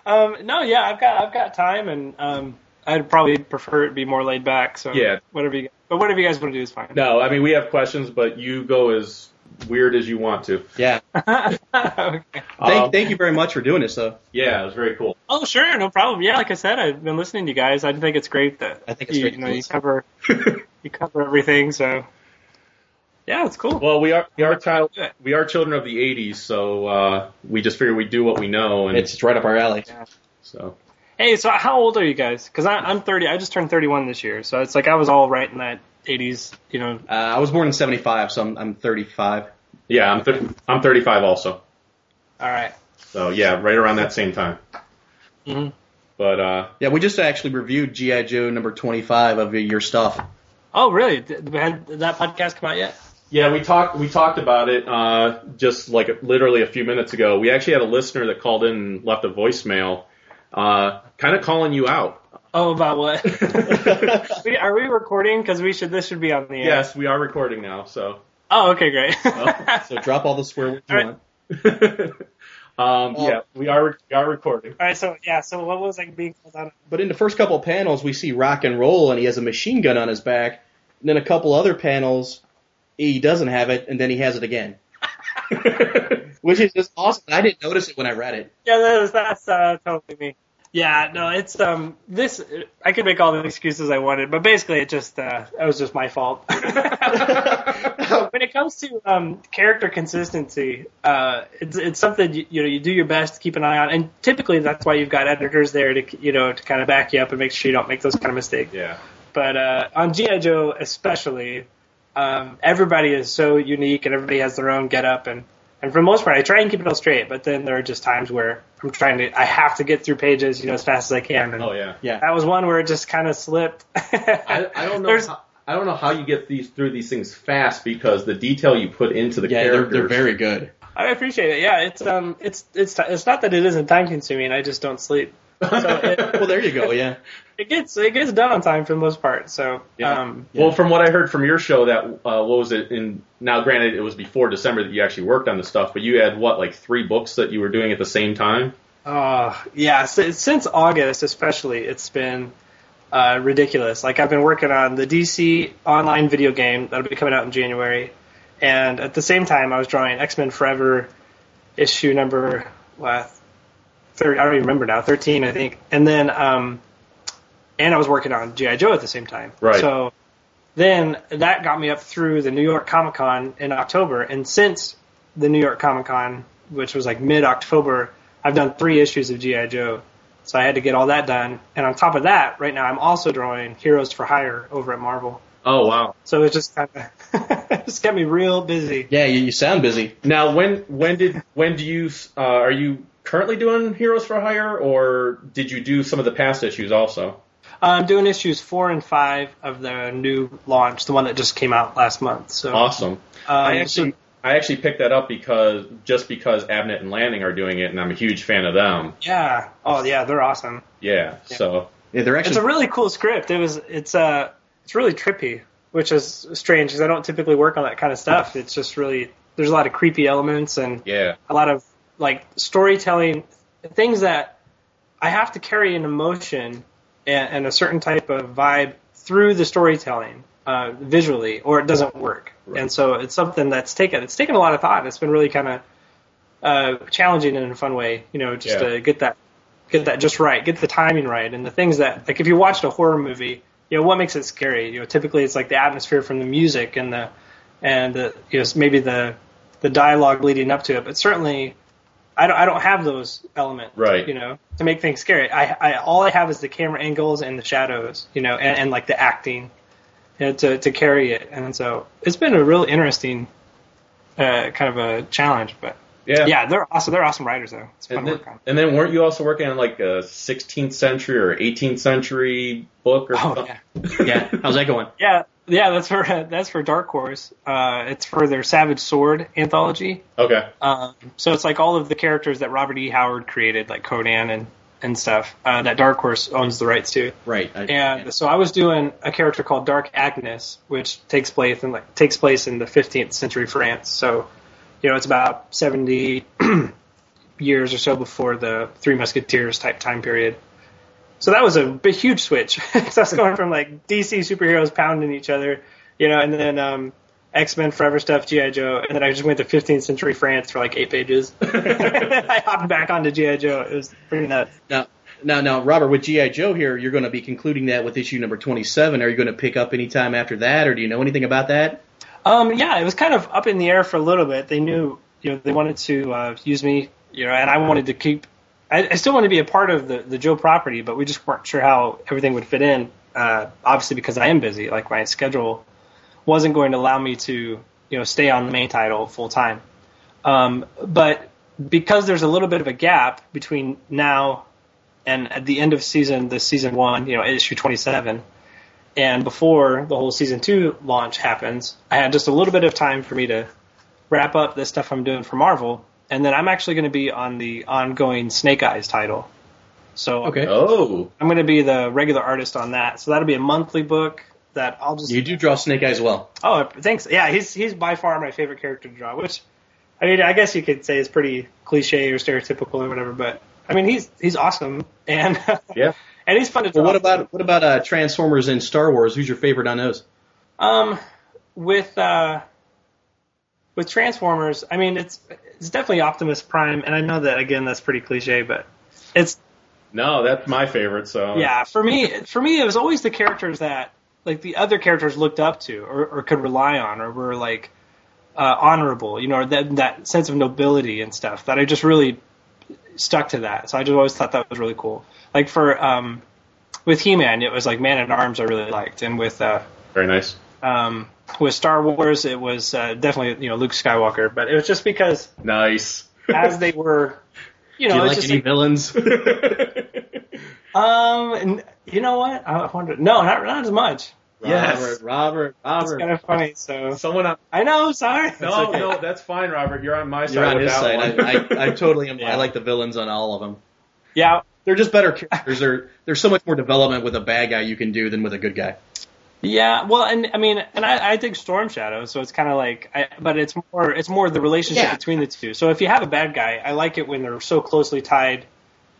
S7: um, no, yeah, I've got I've got time, and um, I'd probably prefer it be more laid back. So
S2: Yeah.
S7: whatever you but whatever you guys want to do is fine.
S2: no, I mean we have questions, but you go as weird as you want to.
S3: Yeah.
S7: Okay.
S3: Thank,
S2: Um,
S3: thank you very much for doing this, though.
S2: Yeah, it was very cool.
S7: Oh sure, no problem. Yeah, like I said, I've been listening to you guys. I think it's great that
S3: I think it's
S7: you,
S3: great
S7: you
S3: to
S7: know you
S3: listen.
S7: cover you cover everything. So yeah, it's cool.
S2: Well, we are we are child we are children of the '80s, so uh, we just figure we do what we know, and
S3: It's right up our alley.
S2: so
S7: hey, so how old are you guys? Because I'm 30. I just turned 31 this year, so it's like I was all right in that 80s. You know.
S3: Uh, I was born in 75, so I'm, I'm 35.
S2: yeah, I'm th- I'm 35 also.
S7: All right.
S2: So yeah, right around that same time.
S7: Mhm.
S2: But uh,
S3: Yeah, we just actually reviewed G.I. Joe number 25 of your stuff.
S7: Oh really? Did, had that podcast come out yet?
S2: yeah, we talked we talked about it uh, just like literally a few minutes ago. We actually had a listener that called in and left a voicemail, uh, kind of calling you out.
S7: Oh, about what? We- Are we recording? Because we should. This should be on the air.
S2: yes, we are recording now, so.
S7: Oh, okay, great.
S2: Oh,
S3: So drop all the swear words you
S7: All right.
S3: want.
S2: um, yeah, we are we are recording.
S7: All right, so yeah, so what was like being called on?
S3: But in the first couple of panels, we see rock and roll, and he has a machine gun on his back. And then a couple other panels, he doesn't have it, and then he has it again, which is just awesome. I didn't notice it when I read it.
S7: Yeah, that was, that's uh, totally me. Yeah, no, it's um this I could make all the excuses I wanted, but basically it just uh it was just my fault. when it comes to um character consistency, uh it's it's something you, you know you do your best to keep an eye on, and typically that's why you've got editors there to you know to kind of back you up and make sure you don't make those kind of mistakes.
S2: yeah.
S7: But uh, on GI Joe, especially, um, everybody is so unique and everybody has their own getup. And and for the most part, I try and keep it all straight. But then there are just times where I'm trying to, I have to get through pages, you know, as fast as I can. And
S2: Oh yeah.
S3: Yeah,
S7: That was one where it just kind of slipped.
S2: I, I don't know.
S7: There's-
S2: How, I don't know how you get these through these things fast because the detail you put into the
S3: yeah, they're,
S2: characters.
S3: they're very good.
S7: I appreciate it. Yeah, it's um, it's it's it's not that it isn't time consuming. I just don't sleep. So it,
S3: Well, there you go. Yeah,
S7: it gets it gets done on time for the most part. So
S2: Yeah.
S7: um,
S2: Well, from what I heard from your show, that uh, what was it? In now, granted, it was before December that you actually worked on the stuff, but you had what, like three books that you were doing at the same time?
S7: Uh, yeah, si- since August especially, it's been uh, ridiculous. Like I've been working on the DC online video game that'll be coming out in January, and at the same time I was drawing X Men Forever issue number what, third I don't even remember now thirteen I think, and then um, and I was working on GI Joe at the same time.
S2: Right.
S7: So then that got me up through the New York Comic Con in October, and since the New York Comic Con, which was like mid October, I've done three issues of GI Joe. So I had to get all that done, and on top of that, right now I'm also drawing Heroes for Hire over at Marvel.
S2: Oh wow!
S7: So it just kind of just got me real busy.
S3: yeah. You, you sound busy.
S2: Now, when when did when do you uh, are you currently doing Heroes for Hire, or did you do some of the past issues also?
S7: Uh, I'm doing issues four and five of the new launch, the one that just came out last month. So
S2: Awesome.
S7: um,
S2: I actually I actually picked that up because just because Abnett and Lanning are doing it, and I'm a huge fan of them.
S7: yeah, oh yeah, they're awesome.
S2: Yeah. So
S3: Yeah, they're
S7: It's a
S3: actually
S7: really cool script. It was it's uh it's really trippy, which is strange because I don't typically work on that kind of stuff. It's just really there's a lot of creepy elements and
S2: yeah.
S7: a lot of like storytelling things that I have to carry an emotion and, and a certain type of vibe through the storytelling uh, visually, or it doesn't work. And so it's something that's taken it's taken a lot of thought. It's been really kind of uh, challenging in a fun way, you know, just
S2: Yeah.
S7: to get that get that just right, get the timing right, and the things that like if you watched a horror movie, you know what makes it scary. You know, typically it's like the atmosphere from the music and the and the, you know maybe the the dialogue leading up to it, but certainly I don't I don't have those elements,
S2: Right.
S7: You know, to make things scary. I, I all I have is the camera angles and the shadows, you know, and, and like the acting you know, to to carry it. And so it's been a real interesting uh, kind of a challenge, but.
S2: Yeah.
S7: Yeah, they're awesome. They're awesome writers, though. It's fun
S2: And
S7: to
S2: then,
S7: work on.
S2: and then weren't you also working on like a 16th century or 18th century book or
S7: Oh
S2: something?
S7: yeah,
S3: yeah. How's that going?
S7: yeah. Yeah, that's for that's for Dark Horse. Uh, it's for their Savage Sword anthology.
S2: Okay.
S7: Um, so it's like all of the characters that Robert E. Howard created, like Conan and and stuff. Uh, that Dark Horse owns the rights to.
S3: Right. I,
S7: And so I was doing a character called Dark Agnes, which takes place in like takes place in the 15th century France. So, you know, it's about 70 years or so before the Three Musketeers type time period. So that was a big, huge switch. so I was going from like DC superheroes pounding each other, you know, and then um, X Men Forever stuff, GI Joe, and then I just went to 15th century France for like eight pages. I hopped back onto GI Joe. It was pretty nuts.
S3: Now, now, now, Robert, with GI Joe here, you're going to be concluding that with issue number 27. Are you going to pick up any time after that, or do you know anything about that?
S7: Um, yeah, it was kind of up in the air for a little bit. They knew, you know, they wanted to uh, use me, you know, and I wanted to keep. I, I still wanted to be a part of the the Joe property, but we just weren't sure how everything would fit in. Uh, obviously, because I am busy, like my schedule wasn't going to allow me to, you know, stay on the main title full time. Um, but because there's a little bit of a gap between now and at the end of season, the season one, you know, issue 27, and before the whole season two launch happens, I had just a little bit of time for me to wrap up the stuff I'm doing for Marvel, and then I'm actually going to be on the ongoing Snake Eyes title. So
S2: Oh.
S7: I'm going to be the regular artist on that. So that'll be a monthly book that I'll just
S3: You do draw Snake Eyes well.
S7: Oh, thanks. Yeah, he's he's by far my favorite character to draw. Which, I mean, I guess you could say is pretty cliche or stereotypical or whatever. But I mean, he's he's awesome and
S2: Yeah.
S7: and he's fun to draw.
S3: Well, what about what about uh, Transformers and Star Wars? Who's your favorite on those?
S7: um with uh with Transformers? I mean, it's it's definitely Optimus Prime, and I know that again that's pretty cliche, but it's
S2: No, that's my favorite. So
S7: yeah for me for me it was always the characters that like the other characters looked up to or, or could rely on or were like uh, honorable you know or that that sense of nobility and stuff that I just really stuck to that so I just always thought that was really cool like for um with He Man it was like Man at Arms I really liked and with uh
S2: Very nice.
S7: um with Star Wars it was uh, definitely you know Luke Skywalker but it was just because
S2: Nice.
S7: as they were you
S3: do
S7: know
S3: you
S7: it's
S3: like
S7: just
S3: any
S7: like,
S3: villains?
S7: um and you know what I wonder no not not as much
S2: Yes.
S3: Robert, Robert,
S7: It's
S3: Robert.
S7: kind of funny. So
S2: Someone on.
S7: I know. I'm sorry.
S2: No,
S3: okay.
S2: no, that's fine, Robert. You're on my side.
S3: You're on
S2: with
S3: his
S2: that
S3: side.
S2: One.
S3: I, I, I totally am.
S7: Yeah.
S3: I like the villains on all of them.
S7: Yeah.
S3: They're just better characters. They're, there's so much more development with a bad guy you can do than with a good guy.
S7: Yeah. Well, and I mean, and I, I dig Storm Shadow, so it's kind of like, I, but it's more, it's more the relationship
S3: Yeah.
S7: between the two. So if you have a bad guy, I like it when they're so closely tied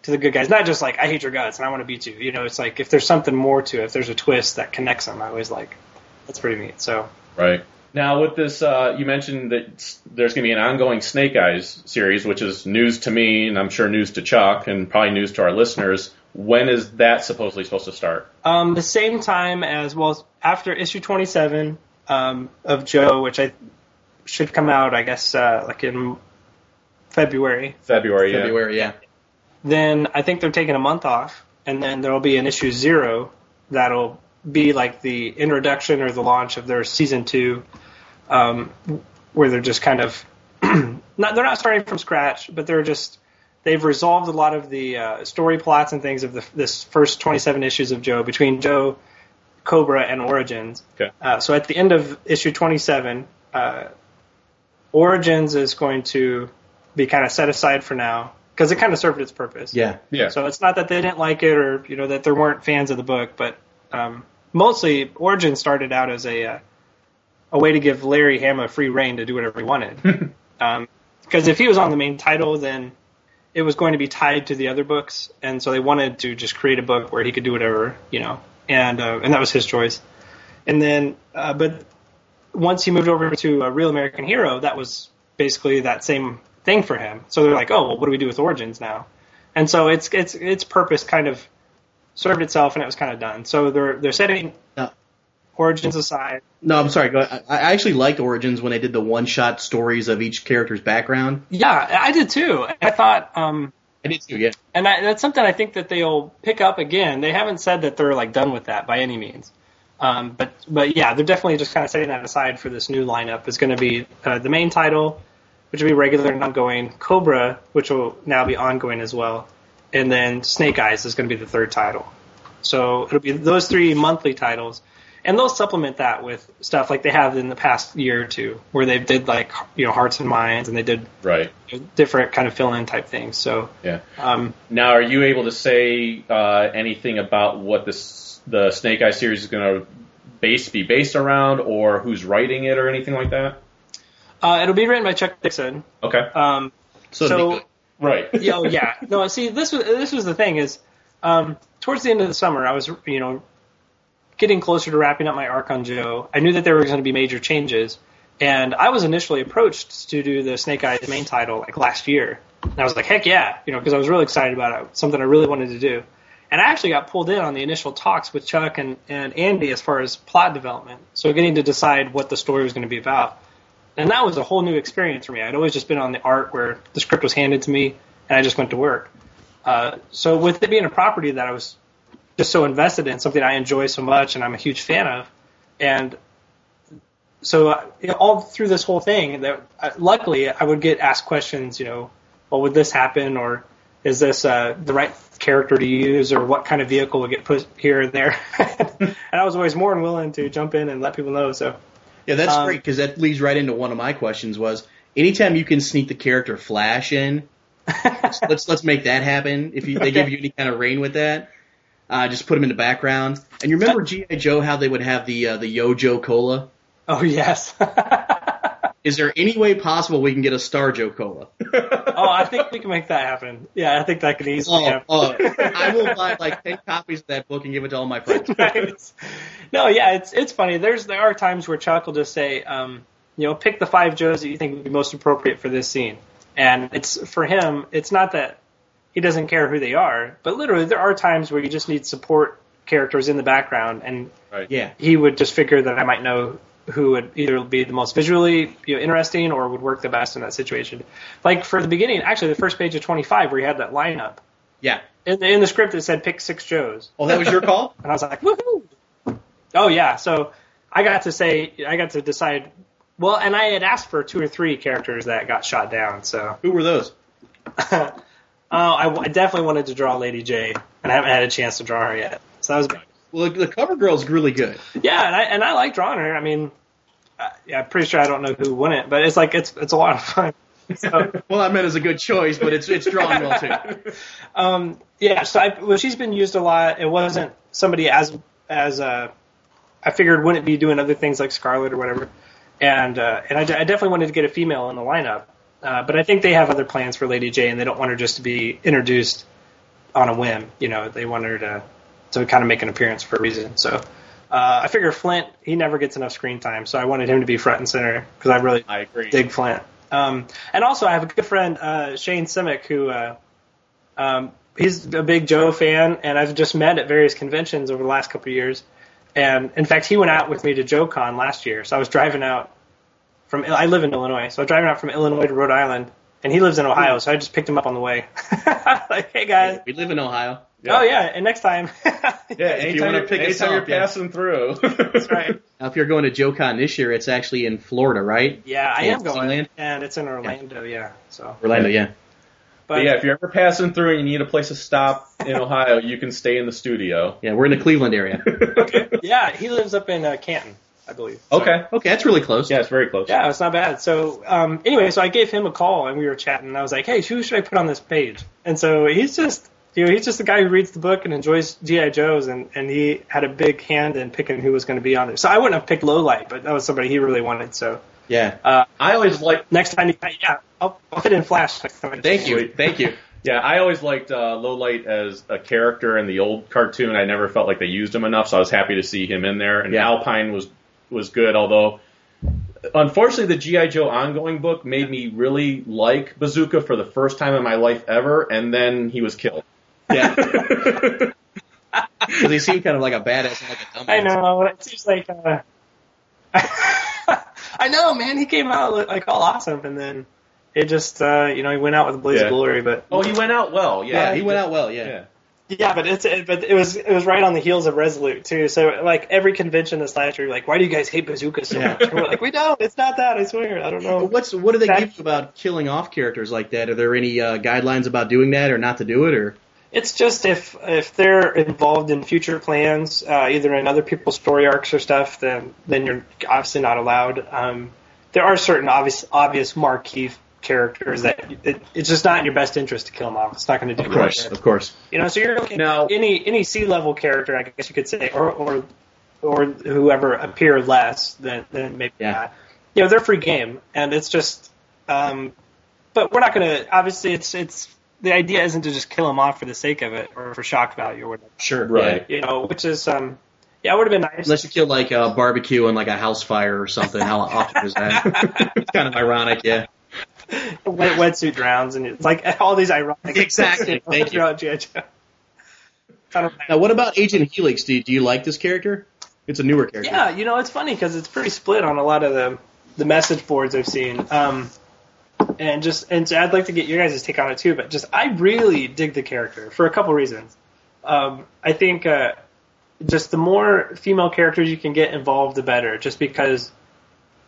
S7: to the good guys. Not just like I hate your guts and I want to beat you. You know, it's like if there's something more to it, if there's a twist that connects them, I always like. That's pretty neat. So
S2: Right. Now, with this, uh, you mentioned that s- there's going to be an ongoing Snake Eyes series, which is news to me, and I'm sure news to Chuck, and probably news to our listeners. When is that supposedly supposed to start?
S7: Um, the same time as well after issue 27 um, of Joe, which I should come out, I guess, uh, like in February.
S2: February. yeah.
S3: February, yeah.
S7: Then I think they're taking a month off, and then there'll be an issue zero that'll be like the introduction or the launch of their season two, um, where they're just kind of not they're not starting from scratch, but they're just they've resolved a lot of the uh, story plots and things of the, this first 27 issues of Joe between Joe, Cobra, and Origins.
S2: Okay.
S7: Uh, so at the end of issue 27, uh, Origins is going to be kind of set aside for now because it kind of served its purpose.
S3: Yeah.
S2: Yeah.
S7: So it's not that they didn't like it or you know that there weren't fans of the book, but um, mostly Origin started out as a uh, a way to give Larry Hama free reign to do whatever he wanted. Because if he was on the main title, then it was going to be tied to the other books, and so they wanted to just create a book where he could do whatever you know, and uh, and that was his choice. And then, uh, but once he moved over to a Real American Hero, that was basically that same thing for him. So they're like, oh, well, what do we do with Origins now? And so it's it's its purpose kind of served itself, and it was kind of done. So they're they're setting
S3: No.
S7: Origins aside.
S3: No, I'm sorry. Go ahead. I I actually liked Origins when they did the one shot stories of each character's background.
S7: Yeah, I did too. I thought. um
S3: I did too, yeah.
S7: and I, that's something I think that they'll pick up again. They haven't said that they're like done with that by any means, um, but but yeah, they're definitely just kind of setting that aside for this new lineup. Is going to be uh, the main title, which will be regular and ongoing. Cobra, which will now be ongoing as well, and then Snake Eyes is going to be the third title. So it'll be those three monthly titles, and they'll supplement that with stuff like they have in the past year or two, where they did like you know hearts and minds, and they did
S2: Right.
S7: different kind of fill in type things. So
S2: Yeah.
S7: um,
S2: Now, are you able to say uh, anything about what this the Snake Eye series is going to base be based around, or who's writing it, or anything like that?
S7: uh, it'll be written by Chuck Dixon.
S2: Okay.
S7: Um,
S2: So,
S7: so
S2: right.
S7: yeah, oh, yeah. No, see, this was this was the thing is, um, towards the end of the summer, I was you know getting closer to wrapping up my arc on Joe. I knew that there were going to be major changes, and I was initially approached to do the Snake Eyes main title like last year, and I was like, heck yeah, you know, because I was really excited about it, something I really wanted to do. And I actually got pulled in on the initial talks with Chuck and, and Andy as far as plot development. So getting to decide what the story was going to be about and that was a whole new experience for me. I'd always just been on the art where the script was handed to me, and I just went to work. Uh, so with it being a property that I was just so invested in, something I enjoy so much, and I'm a huge fan of, and so uh, you know, all through this whole thing, that uh, luckily I would get asked questions, you know, well, would this happen, or is this uh, the right character to use, or what kind of vehicle would get put here and there? and I was always more than willing to jump in and let people know. So
S3: Yeah, that's
S7: Um,
S3: great because that leads right into one of my questions. Was anytime you can sneak the character Flash in, let's let's, let's make that happen. If you, they give you any kind of reign with that, uh, just put him in the background. And you remember GI Joe how they would have the uh, the Yojo Cola.
S7: oh yes.
S3: Is there any way possible we can get a Star Joe Cola?
S7: Oh, I think we can make that happen. Yeah, I think that could
S3: Oh,
S7: easily happen.
S3: oh, I will buy like ten copies of that book and give it to all my friends.
S7: no, yeah, it's it's funny. There's there are times where Chuck will just say, um, you know, pick the five Joes that you think would be most appropriate for this scene, and it's for him. It's not that he doesn't care who they are, but literally there are times where you just need support characters in the background, and
S3: Yeah,
S7: he would just figure that I might know who would either be the most visually you know, interesting or would work the best in that situation. Like for the beginning, actually, the first page of 25 where you had that lineup.
S3: yeah.
S7: in the, in the script it said pick six Joes,
S3: Oh, that was your call.
S7: and I was like, woohoo! Oh yeah, so I got to say, I got to decide. Well, and I had asked for two or three characters that got shot down, so
S3: Who were those?
S7: oh, I, w- I definitely wanted to draw Lady J, and I haven't had a chance to draw her yet. So that was
S3: Well, the, the cover girl's really good.
S7: yeah, and I and I like drawing her. I mean, I, yeah, I'm pretty sure I don't know who won it, but it's like it's it's a lot of fun. So
S3: Well, I meant as a good choice, but it's it's drawn well too.
S7: um, yeah, so I, well, she's been used a lot. It wasn't somebody as as uh, I figured wouldn't be doing other things like Scarlet or whatever, and uh, and I, de- I definitely wanted to get a female in the lineup, uh, but I think they have other plans for Lady J, and they don't want her just to be introduced on a whim. You know, they want her to to kind of make an appearance for a reason. So. Uh, I figure Flint, he never gets enough screen time, so I wanted him to be front and center because I really
S2: I agree.
S7: dig Flint. Um, and also, I have a good friend, uh, Shane Simic, who uh, um, he's a big Joe fan, and I've just met at various conventions over the last couple of years. And in fact, he went out with me to JoeCon last year. So I was driving out from I live in Illinois, so I was driving out from Illinois to Rhode Island, and he lives in Ohio, so I just picked him up on the way. like, hey guys,
S3: We live in Ohio.
S7: oh yeah, and next time.
S2: Yeah,
S3: If you
S2: anytime,
S3: wanna
S2: you
S3: pick us
S2: anytime you're
S3: up, yeah.
S2: passing through.
S7: That's right.
S3: Now, if you're going to JoeCon this year, it's actually in Florida, right?
S7: Yeah, I am going,
S3: Disneyland?
S7: and it's in Orlando. Yeah, so
S3: Orlando, yeah.
S2: But yeah, if you're ever passing through and you need a place to stop in Ohio, you can stay in the studio.
S3: Yeah, we're in the Cleveland area.
S7: yeah, he lives up in uh, Canton, I believe. So-
S2: Okay.
S3: Okay, that's really close.
S2: Yeah, it's very close.
S7: Yeah, it's not bad. So um, anyway, so I gave him a call and we were chatting. And I was like, "Hey, who should I put on this page?" And so he's just, you know, he's just the guy who reads the book and enjoys GI Joes, and and he had a big hand in picking who was going to be on it. So I wouldn't have picked Lowlight, but that was somebody he really wanted. So
S3: Yeah.
S2: Uh, I always like
S7: next time, he, yeah, I'll, I'll fit in Flash next time.
S3: Thank you.
S2: Sweet.
S3: Thank you.
S2: Yeah, I always liked uh, Lowlight as a character in the old cartoon. I never felt like they used him enough, so I was happy to see him in there. And
S3: Yeah.
S2: Alpine was was good, although unfortunately the GI Joe ongoing book made me really like Bazooka for the first time in my life ever, and then he was killed.
S3: Yeah. Because he seemed kind of like a badass and like a dumbass.
S7: I know. It seems like. Uh, I know, man. He came out like all awesome, and then it just, uh, you know, he went out with a blaze
S2: Yeah.
S7: of glory, but.
S2: Oh, he went out well. Yeah,
S3: Yeah, he went out well, yeah.
S2: Yeah.
S7: Yeah, but it's it, but it was it was right on the heels of Resolute too. So like every convention this last year, like why do you guys hate Bazooka so much? And we're like we don't. It's not that. I swear. I don't
S3: But
S7: know.
S3: what's what do they
S7: That-
S3: give you about killing off characters like that? Are there any uh, guidelines about doing that or not to do it? Or
S7: It's just if if they're involved in future plans, uh, either in other people's story arcs or stuff, then then you're obviously not allowed. Um, there are certain obvious obvious marquee characters that it, it's just not in your best interest to kill them off. It's not going to do
S3: Of
S7: you
S3: course,
S7: good.
S3: of course.
S7: You know, so you're looking
S2: Now-
S7: at any any C level character, I guess you could say, or or or whoever appear less than than maybe
S3: Yeah.
S7: not. You know, they're free game, and it's just. Um, but we're not going to. Obviously, it's it's the idea isn't to just kill them off for the sake of it or for shock value or whatever.
S3: Sure.
S2: Right.
S7: You know, which is um, yeah, it would have been nice.
S3: Unless you kill like a barbecue and like a house fire or something. How often is that? it's kind of ironic, yeah.
S7: wet, wetsuit drowns, and it's like all these ironic.
S3: Exactly. Thank you.
S7: throughout G.I. Joe. I don't know.
S3: Now, what about Agent Helix? Do you, do you like this character? It's a newer character.
S7: Yeah, you know, it's funny because it's pretty split on a lot of the the message boards I've seen. Um, and just and so I'd like to get your guys' take on it too. But just I really dig the character for a couple reasons. Um, I think uh, just the more female characters you can get involved, the better. Just because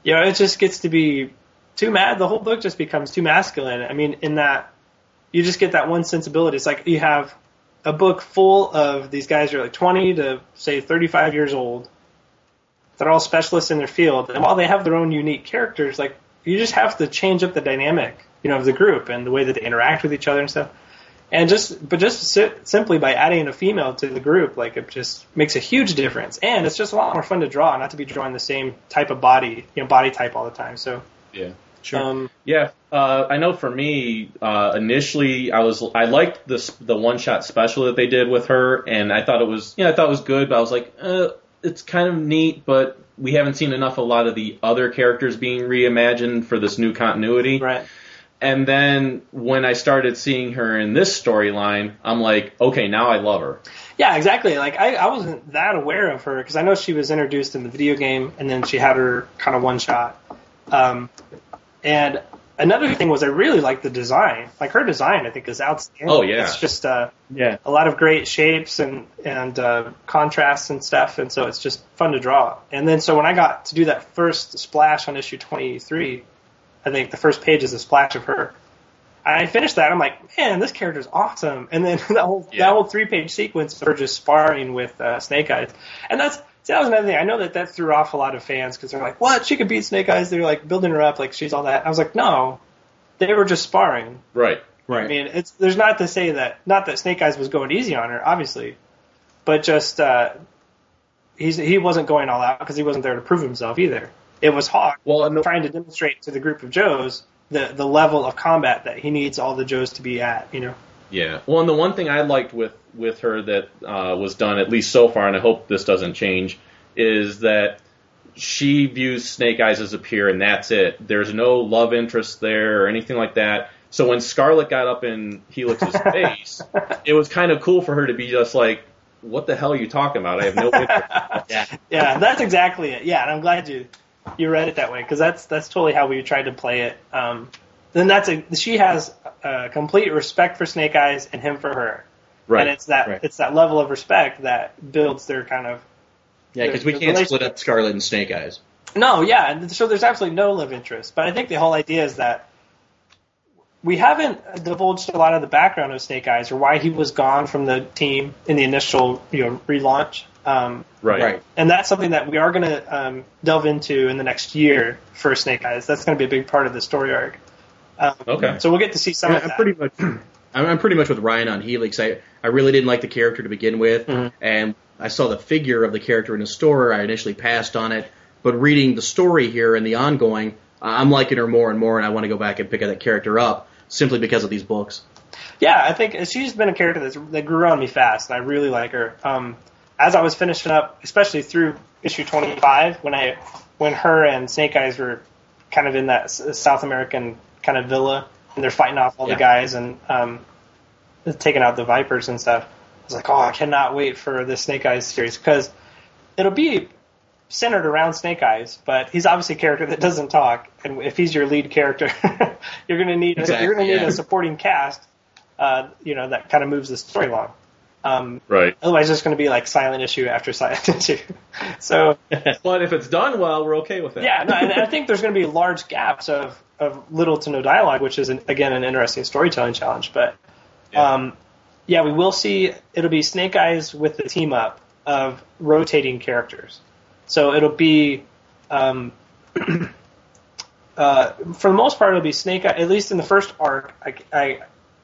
S7: you know it just gets to be too mad. The whole book just becomes too masculine. I mean, in that you just get that one sensibility. It's like you have a book full of these guys who are like 20 to say 35 years old they're all specialists in their field, and while they have their own unique characters, like you just have to change up the dynamic, you know, of the group and the way that they interact with each other and stuff. And just, but just si- simply by adding a female to the group, like it just makes a huge difference. And it's just a lot more fun to draw, not to be drawing the same type of body, you know, body type all the time. So,
S2: Yeah.
S3: Sure.
S7: um,
S2: Yeah, uh, I know. For me, uh, initially, I was I liked this the one shot special that they did with her, and I thought it was yeah, I thought it was good, but I was like, uh, it's kind of neat, but we haven't seen enough of a lot of the other characters being reimagined for this new continuity.
S7: right,
S2: And then when I started seeing her in this storyline, I'm like, okay, now I love her.
S7: yeah, exactly. Like I, I wasn't that aware of her because I know she was introduced in the video game, and then she had her kind of one shot. Um, and another thing was I really liked the design. Like her design, I think is outstanding.
S2: Oh, yeah.
S7: it's just uh,
S3: Yeah.
S7: a lot of great shapes and and uh, contrasts and stuff, and so it's just fun to draw. And then so when I got to do that first splash on issue twenty three, I think the first page is a splash of her. I finished that. I'm like, man, this character's awesome. And then that whole
S2: Yeah.
S7: that whole three page sequence of her just sparring with uh, Snake Eyes, and that's see, that was another thing. I know that that threw off a lot of fans because they're like, what? She could beat Snake Eyes. They're like building her up, like she's all that. I was like, no, they were just sparring.
S2: Right.
S3: Right.
S7: I mean, it's there's not to say that not that Snake Eyes was going easy on her, obviously, but just uh, he's he wasn't going all out because he wasn't there to prove himself either. It was Hawk
S2: Well, and the-
S7: trying to demonstrate to the group of Joes the the level of combat that he needs all the Joes to be at. You know,
S2: Yeah. Well, and the one thing I liked with with her that uh, was done at least so far, and I hope this doesn't change, is that she views Snake Eyes as a peer, and that's it. There's no love interest there or anything like that. So when Scarlet got up in Helix's face, it was kind of cool for her to be just like, "What the hell are you talking about? I have no interest."
S7: yeah, that's exactly it. Yeah, and I'm glad you you read it that way because that's that's totally how we tried to play it. Um, then that's a she has a complete respect for Snake Eyes and him for her.
S2: right.
S7: and it's that
S3: right.
S7: it's that level of respect that builds their kind of
S3: yeah, because we
S7: the
S3: can't
S7: relation-
S3: split up Scarlet and Snake Eyes.
S7: no, yeah. and So there's absolutely no love interest. But I think the whole idea is that we haven't divulged a lot of the background of Snake Eyes or why he was gone from the team in the initial you know relaunch. Um,
S2: right.
S7: and that's something that we are going to um, delve into in the next year for Snake Eyes. That's going to be a big part of the story arc. Um,
S2: Okay.
S7: So we'll get to see some
S3: I
S7: of
S3: am
S7: that.
S3: pretty much. I'm, I'm pretty much with Ryan on Helix. I I really didn't like the character to begin with,
S7: Mm-hmm.
S3: and I saw the figure of the character in a store. I initially passed on it, but reading the story here and the ongoing, I- I'm liking her more and more, and I want to go back and pick that character up simply because of these books.
S7: Yeah, I think she's been a character that's, that grew on me fast, and I really like her. Um, as I was finishing up, especially through issue 25, when I when her and Snake Eyes were kind of in that S- South American kind of villa, and they're fighting off all
S3: Yeah.
S7: the guys and um, taking out the Vipers and stuff. I was like, oh, I cannot wait for the Snake Eyes series because it'll be centered around Snake Eyes, but he's obviously a character that doesn't talk, and if he's your lead character, you're gonna need
S3: Exactly,
S7: you're gonna need
S3: yeah.
S7: a supporting cast, uh, you know, that kind of moves the story along. Um,
S2: Right.
S7: otherwise, it's going to be like silent issue after silent issue. so
S2: But if it's done well, we're okay with that.
S7: yeah, no, and I think there's going to be large gaps of of little to no dialogue, which is an, again an interesting storytelling challenge. But um, yeah, we will see. It'll be Snake Eyes with the team up of rotating characters. So it'll be, um, uh, for the most part, it'll be Snake Eyes. At least in the first arc, I, I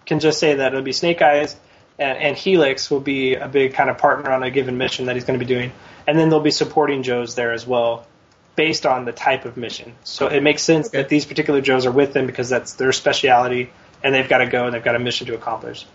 S7: can just say that it'll be Snake Eyes and, and Helix will be a big kind of partner on a given mission that he's going to be doing, and then there'll be supporting Joes there as well, based on the type of mission. So it makes sense that these particular Joes are with them because that's their speciality, and they've got to go and they've got a mission to accomplish.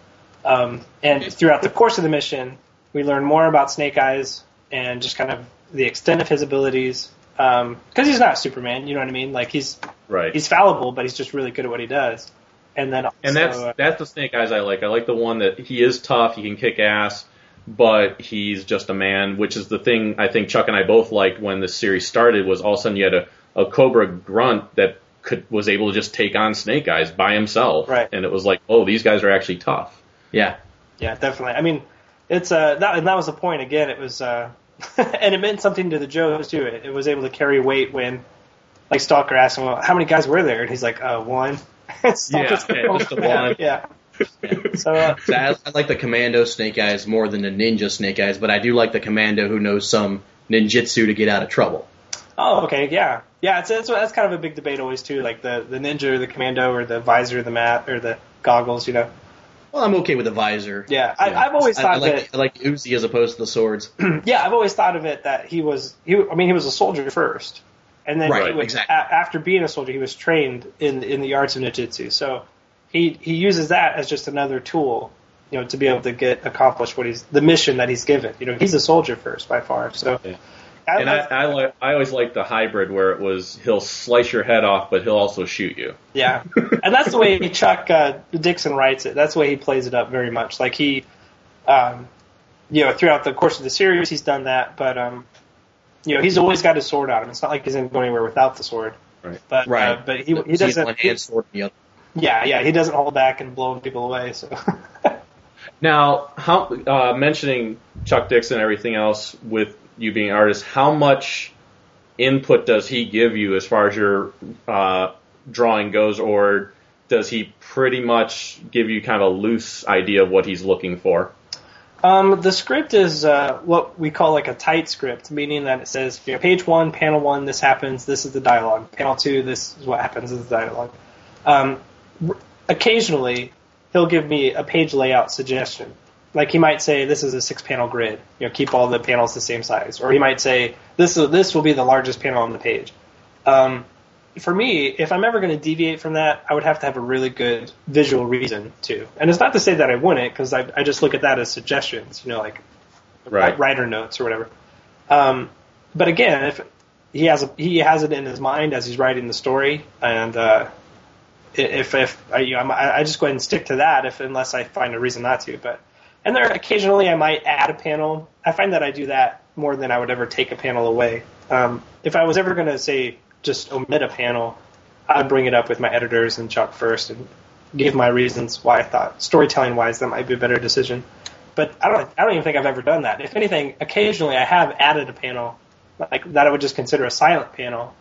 S7: Um, and throughout the course of the mission, we learn more about Snake Eyes and just kind of the extent of his abilities. Because he's not Superman, you know what I mean? Like he's
S2: Right.
S7: he's fallible, but he's just really good at what he does. And then also,
S2: And that's
S7: uh,
S2: that's the Snake Eyes I like. I like the one that he is tough, he can kick ass, but he's just a man, which is the thing I think Chuck and I both liked when this series started. Was all of a sudden you had a, a Cobra grunt that could was able to just take on Snake Eyes by himself,
S7: Right.
S2: and it was like, oh, these guys are actually tough.
S3: Yeah.
S7: Yeah, definitely. I mean, it's uh, that, and that was the point. Again, it was, uh, and it meant something to the Joes too. It, it was able to carry weight when, like, Stalker asked him, "Well, how many guys were there?" And he's like, "Uh, one." Stalker's
S2: Yeah, yeah, just the one.
S7: Yeah. So uh,
S3: So I, I like the commando snake eyes more than the ninja snake eyes, but I do like the commando who knows some ninjutsu to get out of trouble.
S7: Oh, okay, yeah, yeah. It's, it's that's kind of a big debate always too, like the the ninja or the commando or the visor, the mat or the goggles, you know.
S3: Well, I'm okay with the visor.
S7: Yeah, I, I've always
S3: I-
S7: thought
S3: I like,
S7: that. Uh,
S3: I like Uzi as opposed to the swords.
S7: yeah, I've always thought of it that he was he. I mean, he was a soldier first, and then
S3: Right,
S7: he was,
S3: exactly.
S7: a, after being a soldier, he was trained in in the arts of ninjutsu. So he he uses that as just another tool, you know, to be able to get accomplish what he's the mission that he's given. You know, he's a soldier first by far. So I,
S2: And I I, like I always liked the hybrid where it was he'll slice your head off, but he'll also shoot you.
S7: Yeah, and that's the way Chuck uh, Dixon writes it. That's the way he plays it up very much. Like he, um, you know, throughout the course of the series, he's done that. But um, you know, he's always got his sword on him. It's not like he's going anywhere without the sword.
S2: Right.
S7: But
S3: Right.
S7: uh, but he
S3: Uzi
S7: he
S3: in
S7: doesn't.
S3: one hand, sword in the other.
S7: yeah, yeah, he doesn't hold back and blow people away. So
S2: Now, how uh, mentioning Chuck Dixon and everything else with you being an artist, how much input does he give you as far as your uh, drawing goes, or does he pretty much give you kind of a loose idea of what he's looking for?
S7: um, the script is uh, what we call like a tight script, meaning that it says you know, page one, panel one, this happens, this is the dialogue. Panel two, this is what happens, this is the dialogue. um, r- occasionally he'll give me a page layout suggestion. Like he might say, "This is a six-panel grid. You know, keep all the panels the same size." Or he might say, "This is, this will be the largest panel on the page." Um, for me, if I'm ever going to deviate from that, I would have to have a really good visual reason to. And it's not to say that I wouldn't, because I, I just look at that as suggestions. You know, like
S2: Right.
S7: writer notes or whatever. Um, but again, if he has a, he has it in his mind as he's writing the story, and uh, i- if if I, you know, I'm- I, I just go ahead and stick to that, if unless I find a reason not to. But and there occasionally I might add a panel. I find that I do that more than I would ever take a panel away. Um, if I was ever going to say just omit a panel, I'd bring it up with my editors and Chuck first and give my reasons why I thought storytelling wise that might be a better decision. But I don't I don't even think I've ever done that. If anything, occasionally I have added a panel like that I would just consider a silent panel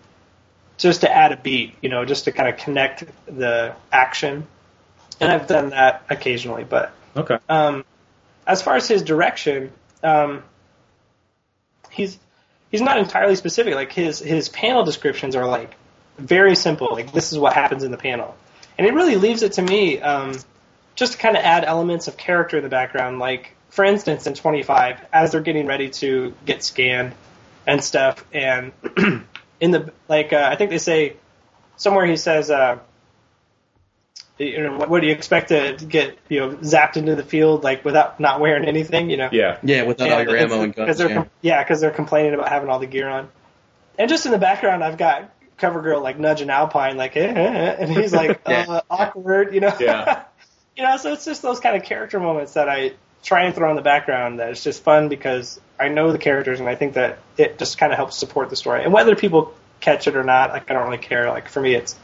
S7: just to add a beat, you know, just to kind of connect the action. And I've done that occasionally, but
S2: Okay.
S7: um, as far as his direction, um, he's he's not entirely specific. Like his his panel descriptions are like very simple. Like this is what happens in the panel, and it really leaves it to me um, just to kind of add elements of character in the background. Like for instance, in 25, as they're getting ready to get scanned and stuff, and in the like, uh, I think they say somewhere he says. Uh, you know, what, what do you expect to get, you know, zapped into the field like without not wearing anything, you know?
S2: Yeah.
S3: Yeah, without all your
S7: it's-
S3: ammo and guns.
S7: they're,
S3: yeah.
S7: com- yeah, because they're complaining about having all the gear on. And just in the background, I've got CoverGirl like nudging Alpine, like, eh, eh, eh, and he's like,
S3: Yeah.
S7: uh, awkward, you know.
S2: Yeah.
S7: you know, so it's just those kind of character moments that I try and throw in the background. That it's just fun because I know the characters, and I think that it just kind of helps support the story. And whether people catch it or not, like, I don't really care. Like for me, it's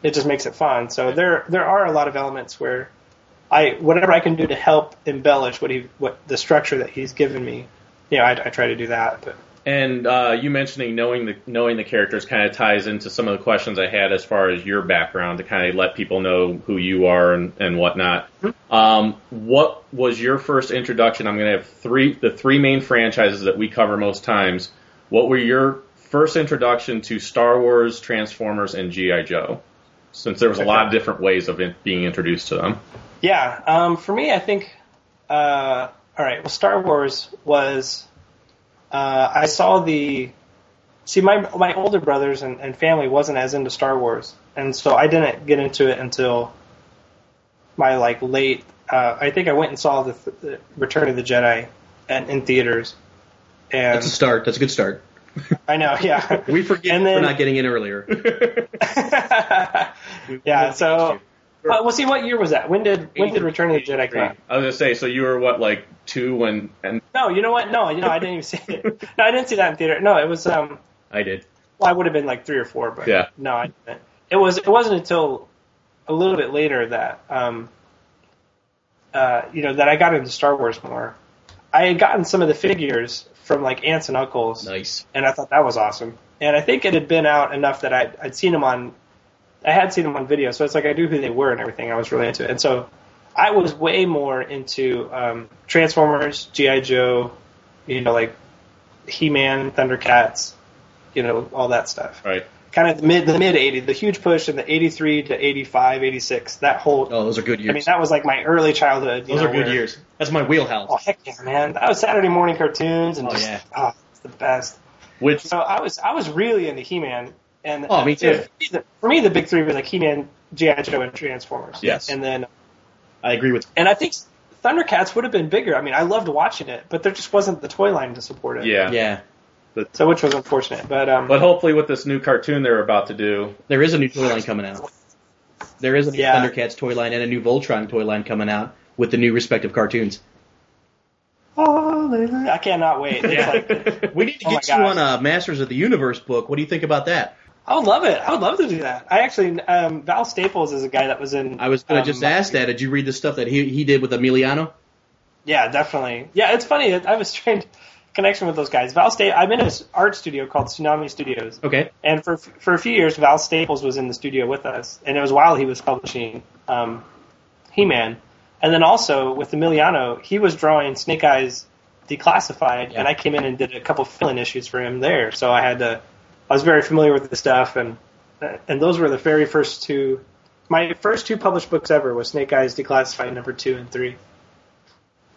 S7: it just makes it fun. So there there are a lot of elements where I whatever I can do to help embellish what he what the structure that he's given me, you know, I, I try to do that. But
S2: And uh, you mentioning knowing the knowing the characters kind of ties into some of the questions I had as far as your background to kind of let people know who you are and, and whatnot. Um, what was your first introduction? I'm going to have three the three main franchises that we cover most times. What were your first introduction to Star Wars, Transformers, and GI Joe? Since there was a lot of different ways of in, being introduced to them.
S7: Yeah, um, for me, I think. Uh, all right, well, Star Wars was. Uh, I saw the. See, my my older brothers and, and family wasn't as into Star Wars, and so I didn't get into it until my like late. Uh, I think I went and saw the, the Return of the Jedi, and in theaters. And
S3: That's a start. That's a good start.
S7: I know, yeah.
S3: We forget
S7: And then-
S3: we're not getting in earlier.
S7: yeah. So, uh, well, see, what year was that? When did when did Return of the Jedi come out?
S2: I was going to say, so you were what like two when and
S7: No, you know what? No, you know, I didn't even see it. No, I didn't see that in theater. No, it was um.
S2: I did.
S7: Well, I would have been like three or four, but
S2: Yeah.
S7: No, I didn't. It was. It wasn't until a little bit later that um. Uh, you know that I got into Star Wars more. I had gotten some of the figures from like aunts and uncles.
S3: Nice.
S7: and I thought that was awesome. And I think it had been out enough that I'd, I'd seen them on, I had seen them on video, so it's like I knew who they were and everything. I was really into it, and so I was way more into um, Transformers, GI Joe, you know, like He Man, Thundercats, you know, all that stuff.
S2: Right.
S7: Kind of the mid the mid '80s, the huge push in the '83 to '85, '86, that whole.
S3: Oh, those are good years.
S7: I mean, that was like my early childhood. you
S3: those
S7: know,
S3: are good
S7: where-
S3: years. That's my wheelhouse.
S7: Oh heck yeah, man! That was Saturday morning cartoons, and
S3: Oh,
S7: just
S3: yeah.
S7: oh, it's the best.
S2: Which
S7: So I was I was really into He Man, and uh,
S3: Oh, me too.
S7: For me, the, for me, the big three was like He Man, GI Joe, and Transformers.
S3: Yes.
S7: and then
S3: I agree with.
S7: and I think Thundercats would have been bigger. I mean, I loved watching it, but there just wasn't the toy line to support it.
S2: yeah.
S3: Yeah,
S7: So which was unfortunate, but um,
S2: But hopefully with this new cartoon they're about to do,
S3: there is a new toy line coming out. There is a new
S7: Yeah.
S3: Thundercats toy line and a new Voltron toy line coming out with the new respective cartoons.
S7: hallelujah, oh, I cannot wait. It's like,
S3: We need to
S7: Oh my
S3: get you
S7: gosh.
S3: on a Masters of the Universe book. What do you think about that?
S7: I would love it. I would love to do that. I actually um, Val Staples is a guy that was in.
S3: I was gonna
S7: um,
S3: just ask that. Did you read the stuff that he he did with Emiliano?
S7: Yeah, definitely. Yeah, it's funny. I have a strange connection with those guys. Val State. I'm in an art studio called Tsunami Studios.
S3: Okay.
S7: And for for a few years, Val Staples was in the studio with us, and it was while he was publishing um, He Man, and then also with Emiliano, he was drawing Snake Eyes Declassified,
S3: Yeah.
S7: and I came in and did a couple fill-in issues for him there. So I had to, I was very familiar with the stuff, and and those were the very first two, my first two published books ever was Snake Eyes Declassified number two and three.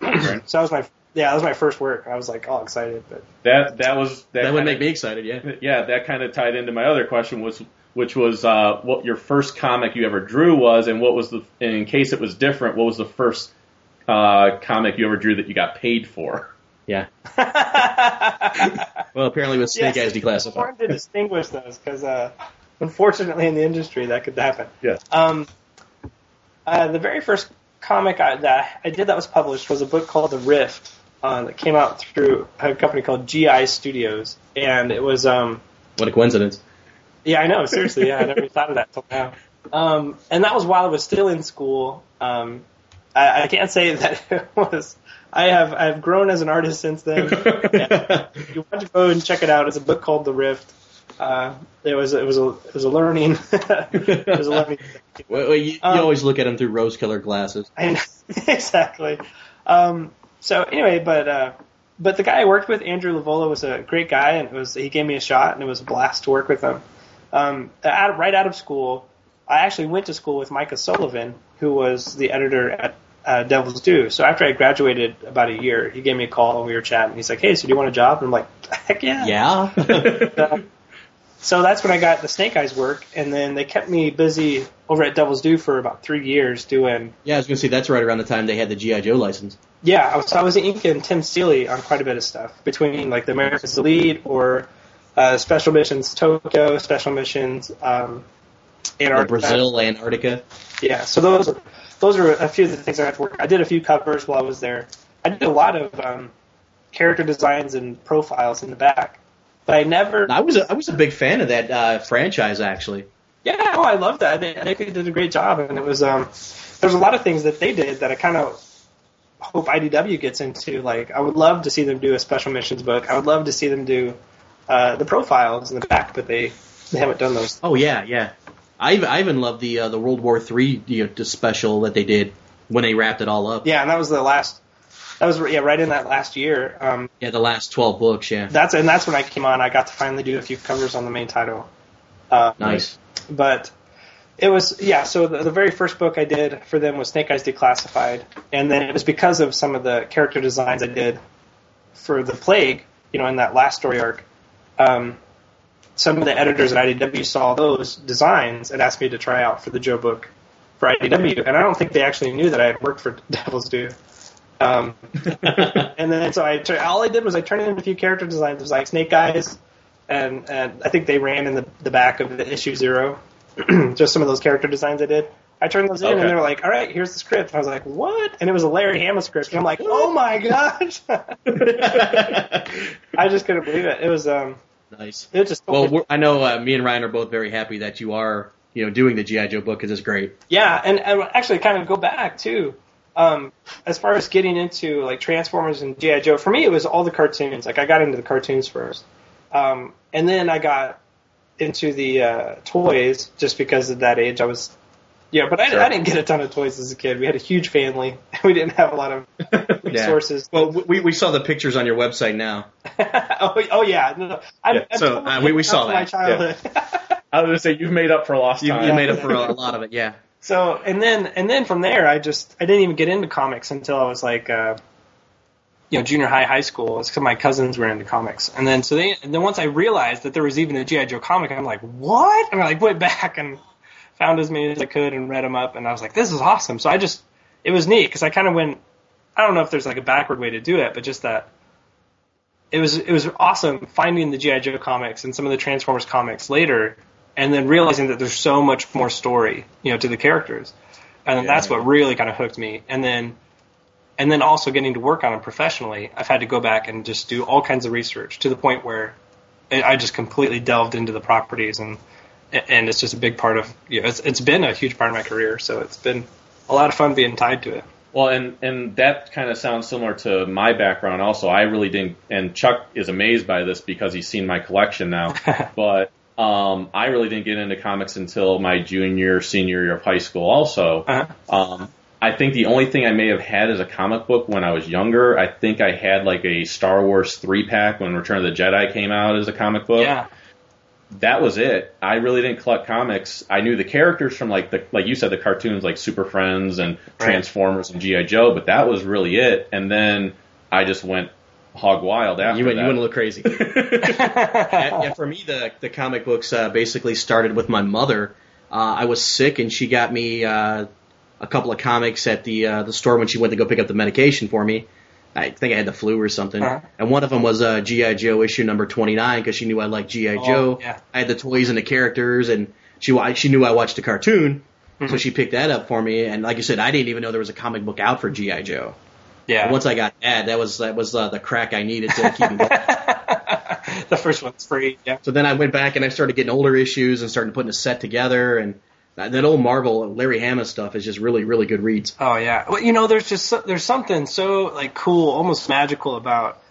S7: so that was my yeah, that was my first work. I was like all excited, but
S2: that that was that,
S3: That would
S2: kinda-
S3: make me excited. Yeah.
S2: yeah, that kind of tied into my other question was which was uh, what your first comic you ever drew was, and what was the and in case it was different, what was the first uh, comic you ever drew that you got paid for?
S3: Yeah. well, apparently with Snake
S7: Yes,
S3: Eyes Declassified.
S7: important to distinguish those because uh, unfortunately in the industry that could happen.
S2: Yeah.
S7: Um, uh, the very first comic I, that I did that was published was a book called The Rift uh, that came out through a company called GI Studios, and it was um,
S3: What a coincidence.
S7: yeah, I know. Seriously, yeah, I never thought of that till now. Um, and that was while I was still in school. Um, I, I can't say that it was. I have I've grown as an artist since then. Yeah. you want to go and check it out. It's a book called The Rift. Uh, it was it was a it was a learning. it was a learning.
S3: Well, well, you, you
S7: Um,
S3: always look at them through rose-colored glasses.
S7: I know. exactly. Um, so anyway, but uh, but the guy I worked with, Andrew Lavola, was a great guy, and it was he gave me a shot, and it was a blast to work with him. Um, out of, right out of school, I actually went to school with Micah Sullivan, who was the editor at uh, Devil's Due. So after I graduated about a year, he gave me a call and we were chatting. He's like, "Hey, so do you want a job?" And I'm like, "Heck yeah!"
S3: Yeah.
S7: Uh, So that's when I got the Snake Eyes work, and then they kept me busy over at Devil's Due for about three years doing
S3: yeah, I was gonna say that's right around the time they had the GI Joe license.
S7: Yeah, I was, I was inking Tim Seeley on quite a bit of stuff between like the America's Elite or uh, Special Missions Tokyo, Special Missions um,
S3: Like
S7: Antarctica.
S3: Brazil, Antarctica.
S7: Yeah, so those those are a few of the things I had to work. I did a few covers while I was there. I did a lot of um, character designs and profiles in the back, but I never.
S3: I was a, I was a big fan of that uh, franchise actually.
S7: Yeah, oh, I love that. They, they did a great job, and it was um, there's a lot of things that they did that I kind of hope IDW gets into. Like, I would love to see them do a special missions book. I would love to see them do uh, the profiles in the back, but they they haven't done those.
S3: Oh yeah, yeah. I even, I even love the uh, the World War Three you know, just special that they did when they wrapped it all up.
S7: Yeah, and that was the last. That was yeah, right in that last year. Um,
S3: Yeah, the last twelve books. Yeah,
S7: that's and that's when I came on. I got to finally do a few covers on the main title. Uh,
S3: nice.
S7: but it was yeah. So the, the very first book I did for them was Snake Eyes Declassified, and then it was because of some of the character designs I did for the Plague, you know, in that last story arc. Um, some of the editors at IDW saw those designs and asked me to try out for the Joe book for IDW, and I don't think they actually knew that I had worked for Devil's Due. Um, and then so I tur- all I did was I turned in a few character designs. It was like Snake Eyes, and and I think they ran in the, the back of the issue zero, just some of those character designs I did. I turned those in,
S2: Okay.
S7: and they were like, "All right, here's the script." And I was like, "What?" And it was a Larry Hama script, and I'm like, "Oh my gosh!" I just couldn't believe it. It was um,
S3: nice.
S7: it just
S3: Well, we're, I know uh, me and Ryan are both very happy that you are you know doing the GI Joe book because it's great.
S7: Yeah, and, and actually, kind of go back too. Um, as far as getting into like Transformers and GI Joe, for me, it was all the cartoons. Like I got into the cartoons first, um, and then I got into the uh, toys just because at that age I was. Yeah, but I, I didn't get a ton of toys as a kid. We had a huge family. We didn't have a lot of resources.
S3: Well, we, we saw the pictures on your website now.
S7: oh, oh yeah, no, no. I'm,
S2: Yeah,
S7: I'm
S3: so,
S7: totally
S3: uh, we- we saw
S7: into my
S3: that.
S7: childhood.
S2: I was gonna say you've made up for lost
S3: You,
S2: time.
S3: you made up for a lot of it. Yeah.
S7: So and then and then from there, I just I didn't even get into comics until I was like, uh, you know, junior high, high school. It's because my cousins were into comics, and then so they and then once I realized that there was even a GI Joe comic, I'm like, what? And I like went back and found as many as I could and read them up, and I was like, this is awesome. So I just it was neat because I kind of went. I don't know if there's like a backward way to do it, but just that it was it was awesome finding the GI Joe comics and some of the Transformers comics later, and then realizing that there's so much more story, you know, to the characters, and then that's what really kind of hooked me. And then, and then also getting to work on them professionally, I've had to go back and just do all kinds of research to the point where I I just completely delved into the properties, and and it's just a big part of you know, it's it's been a huge part of my career, so it's been a lot of fun being tied to it.
S2: Well, and and that kind of sounds similar to my background. Also, I really didn't. And Chuck is amazed by this because he's seen my collection now. but um, I really didn't get into comics until my junior, senior year of high school. Also,
S7: Uh-huh.
S2: um, I think the only thing I may have had is a comic book when I was younger. I think I had like a Star Wars three pack when Return of the Jedi came out as a comic book
S7: Yeah,
S2: that was it. I really didn't collect comics. I knew the characters from like the like you said the cartoons like Super Friends and Transformers and GI Joe, but that was really it. And then I just went hog wild after
S3: You went you
S2: that.
S3: went a little crazy. yeah, yeah, for me, the the comic books uh, basically started with my mother. Uh, I was sick, and she got me uh, a couple of comics at the uh, the store when she went to go pick up the medication for me. I think I had the flu or something.
S7: Uh-huh.
S3: And one of them was uh, GI Joe issue number twenty nine because she knew I liked GI
S7: Oh,
S3: Joe.
S7: yeah.
S3: I had the toys and the characters, and she wa- she knew I watched the cartoon,
S7: Mm-hmm.
S3: so she picked that up for me. And like you said, I didn't even know there was a comic book out for GI Joe.
S7: yeah.
S3: And once I got that, that was that was uh, the crack I needed to keep me going.
S7: the first one's free. Yeah.
S3: So then I went back and I started getting older issues and started putting a set together. And that, that old Marvel Larry Hama stuff is just really, really good reads.
S7: Oh yeah. Well, you know, there's just so, there's something so like cool, almost magical about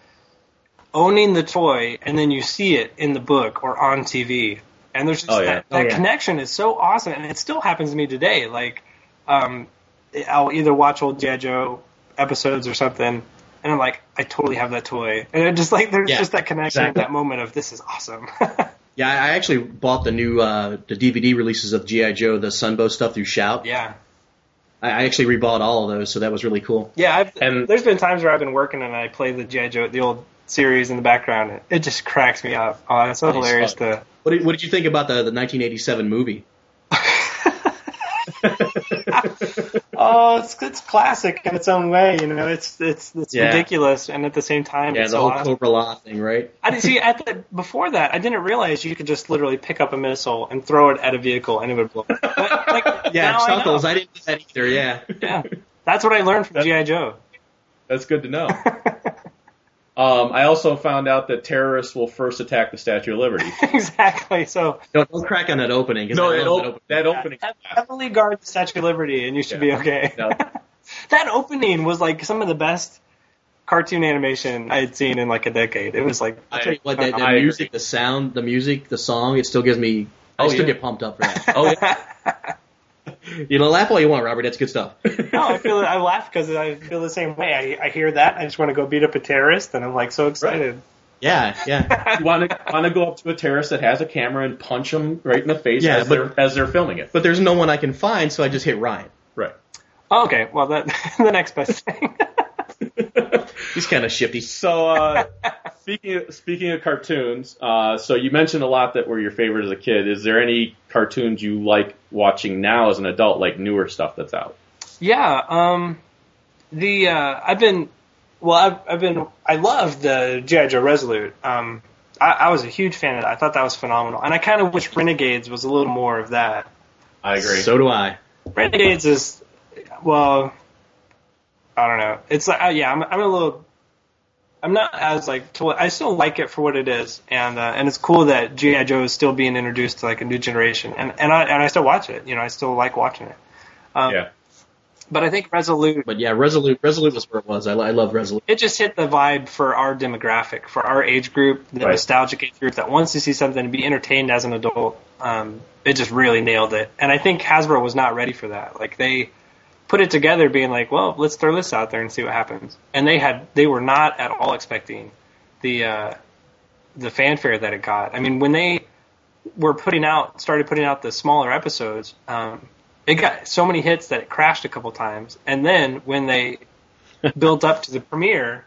S7: owning the toy and then you see it in the book or on TV. And there's just
S2: Oh, yeah.
S7: that, that
S3: Oh, yeah.
S7: connection is so awesome, and it still happens to me today. Like, um, I'll either watch old G.I. Joe episodes or something, and I'm like, I totally have that toy, and it just like there's
S3: Yeah,
S7: just that connection,
S3: exactly.
S7: that moment of this is awesome.
S3: Yeah, I I actually bought the new uh, the DVD releases of GI Joe, the Sunbow stuff through Shout.
S7: yeah.
S3: I, I actually rebought all of those, so that was really cool.
S7: Yeah, I've,
S2: And-
S7: there's been times where I've been working and I play the GI Joe, the old series in the background. It, it just cracks me up. Oh, it's so
S3: Nice.
S7: hilarious. To,
S3: What did, what did you think about the, the 1987 movie?
S7: oh, it's it's classic in its own way. You know, it's it's it's
S3: Yeah.
S7: ridiculous, and at the same time,
S3: Yeah,
S7: it's
S3: the
S7: a
S3: whole
S7: lot.
S3: Cobra Law thing, right?
S7: I didn't see at the before that. I didn't realize you could just literally pick up a missile and throw it at a vehicle and it would blow. up. But, like,
S3: Yeah,
S7: now I
S3: Chuckles.
S7: know.
S3: I, didn't do that either. Yeah,
S7: Yeah, that's what I learned from GI Joe.
S2: That's good to know. um, I also found out that terrorists will first attack the Statue of Liberty.
S7: exactly. So
S3: no, don't crack on that opening. 'cause I
S2: that,
S3: love
S2: op- that opening.
S7: heavily guard the Statue of Liberty, and you should be okay.
S2: No.
S7: that opening was like some of the best cartoon animation I had seen in like a decade. It was like
S3: I'll tell you what, that,
S2: I
S3: that
S2: agree.
S3: music, the sound, the music, the song, it still gives me. I
S2: Oh,
S3: still
S2: yeah.
S3: get pumped up for that.
S2: Oh, yeah.
S3: you know, laugh all you want, Robert. That's good stuff.
S7: no, I feel I laugh because I feel the same way. I, I hear that, I just want to go beat up a terrorist, and I'm like so excited.
S3: yeah, yeah.
S2: you want to want to go up to a terrorist that has a camera and punch them right in the face
S3: Yeah,
S2: as,
S3: but-
S2: they're, as they're filming it.
S3: But there's no one I can find, so I just hit Ryan.
S2: Right.
S7: Oh, okay, well that the next best thing.
S3: He's kind of shifty.
S2: So uh, speaking of, speaking of cartoons, uh, so you mentioned a lot that were your favorite as a kid. Is there any cartoons you like watching now as an adult, like newer stuff that's out?
S7: yeah, um, the uh, I've been well, I've, I've been I love the GI Joe Resolute. Um, I, I was a huge fan of that. I thought that was phenomenal, and I kind of wish Renegades was a little more of that.
S2: I
S3: So do I.
S7: Renegades is well, I don't know. It's like uh, yeah, I'm I'm a little. I'm not as like to, I still like it for what it is, and uh, and it's cool that GI Joe is still being introduced to like a new generation, and and I and I still watch it. You know, I still like watching it. Um,
S2: yeah.
S7: But I think Resolute
S3: But yeah, Resolute. Resolute was where it was. I, lo- I love Resolute.
S7: it just hit the vibe for our demographic, for our age group, the
S2: Right.
S7: nostalgic age group that wants to see something and be entertained as an adult. Um, it just really nailed it, and I think Hasbro was not ready for that. Like they put it together, being like, "Well, let's throw this out there and see what happens," and they had they were not at all expecting the uh, the fanfare that it got. I mean, when they were putting out started putting out the smaller episodes, um, it got so many hits that it crashed a couple times, and then when they built up to the premiere.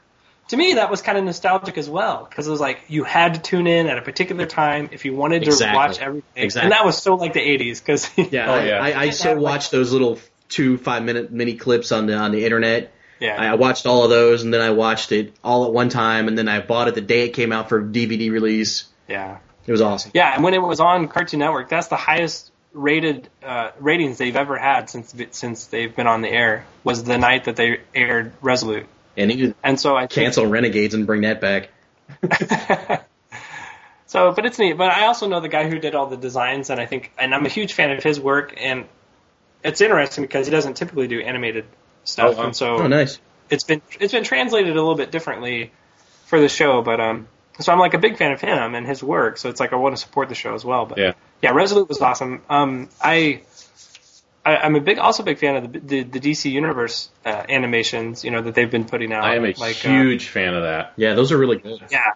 S7: To me, that was kind of nostalgic as well because it was like you had to tune in at a particular time if you wanted to
S3: Exactly.
S7: watch everything.
S3: Exactly.
S7: And that was so like the '80s because
S3: Yeah,
S2: Oh,
S3: I,
S2: yeah.
S3: I, I so watched those little two five minute mini clips on the on the internet.
S7: yeah.
S3: I I watched all of those, and then I watched it all at one time, and then I bought it the day it came out for DVD release.
S7: yeah.
S3: It was awesome.
S7: Yeah, and when it was on Cartoon Network, that's the highest rated uh, ratings they've ever had since since they've been on the air. Was the night that they aired Resolute,
S3: And you could
S7: and so I think,
S3: cancel Renegades and bring that back.
S7: so, but it's neat. But I also know the guy who did all the designs, and I think, and I'm a huge fan of his work. And it's interesting because he doesn't typically do animated stuff,
S2: Oh, wow.
S7: and so
S3: Oh, nice.
S7: it's been it's been translated a little bit differently for the show, but um, so I'm like a big fan of him and his work. So it's like I want to support the show as well. But
S2: Yeah.
S7: yeah, Resolute was awesome. Um, I, I I'm a big also a big fan of the the, the DC Universe uh, animations. You know that they've been putting out.
S2: I am a
S7: like, uh,
S2: huge fan of that.
S3: Yeah, those are really good.
S7: yeah.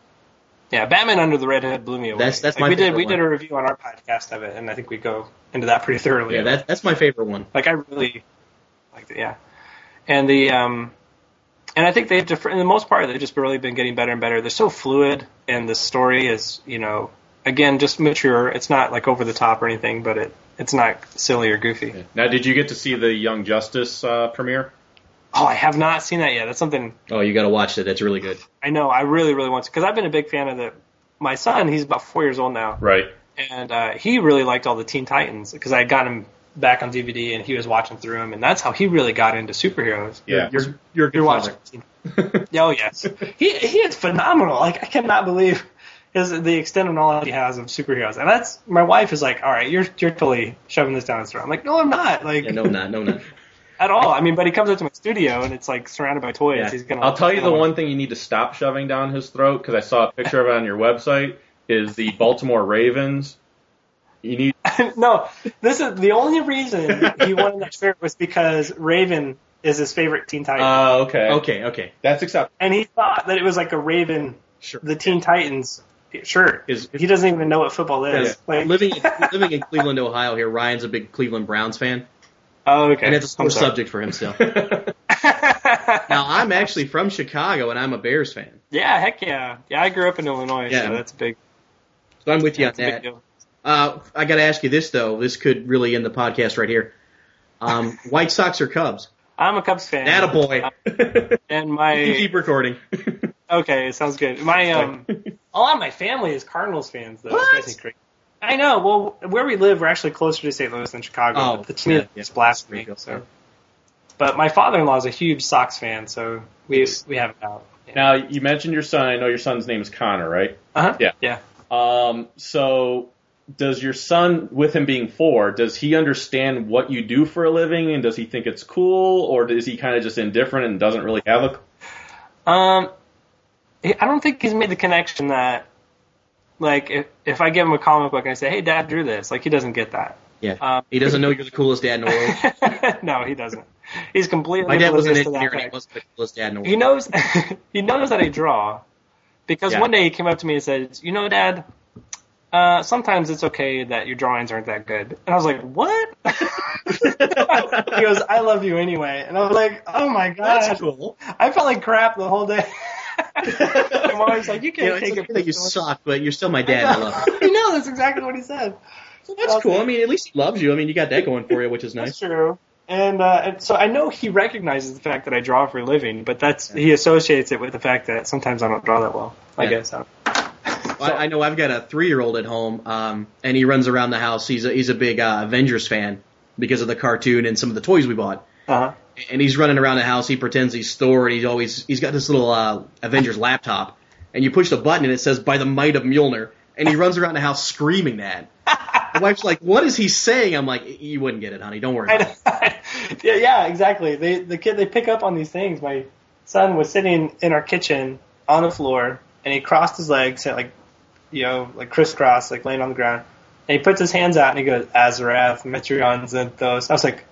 S7: Yeah, Batman Under the Red Hood blew me away.
S3: That's- that's
S7: like
S3: my
S7: we did
S3: favorite
S7: we
S3: one.
S7: did a review on our podcast of it, and I think we go into that pretty thoroughly.
S3: Yeah, that, that's my favorite one.
S7: Like I really liked it, yeah. And the um and I think they've def- for the most part they've just really been getting better and better. They're so fluid and the story is, you know, again just mature. It's not like over the top or anything, but it it's not silly or goofy.
S2: Now, did you get to see the Young Justice uh, premiere?
S7: Oh, I have not seen that yet. That's something
S3: Oh, you got to watch it. That's really good.
S7: I know I really really want to cuz I've been a big fan of the my son, he's about 4 years old now.
S2: Right.
S7: and uh, he really liked all the Teen Titans because I got him back on DVD and he was watching through them, and that's how he really got into superheroes.
S2: Yeah.
S3: You're, you're a good
S7: You're
S3: father.
S7: watching. oh yes, he he is phenomenal. Like I cannot believe his the extent of knowledge he has of superheroes, and that's my wife is like, all right, you're you're totally shoving this down his throat. I'm like, no, I'm not. Like
S3: Yeah, no, I'm not. No, I'm not.
S7: at all. I mean, but he comes up to my studio and it's like surrounded by toys.
S3: Yeah.
S7: He's gonna.
S2: I'll tell you the one thing you need to stop shoving down his throat because I saw a picture of it on your website. Is the Baltimore Ravens? You need
S7: no, this is the only reason he wanted that shirt was because Raven is his favorite Teen Titan.
S3: Uh,
S2: Oh, okay.
S3: Okay, okay.
S2: That's acceptable.
S7: and he thought that it was like a Raven,
S3: Sure.
S7: the Teen Titans shirt.
S3: Is-
S7: he doesn't even know what football is. Like,
S3: living in, living in Cleveland, Ohio, here, Ryan's a big Cleveland Browns fan,
S7: oh, okay.
S3: and it's a
S7: I'm
S3: sore
S7: sorry.
S3: subject for him still. now, I'm actually from Chicago, and I'm a Bears fan,
S7: yeah, heck yeah, yeah. I grew up in Illinois,
S3: Yeah.
S7: so that's a big,
S3: so I'm with you on
S7: that's a big
S3: that.
S7: deal.
S3: Uh, I got to ask you this though. This could really end the podcast right here. Um, White Sox or Cubs?
S7: I'm a Cubs fan. Uh,
S3: That a boy.
S7: And my
S3: Keep recording.
S7: Um, okay, sounds good. My um, a lot of my family is Cardinals fans though.
S3: What?
S7: It's basically crazy. I know. Well, where we live, we're actually closer to St. Louis than Chicago.
S3: Oh,
S7: but the team
S3: yeah, yeah.
S7: is blasphemy.
S3: Springfield, yeah.
S7: So. But my father-in-law is a huge Sox fan, so we we have it out. Yeah.
S2: Now you mentioned your son. I know your son's name is Connor, right?
S7: Uh-huh.
S2: Yeah.
S7: Yeah.
S2: Um, so does your son, with him being four, does he understand what you do for a living, and does he think it's cool, or is he kind of just indifferent and doesn't really have a?
S7: Um, I don't think he's made the connection that, like, if if I give him a comic book and I say, "Hey, Dad drew this," like, he doesn't get that.
S3: Yeah.
S7: Um,
S3: he doesn't know you're the coolest dad in the world.
S7: no, he doesn't. He's completely.
S3: My dad was an
S7: oblivious to that
S3: engineer and he
S7: fact.
S3: wasn't the coolest dad in the world.
S7: he knows he knows that I draw because
S3: Yeah.
S7: one day he came up to me and said, "You know, Dad, uh, sometimes it's okay that your drawings aren't that good." And I was like, "What?" he goes, "I love you anyway," and I was like, "Oh my god,
S3: That's cool.
S7: I felt like crap the whole day. My mom's like, "You
S3: You know,
S7: can't
S3: it's
S7: take
S3: okay
S7: it
S3: that you suck, but you're still my dad. I love you.
S7: you know, that's exactly what he said.
S3: So that's cool. I mean, at least he loves you. I mean, you got that going for you, which is
S7: That's
S3: nice.
S7: true. And, uh, and so I know he recognizes the fact that I draw for a living, but that's he associates it with the fact that sometimes I don't draw that well. I
S3: Yeah.
S7: guess. I don't-
S3: Well, I I know I've got a three-year-old at home, um, and he runs around the house. He's a, he's a big uh, Avengers fan because of the cartoon and some of the toys we bought.
S7: Uh-huh.
S3: and he's running around the house. He pretends he's Thor, and he's always he's got this little uh, Avengers laptop, and you push the button, and it says "By the might of Mjolnir," and he runs around the house screaming that. My wife's like, "What is he saying?" I'm like, "You wouldn't get it, honey. Don't worry."
S7: I
S3: About it.
S7: know. yeah, yeah, exactly. They the kid they pick up on these things. My son was sitting in our kitchen on the floor, and he crossed his legs, and like you know, like crisscross, like laying on the ground. And he puts his hands out and he goes, Azarath, Metreon, Zenthos. I was like,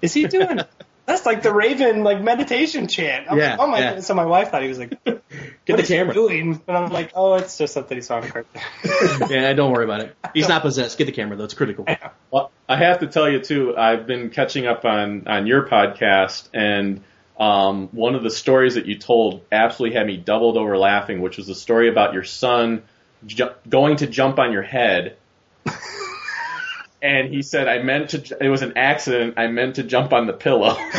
S7: is he doing? That's like the Raven like meditation chant. I'm
S3: Yeah,
S7: like, oh my
S3: yeah.
S7: goodness. So my wife thought he was like, what
S3: Get the
S7: is he
S3: camera.
S7: doing? And I'm like, oh, it's just something he saw in a cartoon.
S3: yeah, don't worry about it. He's not possessed. Get the camera though; it's critical.
S2: Well, I have to tell you too. I've been catching up on on your podcast, and um, one of the stories that you told absolutely had me doubled over laughing, which was the story about your son ju- going to jump on your head. And he said, "I meant to. j- It was an accident. I meant to jump on the pillow."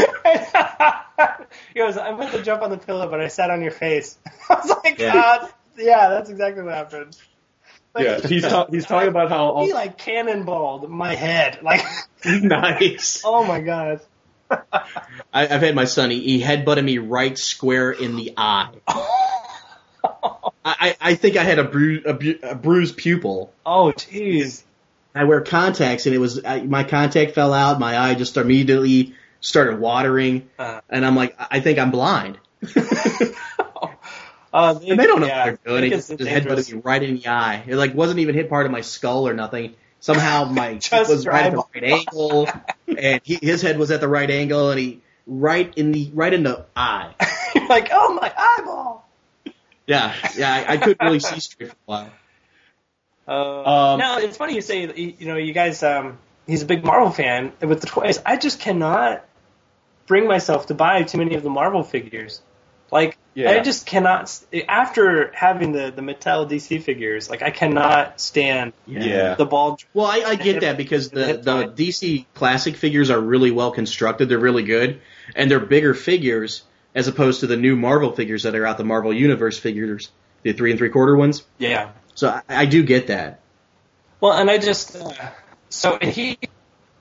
S7: he goes, I meant to jump on the pillow, but I sat on your face. I was like,
S3: Yeah.
S7: yeah, uh, yeah that's exactly what happened. Like,
S2: yeah, he's ta- he's talking about how
S7: he like cannonballed my head. Like,
S3: nice.
S7: oh my god.
S3: I, I've had my son. He, he headbutted me right square in the eye.
S7: Oh,
S3: I, I I think I had a, bru- a, bu- a bruised pupil.
S7: Oh, jeez.
S3: I wear contacts, and it was I, my contact fell out. My eye just immediately started watering,
S7: Uh.
S3: and I'm like, I I think I'm blind.
S7: Uh,
S3: And they don't know
S7: yeah,
S3: if they're good. It
S7: it
S3: just,
S7: gets
S3: just headbutted
S7: dangerous.
S3: me right in the eye. It like wasn't even hit part of my skull or nothing. Somehow my
S7: Just
S3: it was right at the
S7: eyeball.
S3: right angle, and he, his head was at the right angle, and he right in the right in the eye.
S7: You're like, oh my eyeball.
S3: Yeah, yeah, I, I couldn't really see straight for a while.
S7: Uh,
S2: Um,
S7: no, it's funny you say that, you you know you guys. Um, he's a big Marvel fan and with the toys. I just cannot bring myself to buy too many of the Marvel figures. Like
S2: Yeah.
S7: I just cannot. s- After having the the Mattel DC figures, like I cannot stand
S2: Yeah.
S7: the bald.
S3: Well, I, I get that because the, the DC classic figures are really well constructed. They're really good, and they're bigger figures as opposed to the new Marvel figures that are out the Marvel Universe figures, the three and three quarter ones.
S7: Yeah.
S3: So I, I do get that.
S7: Well, and I just uh, so he,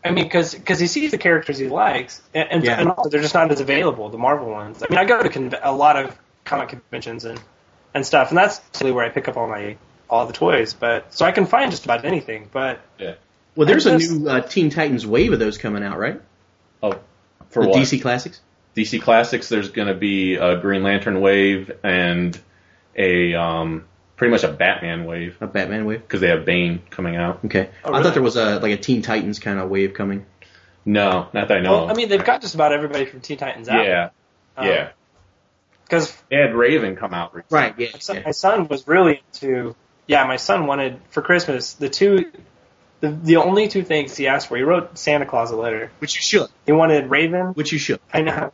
S7: I mean, because he sees the characters he likes, and, and,
S3: Yeah.
S7: and also they're just not as available. The Marvel ones. I mean, I go to con- a lot of comic conventions and and stuff, and that's really where I pick up all my all the toys. But so I can find just about anything. But
S2: yeah.
S3: Well, there's
S7: I
S3: a
S7: just-
S3: new uh, Teen Titans wave of those coming out, right?
S2: Oh, for
S3: the
S2: what?
S3: DC classics.
S2: DC Classics, there's going to be a Green Lantern wave and a um, pretty much a Batman wave
S3: A Batman wave.
S2: because they have Bane coming out.
S3: Okay, I
S7: really?
S3: thought there was a like a Teen Titans kind of wave coming.
S2: No, not that I know.
S7: well,
S3: Oh.
S2: of.
S7: I mean, they've got just about everybody from Teen Titans out.
S2: yeah, yeah.
S7: Because
S2: They had Raven come out. recently.
S3: Right. Yeah.
S7: my son,
S3: yeah.
S7: my son was really into yeah my son wanted for christmas the two the, the only two things he asked for he wrote santa claus a letter
S3: Which you should.
S7: he wanted raven
S3: Which you should.
S7: i know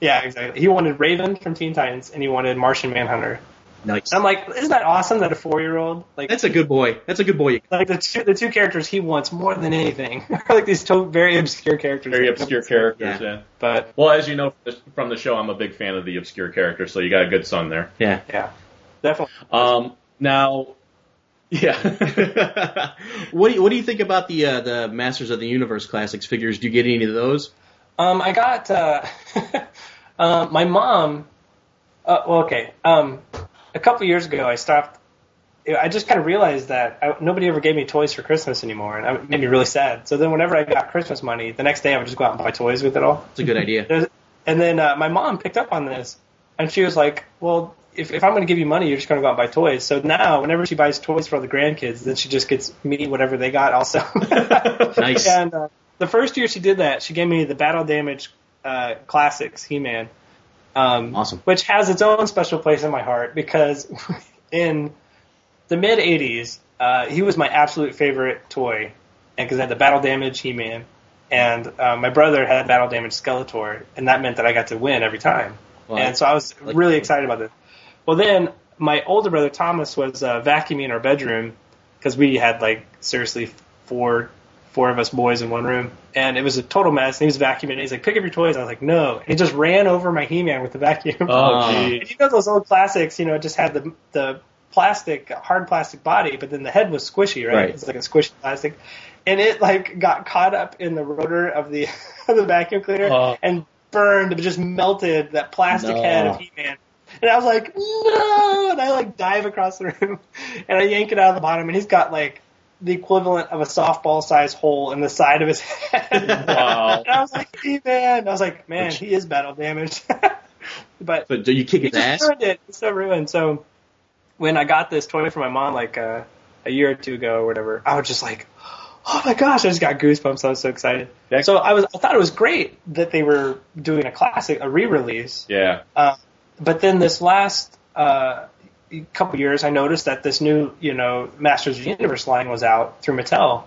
S7: yeah exactly he wanted raven from teen titans and he wanted martian manhunter
S3: Nice.
S7: and i'm like isn't that awesome that a four year old like
S3: That's a good boy. That's a good boy.
S7: like the two, the two characters he wants more than anything are like these two very obscure characters
S2: Very obscure characters.
S3: Yeah.
S2: Yeah.
S7: but
S2: Well, as you know from the- from the show, I'm a big fan of the obscure characters, so you got a good son there.
S3: Yeah.
S7: yeah definitely
S2: Um, now, yeah.
S3: What do you, what do you think about the uh, the Masters of the Universe classics figures? Do you get any of those?
S7: Um, I got uh, um, uh, my mom. Uh, well, okay. Um, a couple years ago, I stopped. I just kind of realized that I, nobody ever gave me toys for Christmas anymore, and I- it made me really sad. So then, whenever I got Christmas money, the next day I would just go out and buy toys with it all.
S3: It's a good idea.
S7: There's- And then uh, my mom picked up on this, and she was like, "Well, if, if I'm going to give you money, you're just going to go out and buy toys." So now, whenever she buys toys for all the grandkids, then she just gets me whatever they got also.
S3: Nice.
S7: And uh, the first year she did that, she gave me the Battle Damage uh, Classics He-Man, um,
S3: Awesome.
S7: which has its own special place in my heart because in the mid '80s, uh, he was my absolute favorite toy, and because I had the Battle Damage He-Man, and uh, my brother had Battle Damage Skeletor, and that meant that I got to win every time,
S3: Well,
S7: and so I was
S3: like-
S7: really excited about this. Well, then my older brother Thomas was uh, vacuuming our bedroom because we had like seriously four four of us boys in one room, and it was a total mess. And he was vacuuming. And he's like, "Pick up your toys." I was like, "No!" And he just ran over my He-Man with the vacuum.
S3: Oh, gee.
S7: And you know those old classics? You know, it just had the the plastic, hard plastic body, but then the head was squishy, right?
S3: Right.
S7: It's like a squishy plastic, and it like got caught up in the rotor of the of the vacuum cleaner
S9: Oh.
S7: and burned, but just melted that plastic
S3: No.
S7: head of He-Man. And I was like, no! And I like dive across the room, and I yank it out of the bottom, and he's got like the equivalent of a softball size hole in the side of his head.
S2: Wow.
S7: and I was like, He-Man. I was like, man, he is battle damaged. but
S3: So do you kick
S7: he
S3: his
S7: just
S3: ass?
S7: ruined it. It's so ruined. So when I got this toy from my mom like uh, a year or two ago or whatever, I was just like, oh my gosh, I just got goosebumps. I was so excited.
S2: That-
S7: so I was, I thought it was great that they were doing a classic, a re-release.
S2: Yeah.
S7: Uh, but then this last uh, couple years, I noticed that this new, you know, Masters of the Universe line was out through Mattel,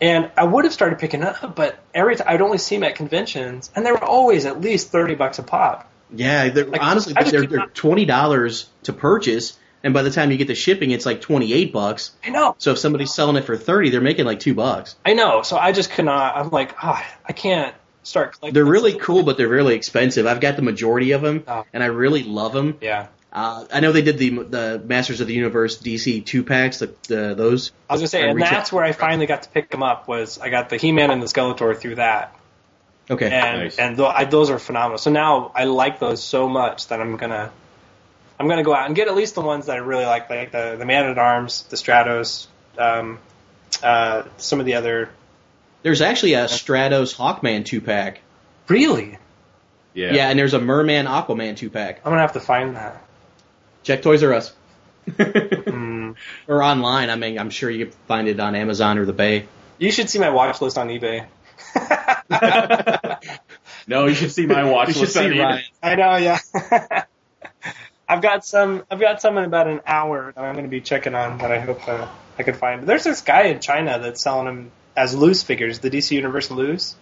S7: and I would have started picking it up, but every time I'd only see them at conventions, and they were always at least thirty bucks a pop.
S3: Yeah, they're,
S7: Like,
S3: honestly,
S7: I just
S3: they're,
S7: keep
S3: they're
S7: not-
S3: twenty dollars to purchase, and by the time you get the shipping, it's like twenty eight bucks.
S7: I know.
S3: So if somebody's selling it for thirty, they're making like two bucks.
S7: I know. So I just could not. I'm like, ah, I can't start collecting.
S3: They're
S7: this."
S3: really cool, but they're really expensive. I've got the majority of them,
S7: Oh.
S3: and I really love them.
S7: Yeah.
S3: Uh, I know they did the the Masters of the Universe DC two packs, the, the those.
S7: I was gonna say,
S3: I
S7: and
S3: reach out-
S7: that's where I finally got to pick them up. Was I got the He-Man and the Skeletor through that,
S3: Okay,
S7: and
S2: Nice.
S7: and th- I, those are phenomenal. So now I like those so much that I'm gonna I'm gonna go out and get at least the ones that I really like, like the the Man at Arms, the Stratos, um, uh, some of the other.
S3: there's actually a Stratos Hawkman two pack.
S7: Really,
S2: Yeah.
S3: Yeah. and there's a Merman Aquaman two pack.
S7: I'm gonna have to find that.
S3: Check Toys R Us
S7: Hmm.
S3: or online. I mean, I'm sure you can find it on Amazon or the Bay.
S7: You should see my watch list on eBay.
S2: No, you should see my watch
S3: You should
S2: list. on
S3: see
S2: eBay.
S3: Ryan.
S7: I know, yeah. I've got some. I've got some in about an hour that I'm going to be checking on that I hope uh, I could find. But there's this guy in China that's selling them as loose figures, the DC Universe loose,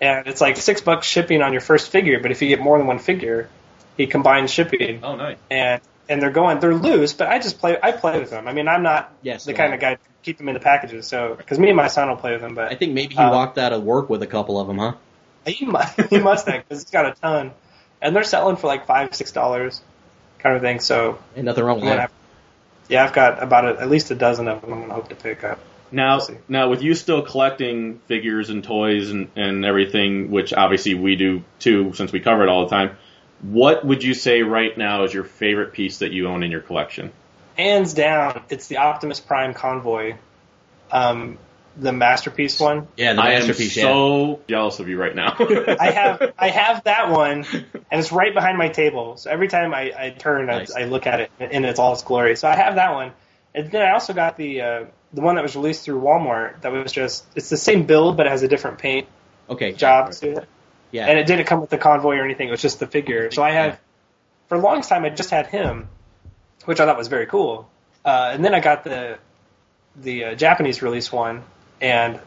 S7: and it's like six bucks shipping on your first figure. But if you get more than one figure, he combines shipping,
S2: Oh, nice.
S7: and and they're going they're loose. But I just play. I play with them. I mean, I'm not
S3: Yes,
S7: the
S3: yeah.
S7: kind of guy to keep them in the packages. So because me and my son will play with them, but
S3: I think maybe he
S7: Uh,
S3: walked out of work with a couple of them, huh?
S7: he must, he must have because he's got a ton, and they're selling for like five, six dollars, kind of thing. So
S3: Ain't nothing wrong
S7: I'm
S3: with
S7: gonna
S3: that.
S7: have, yeah, I've got about a, at least a dozen of them. I'm gonna hope to pick up.
S2: Now,
S7: Let's see.
S2: now with you still collecting figures and toys and, and everything, which obviously we do too, since we cover it all the time. What would you say right now is your favorite piece that you own in your collection?
S7: Hands down, it's the Optimus Prime Convoy, um, the masterpiece one.
S3: Yeah, the
S2: I am
S3: masterpiece. yeah.
S2: so jealous of you right now.
S7: I have I have that one, and it's right behind my table. So every time I, I turn,
S3: Nice.
S7: I, I look at it in its all its glory. So I have that one, and then I also got the uh, the one that was released through Walmart. That was just it's the same build, but it has a different paint
S3: okay.
S7: job to it.
S3: Yeah.
S7: and it didn't come with the convoy or anything. It was just the figure. So I had for a long time I just had him, which I thought was very cool. Uh, and then I got the the uh, Japanese release one, and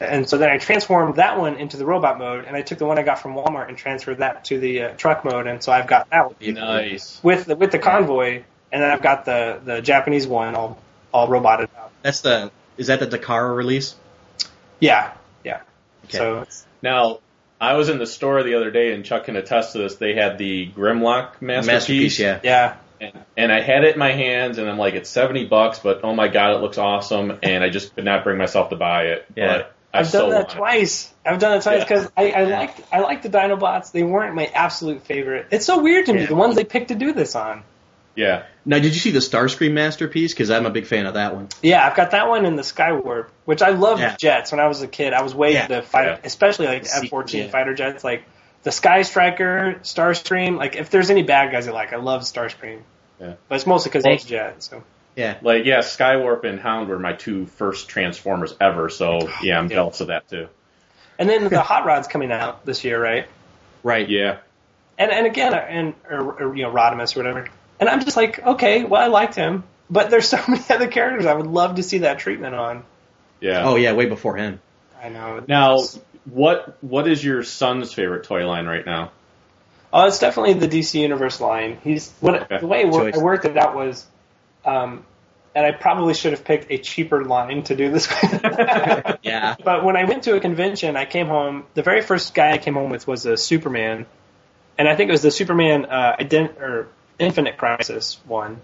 S7: and so then I transformed that one into the robot mode, and I took the one I got from Walmart and transferred that to the uh, truck mode, and so I've got that one
S2: nice.
S7: with the, with the convoy, and then I've got the the Japanese one all all roboted out.
S3: That's the is that the Dakara release?
S7: Yeah, yeah.
S3: Okay.
S7: So it's
S2: Now, I was in the store the other day, and Chuck can attest to this. They had the Grimlock
S3: The
S2: masterpiece,
S3: masterpiece, yeah.
S7: yeah.
S2: and, and I had it in my hands, and I'm like, it's seventy bucks, but oh my god, it looks awesome, and I just could not bring myself to buy it.
S3: Yeah.
S2: But I
S7: I've
S2: so
S7: done that
S2: want it.
S7: twice. I've done it twice
S2: Yeah.
S7: because I, I liked I liked the Dinobots. They weren't my absolute favorite. It's so weird to me the ones they picked to do this on.
S2: Yeah.
S3: Now, did you see the Starscream masterpiece? Because I'm a big fan of that one.
S7: Yeah, I've got that one in the Skywarp, which I loved
S3: Yeah.
S7: jets when I was a kid. I was way
S3: Yeah.
S7: into the fighter,
S2: Yeah.
S7: especially like
S3: See,
S7: F fourteen
S3: yeah.
S7: fighter jets, like the Sky Striker, Starscream. Like if there's any bad guys I like, I love Starscream.
S2: Yeah.
S7: But it's mostly because
S2: Well-
S7: it's jet. So
S3: Yeah.
S2: Like yeah, Skywarp and Hound were my two first Transformers ever, so yeah, I'm jealous of that too.
S7: and then the Hot Rod's coming out this year, right?
S3: Right.
S2: Yeah.
S7: and and again, uh, and or, or, you know Rodimus or whatever. And I'm just like, okay, well I liked him, but there's so many other characters I would love to see that treatment on.
S2: Yeah.
S3: Oh yeah, way before him.
S7: I know
S2: Now what what is your son's favorite toy line right now?
S7: Oh, it's definitely the DC Universe line. He's what
S2: Okay.
S7: the way I wor-
S3: Choice.
S7: I worked it out was, um, and I probably should have picked a cheaper line to do this with.
S3: Yeah.
S7: but when I went to a convention, I came home. The very first guy I came home with was a Superman, and I think it was the Superman uh, ident- or Infinite Crisis one,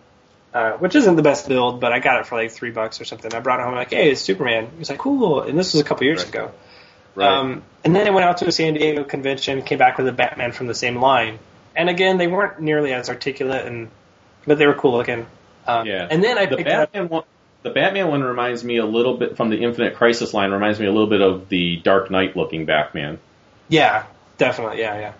S7: uh, which isn't the best build, but I got it for like three bucks or something. I brought it home like, hey, it's Superman. He was like, cool, and this was a couple years
S2: Right.
S7: ago.
S2: Right.
S7: Um, and then I went out to a San Diego convention, came back with a Batman from the same line. And again, they weren't nearly as articulate, and but they were cool looking. Um,
S2: yeah.
S7: And then I
S2: the
S7: picked up.
S2: Batman one the Batman one reminds me a little bit from the Infinite Crisis line reminds me a little bit of the Dark Knight looking Batman.
S7: Yeah, definitely. Yeah, yeah.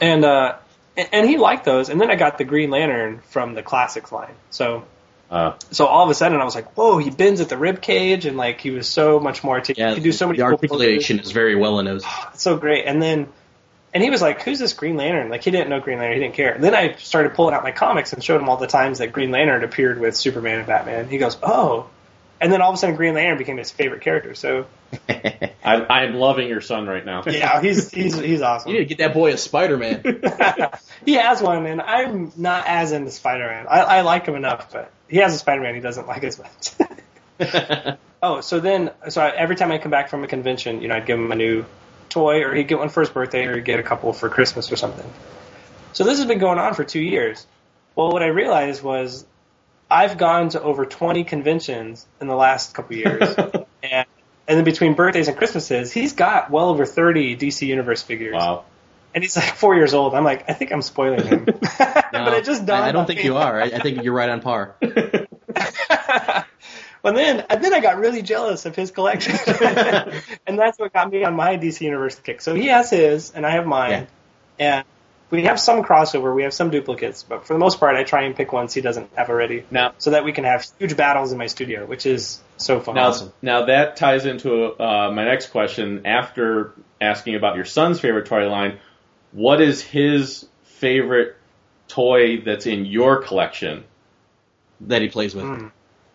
S7: And uh, and, and he liked those. And then I got the Green Lantern from the classics line. So
S2: Uh,
S7: so all of a sudden I was like, whoa, he bends at the rib cage, and like he was so much more articulate.
S3: Yeah.
S7: he could do so many
S3: the
S7: cool
S3: articulation is very well in those.
S7: poses. It's so great. And then. And he was like, "Who's this Green Lantern?" Like he didn't know Green Lantern. He didn't care. And then I started pulling out my comics and showed him all the times that Green Lantern appeared with Superman and Batman. He goes, "Oh!" And then all of a sudden, Green Lantern became his favorite character. So
S2: I, I'm loving your son right now.
S7: yeah, he's he's he's awesome.
S3: You need to get that boy a Spider Man.
S7: he has one, and I'm not as into Spider Man. I, I like him enough, but he has a Spider Man he doesn't like as much. oh, so then, so I, every time I come back from a convention, you know, I'd give him a new toy, or he'd get one for his birthday, or he'd get a couple for Christmas or something. So this has been going on for two years. Well, what I realized was I've gone to over 20 conventions in the last couple years. and, and then between birthdays and Christmases, he's got well over 30 DC Universe figures.
S2: Wow.
S7: And he's like four years old. I'm like, I think I'm spoiling him. but it just dawned
S3: I don't
S7: on
S3: think
S7: me.
S3: you are. I, I think you're right on par.
S7: well, then, and then I got really jealous of his collection, and that's what got me on my DC Universe kick. So he has his, and I have mine, and we have some crossover, we have some duplicates, but for the most part, I try and pick ones he doesn't have already,
S2: Now
S7: so that we can have huge battles in my studio, which is so fun.
S2: Now, now that ties into uh, my next question. After asking about your son's favorite toy line, what is his favorite toy that's in your collection,
S3: That he plays with.
S7: Hmm.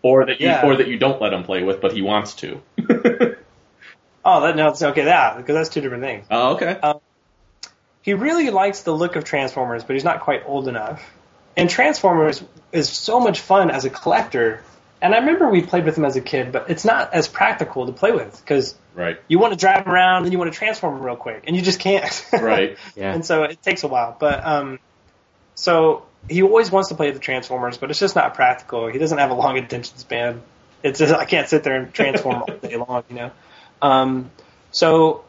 S2: or that you,
S7: Yeah.
S2: or that you don't let him play with, but he wants to?
S7: Oh, that, no, it's okay. That because that's two different things. Um,
S2: Oh, okay.
S7: he really likes the look of Transformers, but he's not quite old enough. And Transformers is so much fun as a collector. And I remember we played with them as a kid, but it's not as practical to play with because
S2: Right.
S7: you want to drive around and you want to transform real quick, and you just can't.
S2: Right.
S3: Yeah.
S7: And so it takes a while. But um, so he always wants to play the Transformers, but it's just not practical. He doesn't have a long attention span. It's just, I can't sit there and transform all day long, you know. Um, so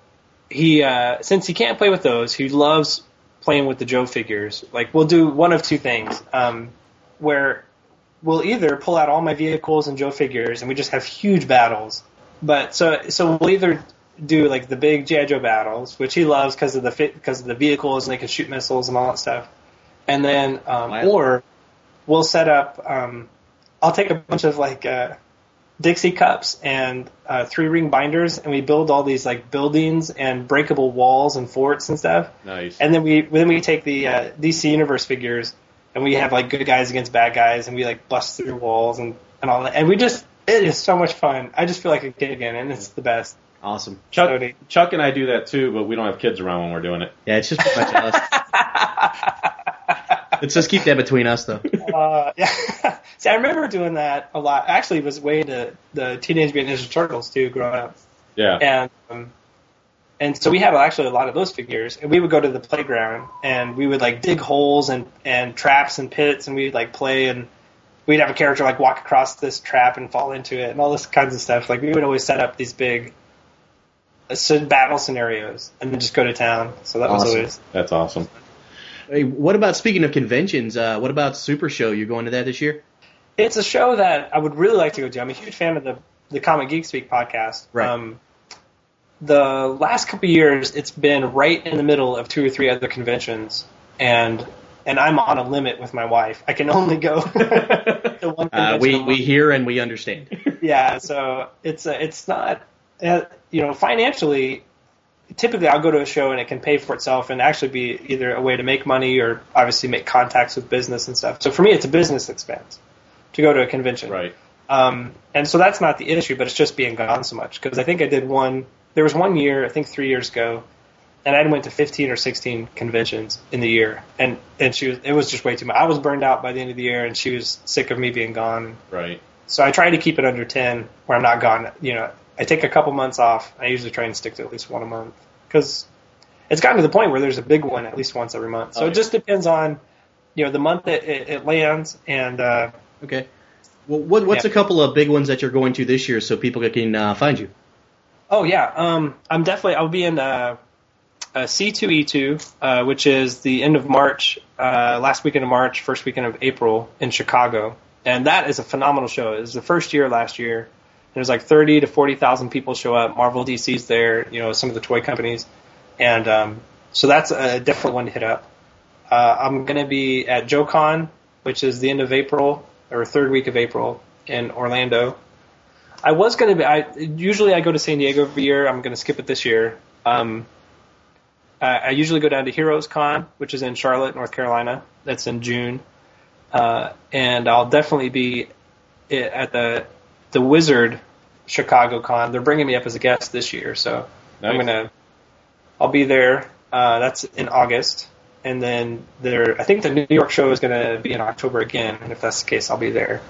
S7: he uh, since he can't play with those, he loves playing with the Joe figures. Like we'll do one of two things, um, where we'll either pull out all my vehicles and Joe figures, and we just have huge battles. But so so we'll either do like the big GI Joe battles, which he loves because of the fit because of the vehicles and they can shoot missiles and all that stuff. And then um,
S3: Wow.
S7: or we'll set up. Um, I'll take a bunch of like. Uh, Dixie cups and uh, three ring binders, and we build all these like buildings and breakable walls and forts and stuff.
S2: Nice.
S7: And then we then we take the uh, DC Universe figures, and we have like good guys against bad guys, and we like bust through walls and and all that. And we just it is so much fun. I just feel like a kid again, and it's the best.
S3: Awesome.
S2: Chuck,
S7: Tony.
S2: Chuck and I do that too, but we don't have kids around when we're doing it.
S3: Yeah, it's just pretty much us. Let's just keep that between us, though.
S7: Uh, yeah. See, I remember doing that a lot. Actually, it was way to the Teenage Mutant Ninja Turtles too, growing up.
S2: Yeah.
S7: and um, and so we have actually a lot of those figures. And we would go to the playground and we would like dig holes and and traps and pits, and we'd like play and we'd have a character like walk across this trap and fall into it, and all this kinds of stuff. Like we would always set up these big uh, s- battle scenarios and then just go to town. So that was
S3: Awesome.
S7: always
S2: That's awesome.
S3: Hey, what about speaking of conventions? Uh, what about Super Show? You going to that this year?
S7: It's a show that I would really like to go to. I'm a huge fan of the the Comic Geek Speak podcast.
S3: Right.
S7: Um, the last couple of years, it's been right in the middle of two or three other conventions, and and I'm on a limit with my wife. I can only go to one.
S3: Uh,
S7: convention a
S3: we
S7: month.
S3: we hear and we understand.
S7: yeah, so it's uh, it's not uh, you know financially. Typically, I'll go to a show and it can pay for itself and actually be either a way to make money or obviously make contacts with business and stuff. So for me, it's a business expense to go to a convention.
S2: Right.
S7: Um, and so that's not the issue, but it's just being gone so much because I think I did one. There was one year, I think three years ago, and I went to 15 or 16 conventions in the year, and and she was it was just way too much. I was burned out by the end of the year, and she was sick of me being gone.
S2: Right.
S7: So I try to keep it under 10 where I'm not gone. You know, I take a couple months off. I usually try and stick to at least one a month because it's gotten to the point where there's a big one at least once every month. So
S2: Oh, yeah.
S7: it just depends on, you know, the month it, it, it lands and, uh,
S3: Okay. Well, what, what's
S7: Yeah.
S3: a couple of big ones that you're going to this year so people can uh, find you?
S7: Oh yeah, um, I'm definitely. I'll be in uh, uh, C2E2, uh, which is the end of March, uh, last weekend of March, first weekend of April in Chicago, and that is a phenomenal show. It was the first year last year. There's like thirty to forty thousand people show up. Marvel, DC's there. You know, some of the toy companies, and um, so that's a definite one to hit up. Uh, I'm going to be at JoeCon, which is the end of April or third week of April in Orlando. I was going to be. I usually I go to San Diego every year. I'm going to skip it this year. Um, I, I usually go down to Heroes Con, which is in Charlotte, North Carolina. That's in June, uh, and I'll definitely be i- at the the Wizard Chicago Con. They're bringing me up as a guest this year, so I'm
S2: Nice.
S7: gonna. I'll be there. Uh, that's in August, and then there. I think the New York show is going to be in October again. And if that's the case, I'll be there.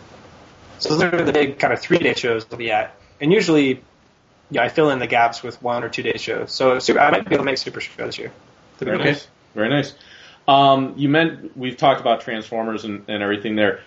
S7: So those are the big kind of three day shows I'll be at. And usually, yeah, I fill in the gaps with one or two day shows. So super, I might be able to make Super Show this year. To be
S2: Very
S7: honest.
S2: nice. Very nice. Um, you meant we've talked about Transformers and, and everything there.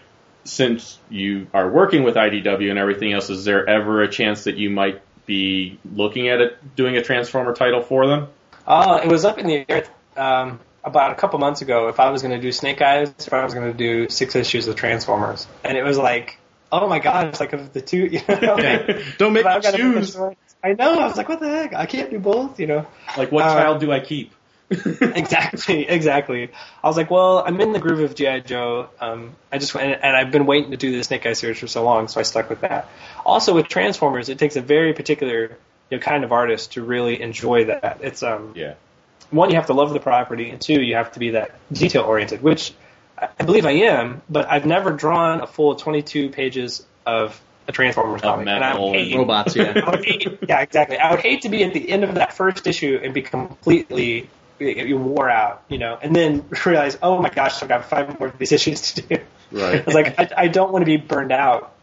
S2: Since you are working with IDW and everything else, is there ever a chance that you might be looking at it, doing a Transformer title for them?
S7: Uh, it was up in the air um, about a couple months ago if I was going to do Snake Eyes, if I was going to do six issues of Transformers, and it was like, oh my gosh, like of the two, you know, like,
S2: Don't
S7: if I've gotta pick one- I know. I was like, what the heck? I can't do both, you know.
S2: Like, what
S7: Uh,
S2: child do I keep?
S7: exactly, exactly. I was like, well, I'm in the groove of GI Joe. Um, I just and, and I've been waiting to do the Snake Eye series for so long, so I stuck with that. Also, with Transformers, it takes a very particular you know, kind of artist to really enjoy that. It's um,
S2: Yeah.
S7: one, you have to love the property, and two, you have to be that detail oriented, which I I believe I am, but I've never drawn a full 22 pages of a
S2: Of
S7: Transformers comic.
S2: Matt
S7: and I
S2: Nolan.
S7: hate-
S3: Robots, yeah.
S7: I would hate- yeah, exactly. I would hate to be at the end of that first issue and be completely you wore out, you know, and then realize, oh my gosh, I've got five more of these issues to do.
S2: Right.
S7: It's like I, I don't want to be burned out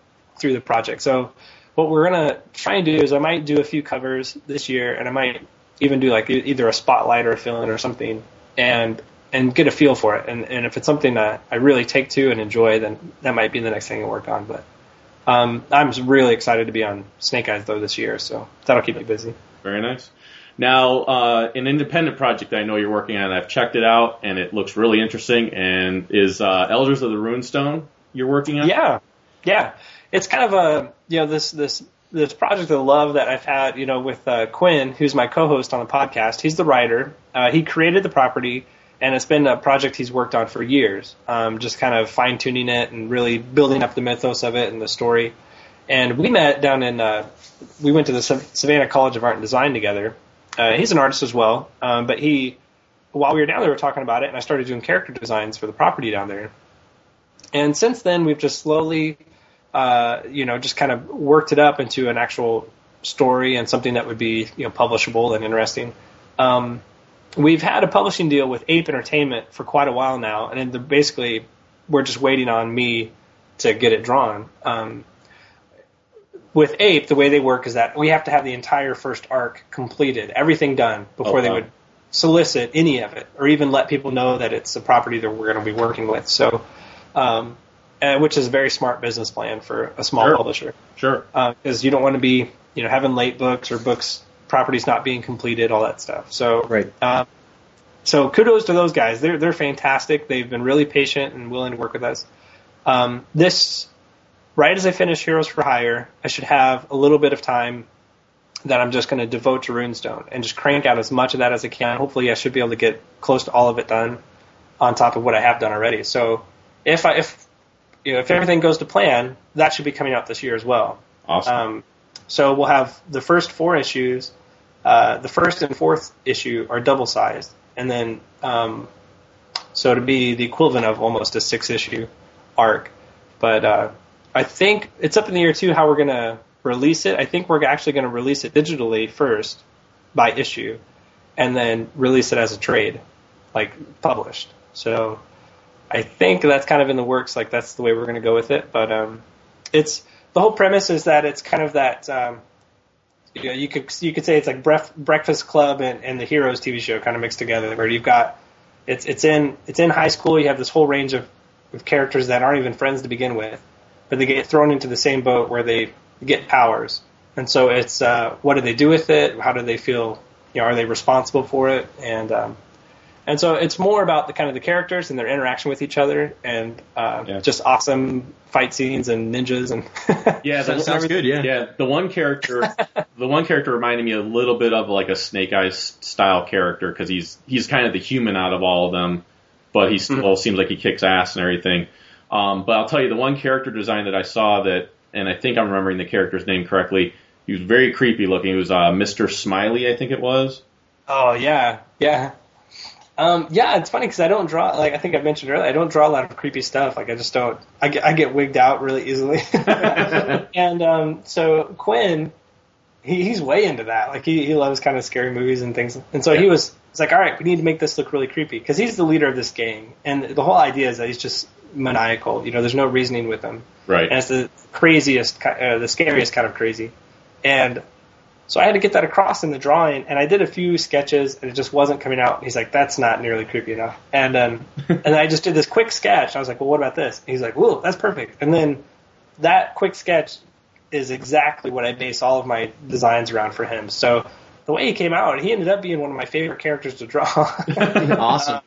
S7: through the project. So what we're gonna try and do is I might do a few covers this year, and I might even do like e- either a spotlight or a fill-in or something, and and get a feel for it. And and if it's something that I really take to and enjoy, then that might be the next thing I work on. But um, I'm just really excited to be on Snake Eyes though this year, so that'll keep me busy.
S2: Very nice. Now, uh, an independent project I know you're working on, I've checked it out, and it looks really interesting, and is uh, Elders of the Runestone you're working on?
S7: Yeah, yeah. It's kind of a you know this this this project of love that I've had you know with uh, Quinn, who's my co-host on the podcast. He's the writer. Uh, he created the property, and it's been a project he's worked on for years. Um, just kind of fine tuning it and really building up the mythos of it and the story. And we met down in uh, we went to the Sav- Savannah College of Art and Design together. Uh, he's an artist as well, um, but he while we were down there, we were talking about it, and I started doing character designs for the property down there. And since then, we've just slowly, uh, you know, just kind of worked it up into an actual story and something that would be, you know, publishable and interesting. Um, we've had a publishing deal with Ape Entertainment for quite a while now, and then basically, we're just waiting on me to get it drawn. Um, with Ape, the way they work is that we have to have the entire first arc completed, everything done before
S2: Oh,
S7: they
S2: wow.
S7: would solicit any of it, or even let people know that it's a property that we're going to be working with. So, um, uh, which is a very smart business plan for a small
S2: Sure.
S7: publisher,
S2: Sure.
S7: because you don't want to be, you know, having late books or books properties not being completed, all that stuff. So,
S3: Right.
S7: um, So kudos to those guys. They're they're fantastic. They've been really patient and willing to work with us. Um, this right as I finish Heroes for Hire, I should have a little bit of time that I'm just going to devote to Runestone and just crank out as much of that as I can. Hopefully, I should be able to get close to all of it done on top of what I have done already. So if I if you know, if everything goes to plan, that should be coming out this year as well.
S2: Awesome.
S7: Um, so we'll have the first four issues. Uh, the first and fourth issue are double sized, and then um, so it'd be the equivalent of almost a six issue arc. But uh, I think it's up in the air too how we're gonna release it. I think we're actually gonna release it digitally first by issue, and then release it as a trade, like published. So I think that's kind of in the works. Like that's the way we're gonna go with it. But um, it's the whole premise is that it's kind of that. Um, you, know, you could you could say it's like Bref, Breakfast Club and, and the Heroes TV show kind of mixed together, where you've got it's it's in it's in high school. You have this whole range of, of characters that aren't even friends to begin with, but they get thrown into the same boat where they get powers. And so it's uh, what do they do with it? How do they feel? You know, are they responsible for it? And um, and so it's more about the kind of the characters and their interaction with each other, and uh,
S2: Yeah.
S7: just awesome fight scenes and ninjas and
S2: Yeah,
S9: That sounds good. Yeah.
S2: Yeah, the one character, the one character reminded me a little bit of like a Snake Eyes style character because he's he's kind of the human out of all of them, but he
S9: Mm-hmm.
S2: still seems like he kicks ass and everything. Um, but I'll tell you, the one character design that I saw that, and I think I'm remembering the character's name correctly. He was very creepy looking. He was uh, Mr. Smiley, I think it was.
S7: Oh yeah, yeah, um, yeah. It's funny because I don't draw. Like I think I mentioned earlier, I don't draw a lot of creepy stuff. Like I just don't. I get, I get wigged out really easily. and um, so Quinn, he, he's way into that. Like he, he loves kind of scary movies and things. And so he was. It's like, all right, we need to make this look really creepy because he's the leader of this gang, and the whole idea is that he's just maniacal. You know, there's no reasoning with him
S2: Right.
S7: and it's the craziest, ki- uh, the scariest kind of crazy. And so I had to get that across in the drawing, and I did a few sketches, and it just wasn't coming out. He's like, "That's not nearly creepy enough." And then, and then I just did this quick sketch. and I was like, "Well, what about this?" And he's like, "Whoa, that's perfect." And then that quick sketch is exactly what I base all of my designs around for him. So the way he came out, he ended up being one of my favorite characters to draw.
S3: Awesome.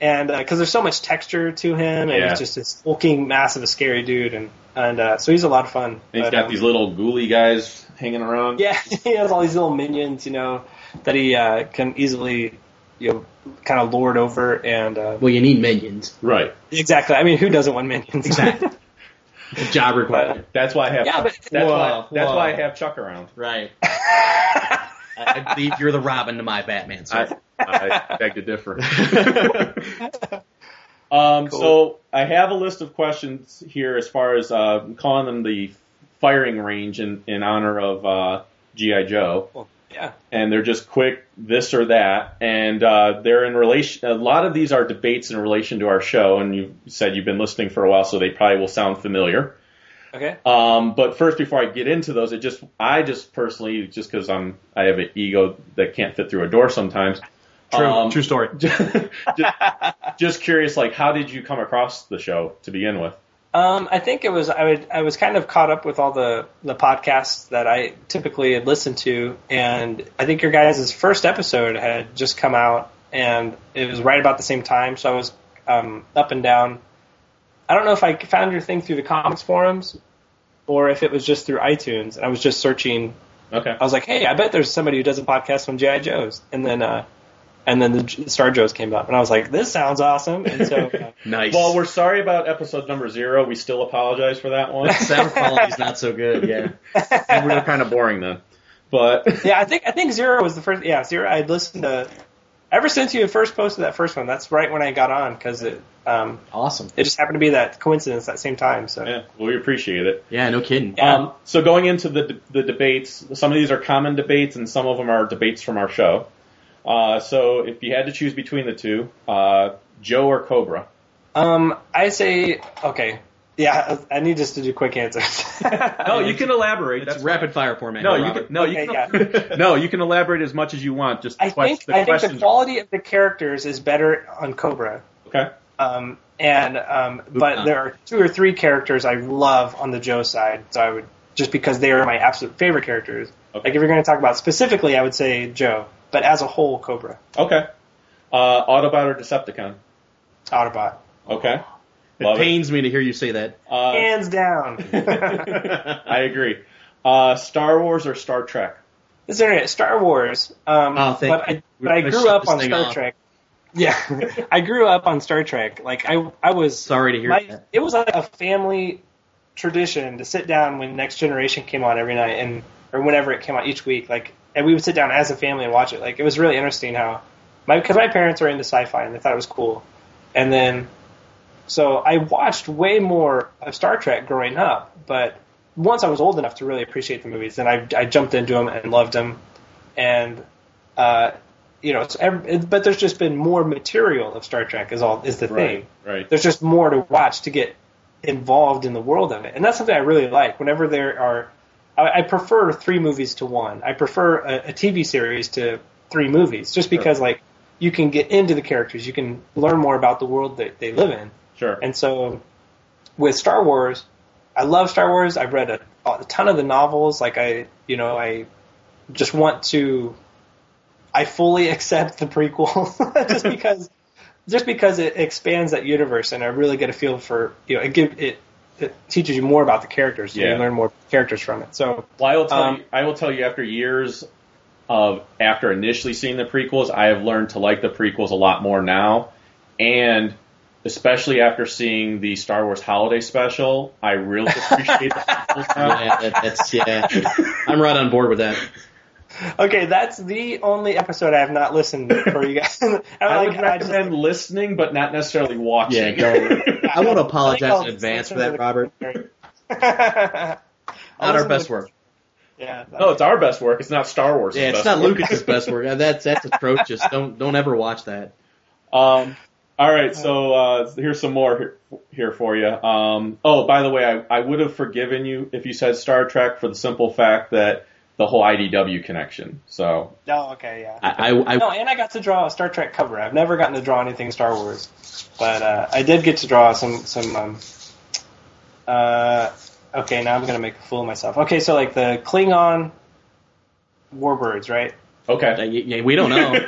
S7: and because there's so much texture to him, and
S2: Yeah.
S7: he's just this hulking mass of a scary dude, and and uh, so he's a lot of fun.
S2: And he's
S7: But,
S2: got
S7: um,
S2: these little ghouly guys hanging around.
S7: yeah, he has all these little minions, you know, that he uh, can easily you know kind of lord over, and uh,
S9: Well, you need minions.
S2: Right.
S7: exactly. I mean, who doesn't want minions? Exactly.
S9: A job requirement.
S2: That's why I have.
S7: Yeah, but-
S2: that's why
S9: Whoa,
S2: that's
S9: whoa.
S2: why I have Chuck around.
S9: Right.
S3: I, I believe you're the Robin to my Batman. Sir.
S2: I, I beg to differ. um, So I have a list of questions here as far as uh, calling them the firing range in, in honor of uh, G.I. Joe.
S7: yeah.
S2: And they're just quick this or that. And uh, they're in relation, a lot of these are debates in relation to our show. And you said you've been listening for a while, so they probably will sound familiar.
S7: Okay.
S2: Um, but first, before I get into those, it just I just personally just because I'm I have an ego that can't fit through a door sometimes.
S9: True.
S2: Um,
S9: True story.
S2: just, just curious, like, how did you come across the show to begin with?
S7: Um, I think it was I would I was kind of caught up with all the the podcasts that I typically had listened to, and I think your guys' first episode had just come out, and it was right about the same time, so I was um, up and down. I don't know if I found your thing through the comics forums, or if it was just through iTunes, and I was just searching
S2: Okay.
S7: I was like, hey, I bet there's somebody who does a podcast on GI Joes, and then uh, and then the J- Star Joes came up, and I was like, this sounds awesome, and so. Uh,
S9: Nice.
S2: Well, we're sorry about episode number zero. We still apologize for that one.
S9: sound quality's not so good. Yeah.
S2: and we were kind of boring then. But
S7: yeah, I think I think Zero was the first. Yeah, Zero. I listened to ever since you had first posted that first one. That's right when I got on because it um,
S9: Awesome.
S7: it just happened to be that coincidence that same time. So
S2: yeah, well, we appreciate it.
S9: Yeah. No kidding.
S7: Yeah.
S2: Um, so going into the the debates, some of these are common debates, and some of them are debates from our show. Uh, so if you had to choose between the two, uh, Joe or Cobra?
S7: um, I say okay. Yeah, I I need just to do quick answers.
S2: No, you can elaborate.
S9: It's rapid fire format.
S2: No,
S9: here,
S2: you
S9: Robert.
S2: can, no, you
S7: Okay,
S2: can, no, you can elaborate as much as you want. Just the
S7: I think
S2: quest- the
S7: I think the
S2: questions.
S7: quality of the characters is better on Cobra.
S2: okay.
S7: Um, and um, but there are two or three characters I love on the Joe side, so I would just because they are my absolute favorite characters.
S2: Okay.
S7: Like if you're going to talk about specifically, I would say Joe, but as a whole, Cobra.
S2: Okay. Uh, Autobot or Decepticon?
S7: Autobot.
S2: Okay.
S9: It
S2: Love it.
S9: pains me to hear you say that.
S2: Uh,
S7: Hands down.
S2: I agree. Uh, Star Wars or Star Trek?
S7: This internet, Star Wars. Um,
S9: Oh, thank
S7: but
S9: you.
S7: I, but I
S9: We're gonna
S7: grew
S9: shut
S7: up
S9: this
S7: on
S9: thing
S7: Star
S9: off.
S7: Trek. Yeah, I grew up on Star Trek. Like I, I was
S9: Sorry to hear
S7: my-
S9: that.
S7: It was like a family tradition to sit down when Next Generation came on every night, and or whenever it came on each week. Like, and we would sit down as a family and watch it. Like, it was really interesting how my because my parents were into sci-fi and they thought it was cool, and then so I watched way more of Star Trek growing up. But once I was old enough to really appreciate the movies, then I, I jumped into them and loved them, and uh, you know, it's ev- it- but there's just been more material of Star Trek is all is the thing
S2: Right.
S7: there's just more to watch to get involved in the world of it. And that's something I really like. Whenever there are, I, I prefer three movies to one. I prefer a, a TV series to three movies, just because like you can get into the characters, you can learn more about the world that they live in.
S2: Sure.
S7: And so with Star Wars, I love Star Wars. I've read a, a ton of the novels. Like I, you know, I just want to. I fully accept the prequel just because, just because it expands that universe, and I really get a feel for you know it give it. It teaches you more about the characters. and
S2: Yeah.
S7: You learn more characters from it. So
S2: Well, I will tell
S7: Um,
S2: you. I will tell you after years of after initially seeing the prequels, I have learned to like the prequels a lot more now, and especially after seeing the Star Wars Holiday Special, I really appreciate the prequels now.
S9: Yeah, that, that's yeah. I'm right on board with that.
S7: okay, that's the only episode I have not listened for you guys. I'm
S2: I
S7: like,
S2: would
S7: I just-
S2: recommend listening, but not necessarily watching.
S9: Yeah, don't. I want to apologize
S7: I'll
S9: in
S7: just
S9: advance for
S7: listen
S9: that,
S7: to
S9: Robert.
S7: the- I'll
S9: Not our
S7: listen to
S9: best
S7: the-
S9: work.
S7: Yeah.
S2: no, it's our best work. It's not Star Wars.
S9: Yeah, it's
S2: best
S9: not
S2: work.
S9: Lucas's best work. Uh, That's that's atrocious. Don't don't ever watch that.
S2: Um, all right, so uh, here's some more here, here for you. Um, oh, by the way, I, I would have forgiven you if you said Star Trek for the simple fact that the whole IDW connection. So
S7: Oh, okay, yeah.
S9: I I, I
S7: No, and I got to draw a Star Trek cover. I've never gotten to draw anything Star Wars, but uh, I did get to draw some some. Um, uh, okay, now I'm gonna make a fool of myself. Okay, so like the Klingon warbirds, right?
S9: uh,
S2: okay,
S9: yeah, we don't know.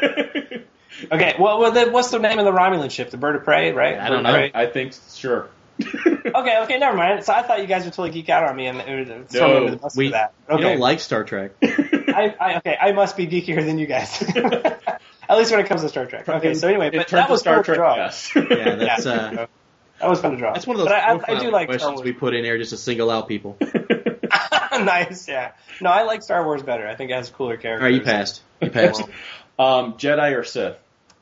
S7: Okay, well, well then what's the name of the Romulan ship? The Bird of Prey, right?
S9: I don't
S7: Bird of
S9: know.
S7: Prey?
S2: I think sure.
S7: Okay, okay, never mind. So I thought you guys would totally geek out on me and it was uh, thrown
S2: No,
S7: under the bus
S9: we-
S7: for that.
S9: You
S7: Okay,
S9: don't like Star Trek.
S7: I, I, okay, I must be geekier than you guys. At least when it comes to Star Trek. Okay, so anyway,
S2: It
S7: but
S2: turned
S7: that
S2: to
S7: was
S2: Star
S7: cool to
S2: Trek.
S7: draw.
S2: Yes.
S9: Yeah, that's uh,
S7: That was fun to draw.
S9: that's one of those
S7: But I, I, I
S9: profiling
S7: do like Star
S9: questions
S7: Wars.
S9: we put in there just to single out people. All
S7: nice, yeah. No, I like Star Wars better. I think it has cooler characters.
S9: right, you passed. You passed.
S2: um, Jedi or Sith?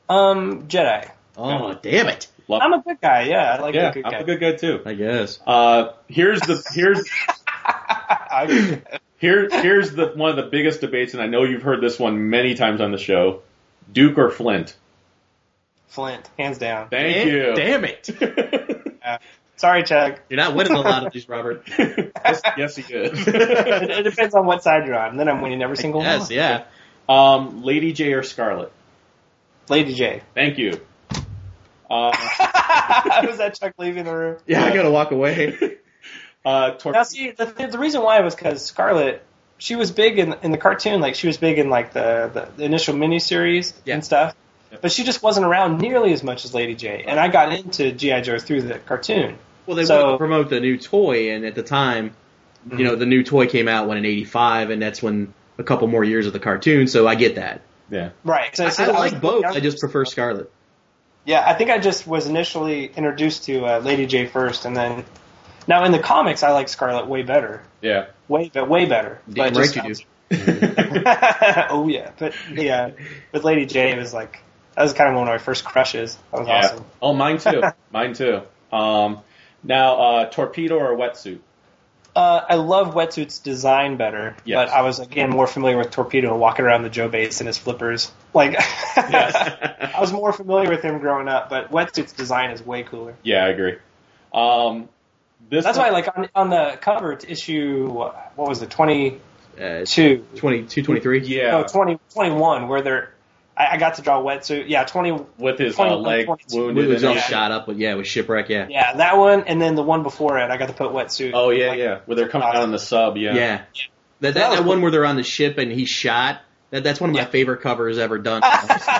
S7: Um, Jedi.
S9: Oh damn it!
S2: Love
S7: I'm a good guy. Yeah, I like
S2: yeah,
S7: a good
S2: I'm
S7: guy.
S2: a good guy too.
S9: I guess.
S2: Uh, here's the here's
S7: I-
S2: here here's the one of the biggest debates, and I know you've heard this one many times on the show. Duke or Flint?
S7: Flint, hands down.
S2: Thank you.
S9: Damn it!
S7: Sorry, Chuck.
S9: You're not winning a lot of these, Robert.
S2: yes, yes, he
S7: It,
S2: is.
S7: it depends on what side you're on. Then I'm winning every single
S9: Yes,
S7: one.
S9: yeah.
S2: um, Lady J or Scarlet?
S7: Lady J.
S2: Thank you. Uh,
S7: was that Chuck leaving the room?
S9: Yeah, I gotta walk away.
S2: uh, tor-
S7: Now, see, the, the, the reason why was because Scarlet, she was big in in the cartoon, like she was big in like the the, the initial miniseries
S9: Yeah.
S7: and stuff. But she just wasn't around nearly as much as Lady J. And I got into GI Joe through the cartoon.
S9: Well, they
S7: So-
S9: wanted to promote the new toy, and at the time, you know, the new toy came out when in '85, and that's when a couple more years of the cartoon. So I get that.
S2: yeah.
S7: Right. So,
S9: I,
S7: so
S9: I
S7: was-
S9: like both. I just prefer Scarlet.
S7: Yeah, I think I just was initially introduced to uh, Lady J first, and then now in the comics, I like Scarlet way better,
S2: Yeah.
S7: way but way better.
S9: Damn
S7: But
S9: right
S7: just-
S9: you do.
S7: oh yeah, but yeah, with Lady J, it was like that was kind of one of my first crushes. That was
S2: yeah.
S7: awesome.
S2: Oh, mine too. mine too. Um, now, uh, torpedo or wetsuit?
S7: Uh, I love Wetsuit's design better,
S2: Yes.
S7: but I was again more familiar with Torpedo walking around the Joe base in his flippers. Like, I was more familiar with him growing up, but Wetsuit's design is way cooler.
S2: Yeah, I agree. Um, this
S7: That's
S2: one-
S7: why, like on on the cover to issue, what was it, twenty
S9: Uh,
S7: two?
S9: 22, 23.
S2: Yeah.
S7: No, 20, 21, Where they're, I, I got to draw Wetsuit. Yeah, twenty.
S2: with his uh,
S7: 21,
S2: leg
S7: 22.
S9: It
S2: wounded.
S9: was
S2: and
S9: all
S2: everything.
S9: shot up, but yeah, it was shipwreck. Yeah,
S7: Yeah, that one, and then the one before it, I got to put Wetsuit.
S2: Oh yeah, yeah. Where they're coming out on the sub. Yeah.
S9: yeah. That, that, that
S7: was cool.
S9: one where they're on the ship and he's shot, That, that's one of my favorite covers ever done.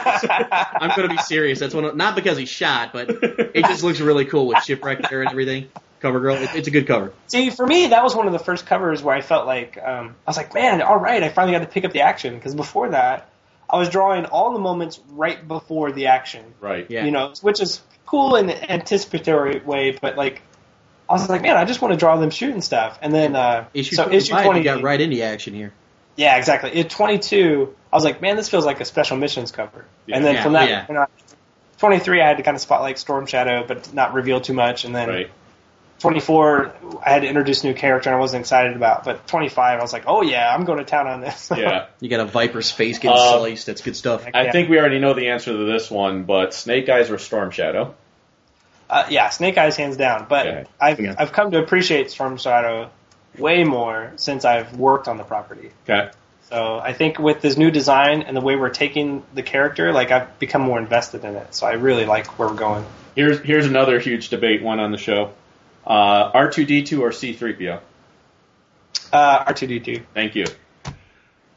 S9: I'm going to be serious. That's one, of, not because he's shot, but it just looks really cool with shipwreck there and everything. Cover girl, it, it's a good cover.
S7: See, for me, that was one of the first covers where I felt like um, I was like, man, all right, I finally got to pick up the action because before that, I was drawing all the moments right before the action.
S2: Right.
S9: Yeah.
S7: You know, which is cool in an anticipatory way, but like, I was like, man, I just want to draw them shooting stuff. And then uh,
S9: Issue
S7: so
S9: 25,
S7: issue twenty,
S9: you got right into action here.
S7: yeah, exactly. At twenty two, I was like, man, this feels like a special missions cover. and then
S9: Yeah,
S7: from that,
S9: yeah.
S7: twenty three, I had to kind of spotlight Storm Shadow, but not reveal too much. And then
S2: Right.
S7: 24, I had to introduce a new character and I wasn't excited about. But 25, I was like, oh yeah, I'm going to town on this.
S2: Yeah.
S9: You got a viper's face getting
S2: Uh,
S9: sliced. That's good stuff.
S2: I think we already know the answer to this one, but Snake Eyes or Storm Shadow?
S7: uh, yeah, Snake Eyes hands down. But
S2: Okay.
S7: I've
S9: Yeah.
S7: I've come to appreciate Storm Shadow way more since I've worked on the property.
S2: Okay.
S7: So I think with this new design and the way we're taking the character, like I've become more invested in it. So I really like where we're going.
S2: Here's here's another huge debate one on the show. Uh, R2D2 or C3PO?
S7: Uh, R2D2.
S2: Thank you.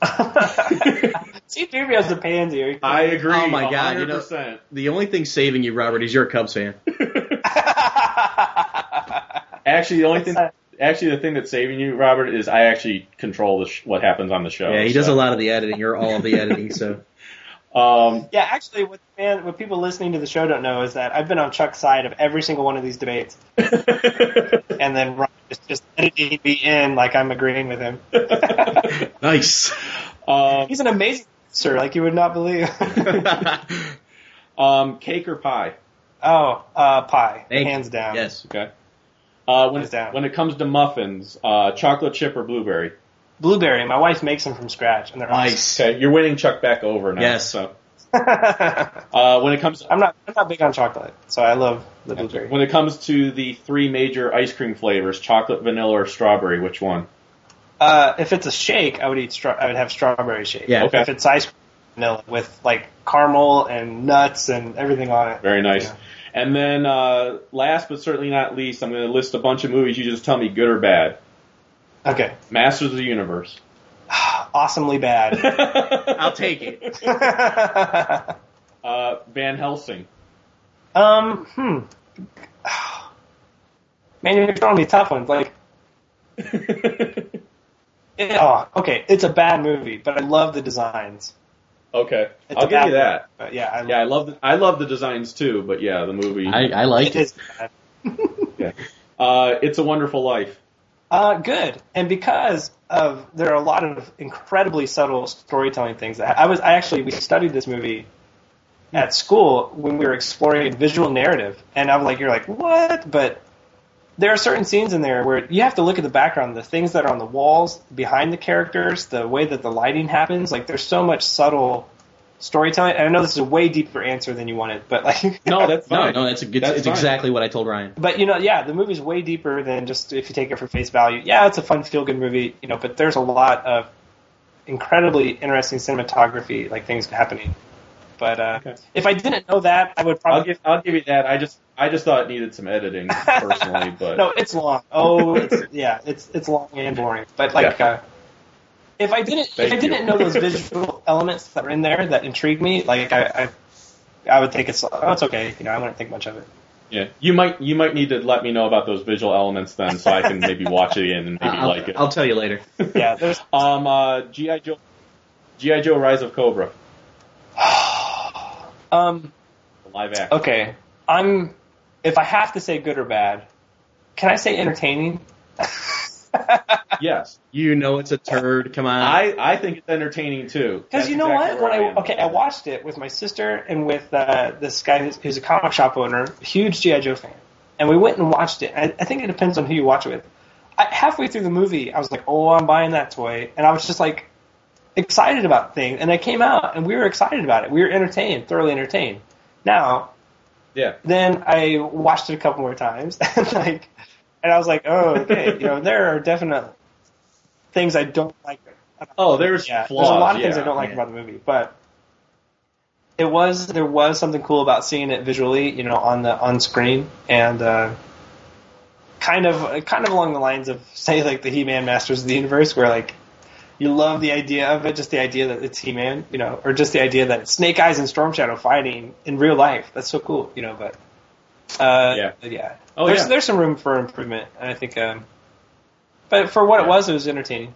S7: C3PO's a pansy.
S2: I agree.
S9: Oh my God,
S2: 100%.
S9: you know- The only thing saving you, Robert, is you're a Cubs fan.
S2: Oh, Actually, the only
S7: uh,
S2: thing actually the thing that's saving you, Robert, is I actually control the sh- what happens on the show.
S9: Yeah, he does
S2: so.
S9: a lot of the editing or all of the editing. So
S2: Um,
S7: Yeah, actually, what man, what people listening to the show don't know is that I've been on Chuck's side of every single one of these debates, and then Ron is just editing me in like I'm agreeing with him.
S9: nice.
S2: um,
S7: He's an amazing sir, like you would not believe.
S2: um, cake or pie?
S7: oh, uh, pie,
S9: Thank
S7: hands down.
S9: Yes.
S2: Okay. Uh, when,
S7: Hands down.
S2: when it comes to muffins, uh, chocolate chip or blueberry?
S7: Blueberry. My wife makes them from scratch, and they're
S9: Nice.
S2: Okay, you're winning Chuck back over now.
S9: Yes.
S2: So,
S7: awesome.
S2: uh, when it comes
S7: I'm not. I'm not big on chocolate, so I love the blueberry.
S2: when it comes to the three major ice cream flavors, chocolate, vanilla, or strawberry, which one?
S7: Uh, if it's a shake, I would eat. Stra- I would have strawberry shake.
S9: Yeah.
S2: Okay.
S7: If it's ice cream, vanilla with like caramel and nuts and everything on it.
S2: Very nice.
S7: Yeah.
S2: And then, uh, last but certainly not least, I'm going to list a bunch of movies. You just tell me good or bad.
S7: Okay.
S2: Masters of the Universe.
S7: Awesomely bad.
S9: I'll take it.
S7: um,
S2: Uh, Van Helsing.
S7: hmm. Man, you're throwing me tough ones. Like, it, oh, okay, it's a bad movie, but I love the designs.
S2: okay,
S7: It's
S2: I'll
S7: a
S2: give
S7: bad
S2: you that.
S7: movie, but yeah, I
S2: Yeah, I love the, I love the designs too, but yeah, the movie.
S9: I, I
S7: it.
S9: liked it.
S7: Is bad.
S2: yeah. uh, it's a Wonderful Life.
S7: Uh, good, and because of there are a lot of incredibly subtle storytelling things. That I was, I actually we studied this movie at school when we were exploring visual narrative, and I'm like, you're like, what? But there are certain scenes in there where you have to look at the background, the things that are on the walls behind the characters, the way that the lighting happens. Like, there's so much subtle storytelling. And I know this is a way deeper answer than you wanted, but like,
S2: No, that's
S9: No,
S2: fine.
S9: no, that's a good.
S2: That's
S9: it's
S2: fine.
S9: exactly what I told Ryan.
S7: But you know, yeah, the movie's way deeper than just if you take it for face value. Yeah, it's a fun feel good movie, you know, but there's a lot of incredibly interesting cinematography, like things happening. But uh,
S2: Okay.
S7: if I didn't know that, I would
S2: I'll
S7: probably
S2: give I'll give you that. I just I just thought it needed some editing personally, but
S7: no, it's long. Oh, it's, yeah, it's it's long and boring. But like,
S2: Yeah.
S7: uh, if I didn't
S2: Thank
S7: if I didn't
S2: you.
S7: know those visual elements that were in there that intrigued me, like I I, I would think it's oh, it's okay. You know, I wouldn't think much of it.
S2: yeah, you might you might need to let me know about those visual elements then, so I can maybe watch it again and maybe
S9: I'll,
S2: like it.
S9: I'll tell you later.
S7: Yeah, there's
S2: Um, uh, GI Joe, GI Joe: Rise of Cobra,
S7: um.
S2: the live action.
S7: Okay, I'm. If I have to say good or bad, can I say entertaining? Because
S2: Yes,
S9: You know it's a turd. Come on.
S2: I I think it's entertaining too. That's
S7: you know
S2: exactly
S7: what? When
S2: where
S7: I
S2: am.
S7: okay, I watched it with my sister and with uh, this guy who's, who's a comic shop owner, huge GI Joe fan, and we went and watched it. I, I think it depends on who you watch it with. I, halfway through the movie, I was like, "Oh, I'm buying that toy," and I was just like excited about things. And I came out, and we were excited about it. We were entertained, thoroughly entertained. Now
S2: Yeah,
S7: then I watched it a couple more times, and like, and I was like, oh, okay, you know, there are definite things I don't like. About
S2: Oh, there's
S7: yeah,
S2: flaws,
S7: there's a lot of things
S2: yeah,
S7: I don't like
S9: yeah.
S7: about the movie, but it was there was something cool about seeing it visually, you know, on the on screen, and uh, kind of kind of along the lines of say like the He-Man Masters of the Universe, where like you love the idea of it, just the idea that it's He-Man, you know, or just the idea that it's Snake Eyes and Storm Shadow fighting in real life. That's so cool, you know. But uh,
S2: Yeah.
S7: yeah.
S2: Oh,
S7: there's
S2: yeah.
S7: there's some room for improvement, and I think. Um, but for what it was, it was entertaining.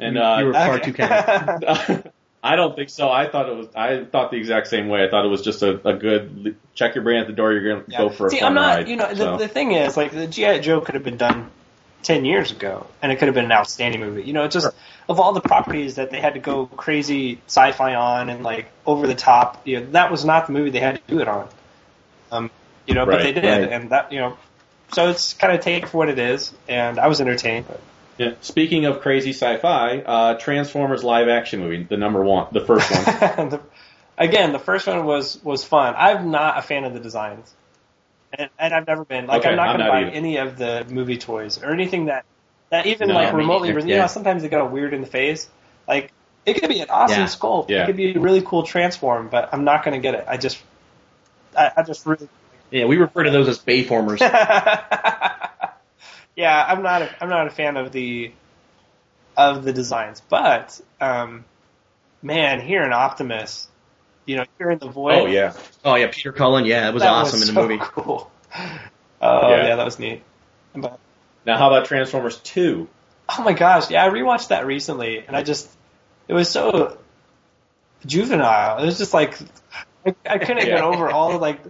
S2: And uh,
S9: you were far
S7: okay.
S9: too kind.
S2: I don't think so. I thought it was. I thought the exact same way. I thought it was just a, a good l- check your brain at the door. You're gonna
S7: Yeah.
S2: go for a
S7: See,
S2: fun
S7: I'm not.
S2: ride.
S7: You know, the,
S2: so.
S7: the thing is, like the GI Joe could have been done ten years ago, and it could have been an outstanding movie. You know, it's just of all the properties that they had to go crazy sci-fi on and like over the top. You know, that was not the movie they had to do it on. Um, you know, but
S2: Right,
S7: they did,
S9: right.
S7: and that you know, so it's kind of take it for what it is. And I was entertained. But,
S2: Yeah. Speaking of crazy sci-fi, uh, Transformers live action movie, the number one, the first one.
S7: the, again, the first one was was fun. I'm not a fan of the designs, and, and I've never been. Like,
S2: Okay,
S7: I'm not
S2: I'm
S7: going to
S2: not
S7: buy
S2: either.
S7: any of the movie toys or anything that that even
S2: No,
S7: like
S9: me
S7: remotely.
S9: neither,
S7: You
S9: yeah.
S7: know, sometimes they got a weird in the face. Like, it could be an awesome
S9: Yeah,
S7: sculpt.
S2: yeah.
S7: It could be a really cool transform, but I'm not going to get it. I just, I, I just really.
S9: Yeah, we refer to those as Bayformers.
S7: yeah, I'm not. A, I'm not a fan of the of the designs, but um, man, hearing Optimus, you know, hearing the voice.
S2: oh yeah.
S9: Oh yeah, Peter Cullen. Yeah, it was
S7: that
S9: awesome
S7: was
S9: in the
S7: so
S9: movie.
S7: Cool. Oh
S2: Yeah.
S7: yeah. that was neat. But
S2: Now how about Transformers two?
S7: oh my gosh, yeah, I rewatched that recently, and I just it was so juvenile. It was just like I, I couldn't
S2: Yeah.
S7: get over all the like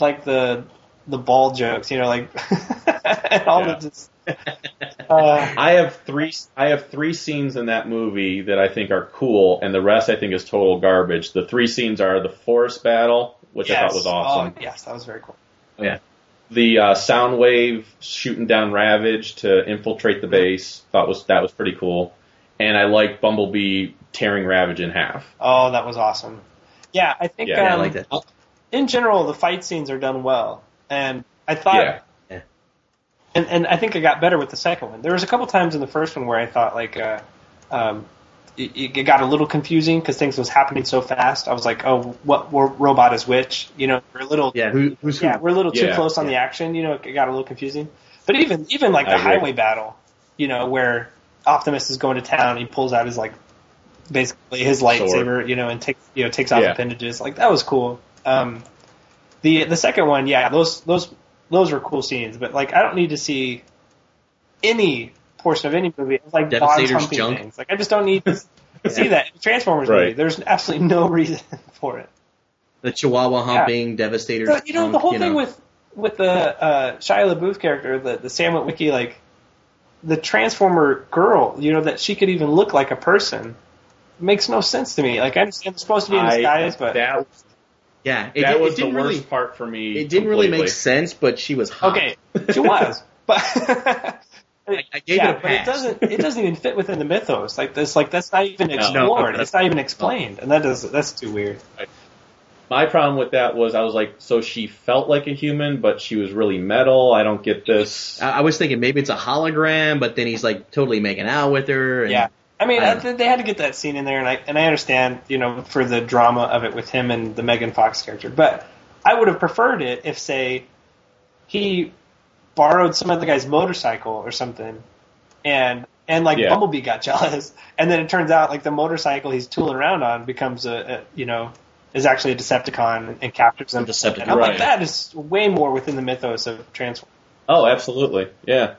S7: like the the ball jokes, you know, like and all
S2: Yeah.
S7: the just. Uh,
S2: I have three. I have three scenes in that movie that I think are cool, and the rest I think is total garbage. The three scenes are the forest battle, which I
S7: yes.
S2: thought was awesome.
S7: Oh, yes, that was very cool.
S2: The uh, sound wave shooting down Ravage to infiltrate the base. Thought was that was pretty cool, and I like Bumblebee tearing Ravage in half.
S7: Oh, that was awesome. Yeah, I think
S2: Yeah, I
S9: Yeah, I
S7: um,
S9: like that.
S7: in general the fight scenes are done well, and I
S9: Uh,
S7: thought
S2: Yeah,
S7: and and I think I got better with the second one. There was a couple times in the first one where I thought like, uh, um, it, it got a little confusing because things was happening so fast. I was like, oh, what wor- robot is which? You know, we're a little
S9: Yeah, who, who's who?
S7: yeah, we're a little too
S2: Yeah.
S7: close on the action. You know, it got a little confusing. But even even like
S2: I
S7: the
S2: agree.
S7: highway battle, you know, where Optimus is going to town, he pulls out his like basically his lightsaber, you know, and takes you know takes off
S2: Yeah.
S7: appendages. Like that was cool. Um, the the second one, yeah, those those those were cool scenes. But like, I don't need to see any portion of any movie of like
S9: Devastator's
S7: Bond's humping
S9: junk.
S7: things. Like, I just don't need to see that Transformers movie.
S2: Right.
S7: There's absolutely no reason for it.
S9: The Chihuahua humping Devastator.
S7: So, you know, the
S9: hunk,
S7: whole
S9: you
S7: thing
S9: know.
S7: with with the uh, Shia LaBeouf character, the the Sam Witwicky, like the Transformer girl, you know, that she could even look like a person, makes no sense to me. Like I understand it's supposed to be in
S2: I-
S7: disguise, but
S2: that
S9: yeah, it,
S2: that
S9: did- it
S2: was the
S9: didn't
S2: worst
S9: really,
S2: part for me.
S9: It didn't really
S2: completely.
S9: make sense, but she was hot.
S7: okay, she was, but.
S9: I, I gave
S7: yeah,
S9: it a
S7: but it
S9: pass.
S7: doesn't. It doesn't even fit within the mythos. Like this. Like that's not even explored.
S9: no,
S7: it's not even explained, and that does. That's too weird.
S2: My problem with that was I was like, so she felt like a human, but she was really metal. I don't get this.
S9: I, I was thinking maybe it's a hologram, but then he's like totally making out with her. And,
S7: Yeah. I mean,
S9: I
S7: I
S9: don't
S7: th- they had to get that scene in there, and I and I understand, you know, for the drama of it with him and the Megan Fox character. But I would have preferred it if, say, he borrowed some other guy's motorcycle or something, and and like
S2: Yeah.
S7: Bumblebee got jealous, and then it turns out like the motorcycle he's tooling around on becomes a, a you know is actually a Decepticon and captures him.
S9: Decepticon,
S7: And I'm
S2: right.
S7: like, that is way more within the mythos of Transformers.
S2: Oh, absolutely, yeah.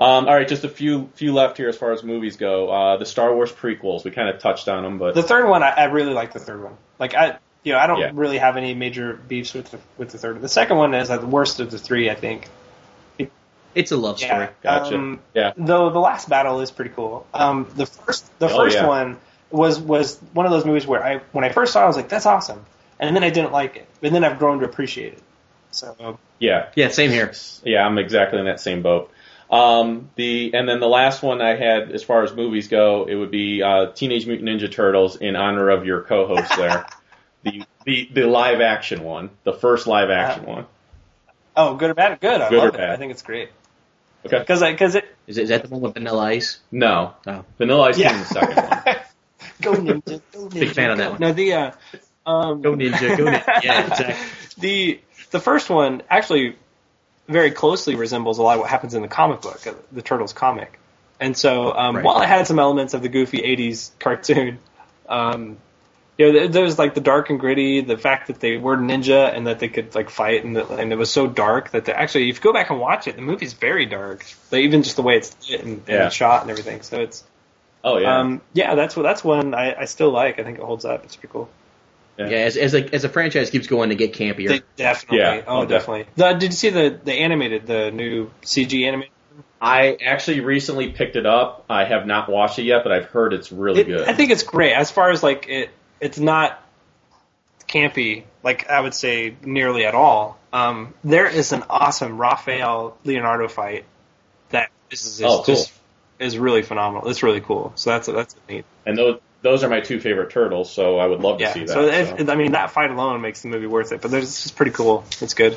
S2: Um, all right, just a few few left here as far as movies go. Uh, the Star Wars prequels, we kind of touched on them, but
S7: The third one, I, I really like the third one. Like I, you know, I don't
S2: Yeah.
S7: really have any major beefs with the, with the third one. The second one is like the worst of the three, I think.
S9: It's a love story.
S7: Yeah.
S2: Gotcha.
S7: Um,
S2: Yeah.
S7: Though the last battle is pretty cool. Um, the first, the
S2: Oh,
S7: first
S2: yeah.
S7: one was was one of those movies where I, when I first saw, it, I was like, "That's awesome," and then I didn't like it, and then I've grown to appreciate it. So
S2: yeah,
S9: Yeah, same here.
S2: yeah, I'm exactly in that same boat. Um, the and then the last one I had as far as movies go, it would be uh, Teenage Mutant Ninja Turtles in honor of your co-host there, the the the live action one, the first live action
S7: Uh,
S2: one.
S7: oh, good or bad? Good. I
S2: Good or
S7: love it.
S2: bad.
S7: I think it's great
S2: Okay,
S7: because because it
S9: Is, is that the one with Vanilla Ice?
S2: no,
S9: Oh.
S2: Vanilla Ice
S7: Yeah.
S2: came in the second one.
S7: go ninja, go ninja.
S9: Big fan of that
S7: go.
S9: one.
S7: No, the uh, um,
S9: Go ninja, go ninja. Yeah, exactly.
S7: the the first one actually very closely resembles a lot of what happens in the comic book, uh, the Turtles comic. And so um,
S9: Right.
S7: while it had some elements of the goofy '80s cartoon, um, you know, there- there was like the dark and gritty, the fact that they were ninja and that they could like fight, and that, and it was so dark that they, actually, if you go back and watch it, the movie's very dark. Like, even just the way it's lit and, and
S2: Yeah.
S7: it's shot and everything. So it's
S2: Oh yeah.
S7: um, yeah, that's what that's one I, I still like. I think it holds up. It's pretty cool.
S2: Yeah.
S9: Yeah, as as, a, as a franchise keeps going to get campier.
S7: They definitely.
S2: Yeah,
S7: oh,
S2: oh,
S7: definitely. The, did you see the the animated, the new CG animated?
S2: I actually recently picked it up. I have not watched it yet, but I've heard it's really
S7: It-
S2: good.
S7: I think it's great. As far as like it, it's not campy. Like I would say, nearly at all. Um, there is an awesome Raphael Leonardo fight that this is
S2: Oh, cool.
S7: just is really phenomenal. It's really cool. So that's that's neat.
S2: and those those are my two favorite turtles, so I would love to
S7: Yeah.
S2: see that.
S7: so if,
S2: so.
S7: I mean, that fight alone makes the movie worth it. But there's it's just pretty cool. It's good.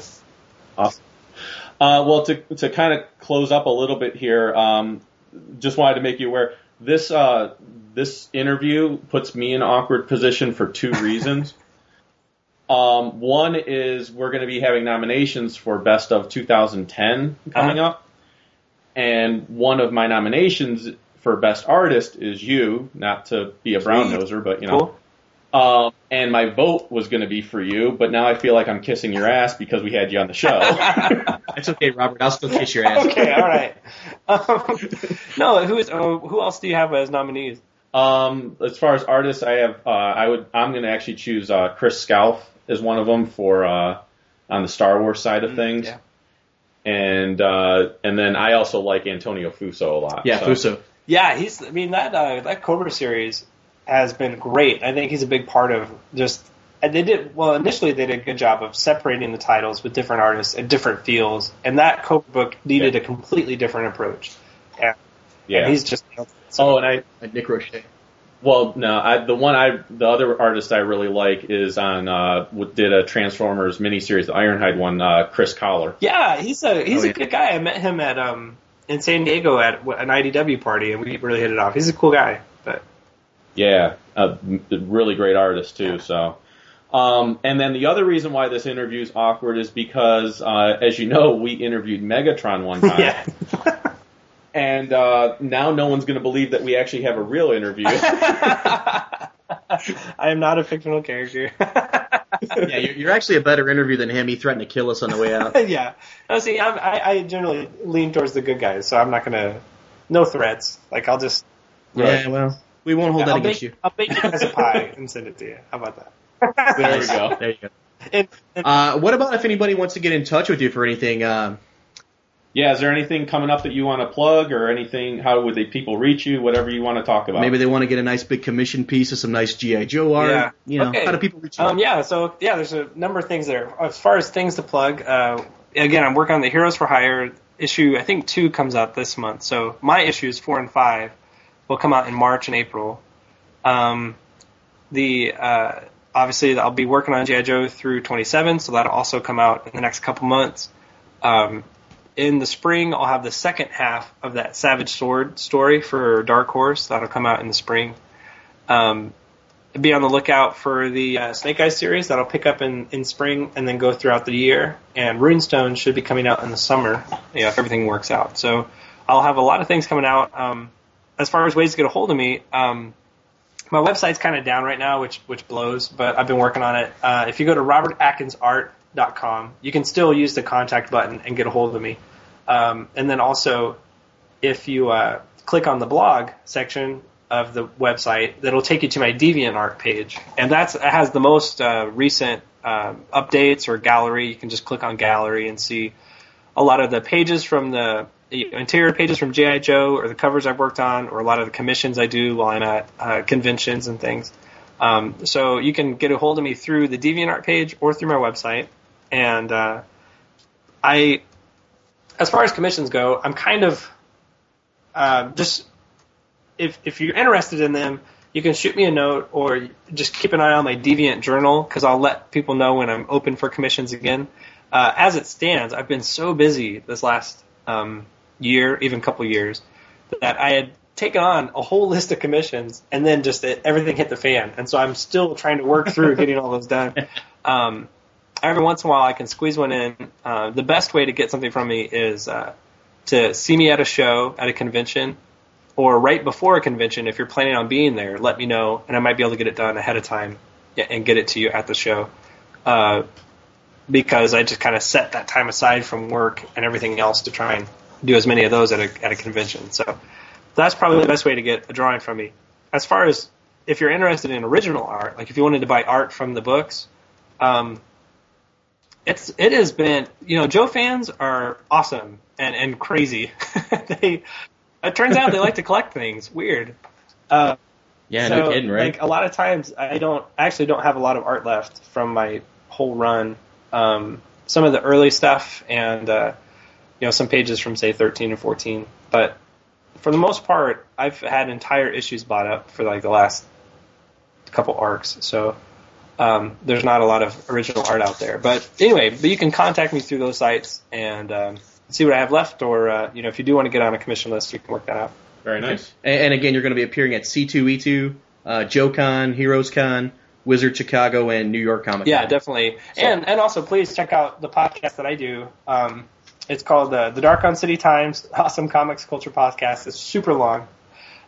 S2: Awesome. Uh, well, to to kind of close up a little bit here, um, just wanted to make you aware this uh, this interview puts me in an awkward position for two reasons. um, one is we're going to be having nominations for Best of 2010 coming up, and one of my nominations for Best Artist is you. Not to be a brown noser, but you know.
S7: Cool.
S2: Um, and my vote was going to be for you, but now I feel like I'm kissing your ass because we had you on the show.
S9: That's okay, Robert. I'll still kiss your ass.
S7: okay, all right. Um, no, who is? Oh, who else do you have as nominees?
S2: Um, as far as artists, I have uh, I would I'm going to actually choose uh, Chris Scalf as one of them for uh, on the Star Wars side of things,
S7: Mm, yeah.
S2: and uh, and then I also like Antonio Fuso a lot.
S9: Yeah,
S2: so-
S9: Fuso.
S7: Yeah, he's. I mean that uh, that Cobra series has been great. I think he's a big part of just. And they did well initially. They did a good job of separating the titles with different artists and different feels. And that Cobra book needed
S2: Yeah.
S7: a completely different approach. Yeah,
S2: Yeah.
S7: and he's just.
S2: oh, and I
S9: Like Nick Roche.
S2: well no I the one I the other artist I really like is on uh, w- did a Transformers miniseries the Ironhide one uh, Chris Collar.
S7: Yeah, he's a he's
S9: Oh, yeah.
S7: a good guy. I met him at um in San Diego at an IDW party, and we really hit it off. He's a cool guy, but
S2: Yeah, a m- really great artist too. So, um, and then the other reason why this interview is awkward is because, uh, as you know, we interviewed Megatron one time,
S7: yeah.
S2: and uh, now no one's going to believe that we actually have a real interview.
S7: I am not a fictional character.
S9: Yeah, you're, you're actually a better interview than him. He threatened to kill us on the way out.
S7: yeah. No, see, I'm, I, I generally lean towards the good guys, so I'm not gonna. No threats. Like I'll just.
S9: Yeah, well, we won't hold that
S7: I'll
S9: against
S7: bake,
S9: you.
S7: I'll bake it as a pie and send it to you. How about
S2: there we
S7: that?
S2: go.
S9: There you go.
S7: and, and,
S9: Uh, what about if anybody wants to get in touch with you for anything? Um,
S2: Yeah, is there anything coming up that you want to plug or anything? How would the people reach you? Whatever you want to talk about.
S9: maybe they want to get a nice big commission piece of some nice GI Joe art.
S7: Yeah.
S9: You know,
S7: Okay.
S9: how do people reach you?
S7: um, yeah. So yeah, there's a number of things there. As far as things to plug, uh, again, I'm working on the Heroes for Hire issue. I think two comes out this month. So my issues four and five will come out in March and April. Um, the uh, obviously I'll be working on GI Joe through 27, so that'll also come out in the next couple months. Um, in the spring, I'll have the second half of that Savage Sword story for Dark Horse. That'll come out in the spring. Um, be on the lookout for the uh, Snake Eyes series. That'll pick up in, in spring and then go throughout the year. And Runestone should be coming out in the summer, you know, if everything works out. So I'll have a lot of things coming out. Um, as far as ways to get a hold of me, um, my website's kind of down right now, which which blows, but I've been working on it. Uh, if you go to robertatkinsart.com, you can still use the contact button and get a hold of me. Um, and then also, if you uh, click on the blog section of the website, that'll take you to my DeviantArt page, and that's it has the most uh, recent um, updates or gallery. You can just click on gallery and see a lot of the pages from the you know, interior pages from GI Joe or the covers I've worked on or a lot of the commissions I do while I'm at uh, conventions and things. Um, so you can get a hold of me through the DeviantArt page or through my website. And uh, I, as far as commissions go, I'm kind of uh, just if if you're interested in them, you can shoot me a note or just keep an eye on my Deviant Journal because I'll let people know when I'm open for commissions again. Uh, as it stands, I've been so busy this last um, year, even couple years, that I had taken on a whole list of commissions and then just it, everything hit the fan. And so I'm still trying to work through getting all those done. Um, every once in a while, I can squeeze one in. Uh, the best way to get something from me is uh, to see me at a show, at a convention, or right before a convention, if you're planning on being there, let me know, and I might be able to get it done ahead of time yeah, and get it to you at the show. Uh, because I just kind of set that time aside from work and everything else to try and do as many of those at a, at a convention. So that's probably the best way to get a drawing from me. As far as if you're interested in original art, like if you wanted to buy art from the books, um, it's it has been you know Joe fans are awesome and and crazy. they it turns out they like to collect things. Weird. Uh,
S9: Yeah,
S7: so,
S9: no kidding, right?
S7: Like a lot of times, I don't I actually don't have a lot of art left from my whole run. Um, some of the early stuff, and uh, you know, some pages from say 13 and 14. But for the most part, I've had entire issues bought up for like the last couple arcs. So um, there's not a lot of original art out there. But anyway, but you can contact me through those sites and um, see what I have left, or uh, you know, if you do want to get on a commission list, you can work that out.
S2: Very nice.
S9: And, and again, you're going to be appearing at C2E2, uh, JoeCon, HeroesCon, Wizard Chicago, and New York Comic Con.
S7: Yeah, definitely. And and also please check out the podcast that I do. Um, it's called uh, the Dark on City Times Awesome Comics Culture Podcast. It's super long,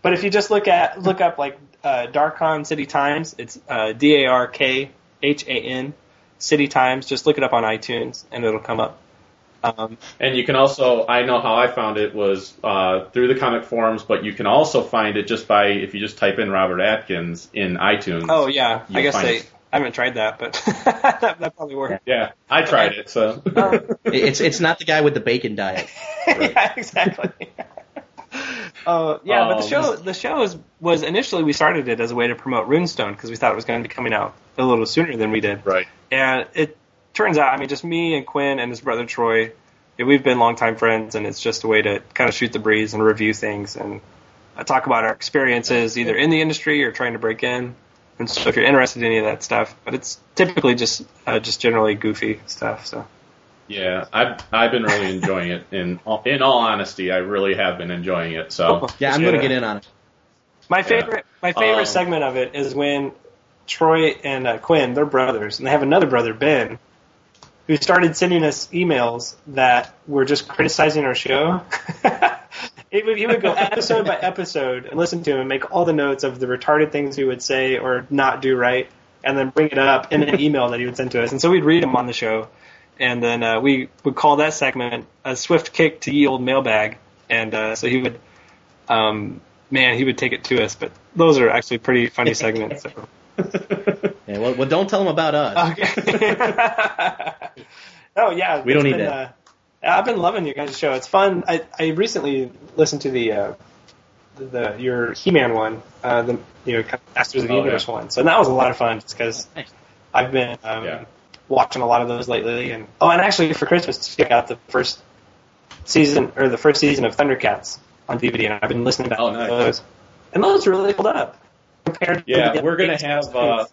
S7: but if you just look at look up like uh, Dark on City Times, it's uh, D A R K H A N City Times. Just look it up on iTunes and it'll come up. Um,
S2: And you can also, I know how I found it was uh, through the comic forums, but you can also find it just by if you just type in Robert Atkins in iTunes.
S7: oh yeah, I
S2: You'll
S7: guess
S2: find
S7: they.
S2: it.
S7: I haven't tried that, but that, that probably worked. Um,
S2: Yeah, I tried it. So
S7: Oh.
S9: It's it's not the guy with the bacon diet.
S7: yeah, exactly. Uh, yeah, but the
S2: Um,
S7: show the show was, was initially we started it as a way to promote Runestone because we thought it was going to be coming out a little sooner than we did.
S2: right.
S7: And it turns out, I mean, just me and Quinn and his brother Troy, yeah, we've been longtime friends, and it's just a way to kind of shoot the breeze and review things and uh, talk about our experiences either in the industry or trying to break in. And so, if you're interested in any of that stuff, but it's typically just uh, just generally goofy stuff. So.
S2: Yeah, I've I've been really enjoying it. In all- in all honesty, I really have been enjoying it. So
S9: Yeah, I'm going to get in on it.
S7: My favorite, my favorite
S2: Um,
S7: segment of it is when Troy and uh, Quinn, they're brothers, and they have another brother Ben, who started sending us emails that were just criticizing our show. it would, he would go episode by episode and listen to him and make all the notes of the retarded things he would say or not do right, and then bring it up in an email that he would send to us. And so we'd read them on the show, and then uh, we would call that segment a swift kick to ye old mailbag. And uh, so he would um, man, he would take it to us. But those are actually pretty funny segments. So.
S9: Yeah, well, well, don't tell him about us.
S7: Okay. oh yeah,
S9: We don't
S7: it's
S9: need
S7: been,
S9: that.
S7: Uh, I've been loving your guys' show. It's fun. I, I recently listened to the uh, the, the your He-Man one, uh, the you know kind of Masters of the
S2: Oh,
S7: Universe one. So that was a lot of fun, just because
S9: Thanks.
S7: I've been um,
S2: Yeah.
S7: watching a lot of those lately. And oh, and actually for Christmas, check out the first season or the first season of Thundercats on DVD, and I've been listening to
S2: Oh, nice.
S7: those. And those really hold up. Compared to
S2: yeah,
S7: the
S2: we're gonna
S7: other
S2: have uh,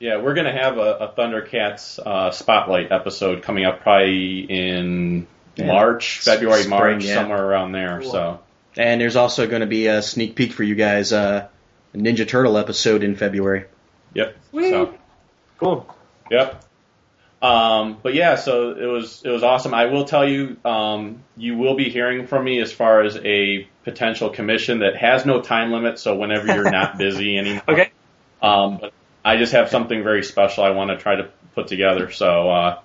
S2: yeah we're gonna have a, a Thundercats uh, spotlight episode coming up probably in
S9: Yeah.
S2: March, February,
S9: Spring,
S2: March,
S9: yeah.
S2: somewhere around there.
S7: Cool.
S2: So
S9: And there's also going to be a sneak peek for you guys, uh, a Ninja Turtle episode in February.
S2: yep. So.
S7: cool.
S2: Yep. Um, but yeah, so it was it was awesome. I will tell you, um, you will be hearing from me as far as a potential commission that has no time limit. So whenever you're not busy anymore,
S7: Okay.
S2: um, but I just have something very special I want to try to put together. So uh,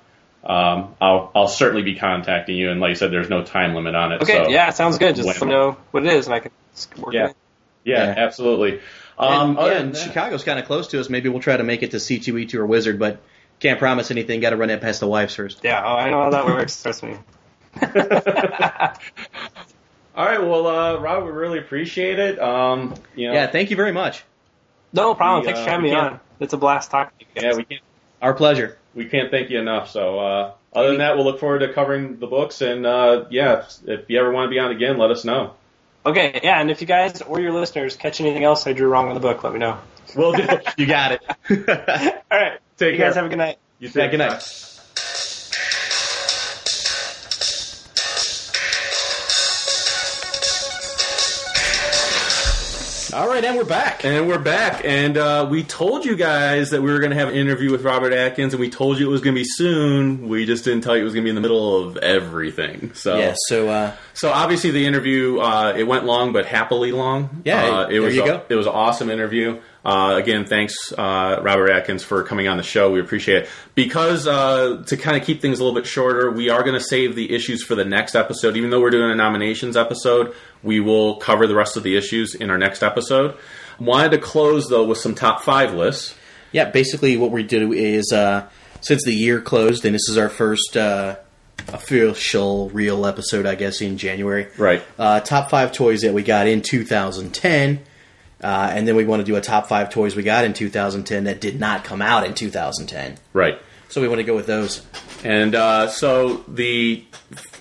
S2: um, I'll I'll certainly be contacting you. And like I said, there's no time limit on it.
S7: Okay,
S2: so,
S7: yeah, sounds good. Just let me
S2: When-
S7: know what it is, and I can just work
S2: Yeah.
S7: it.
S2: yeah,
S9: Yeah.
S2: absolutely. Um,
S9: and,
S2: other
S9: yeah,
S2: than
S9: and
S2: that-
S9: Chicago's kind of close to us. Maybe we'll try to make it to C2E2 or Wizard, but can't promise anything. Got to run it past the wives first.
S7: Yeah, oh, I know how that works. Trust me.
S2: All right, well, uh, Rob, we really appreciate it. Um, you know,
S9: Yeah, thank you very much.
S7: No problem.
S2: We,
S7: Thanks
S2: uh,
S7: for having
S2: we
S7: me
S2: can't-
S7: on. It's a blast talking to you guys.
S2: yeah, we can't.
S9: Our pleasure.
S2: we can't thank you enough. So, uh, other than that, we'll look forward to covering the books. And uh, yeah, if, if you ever want to be on again, let us know.
S7: Okay, yeah, and if you guys or your listeners catch anything else I drew wrong in the book, let me know.
S2: We'll do.
S9: You got it.
S7: All right.
S2: Take
S7: you guys
S2: care.
S7: have a good night.
S2: you
S9: Yeah, good night.
S3: All right, and we're back.
S2: And we're back, and uh, we told you guys that we were going to have an interview with Robert Atkins, and we told you it was going to be soon. We just didn't tell you it was going to be in the middle of everything. So,
S3: Yeah, so uh,
S2: so obviously the interview uh, it went long, but happily long.
S3: Yeah,
S2: uh, it
S3: there
S2: was.
S3: you
S2: a-
S3: go.
S2: It was an awesome interview. Uh, again, thanks uh, Robert Atkins for coming on the show. We appreciate it. Because uh, to kind of keep things a little bit shorter, we are going to save the issues for the next episode. Even though we're doing a nominations episode, we will cover the rest of the issues in our next episode. Wanted to close though with some top five lists.
S3: yeah, basically what we did is uh, since the year closed, and this is our first uh, official real episode, I guess, in January.
S2: Right.
S3: Uh, top five toys that we got in 2010. Uh, and then we want to do a top five toys we got in 2010 that did not come out in 2010.
S2: Right.
S3: So we want to go with those.
S2: And uh, so the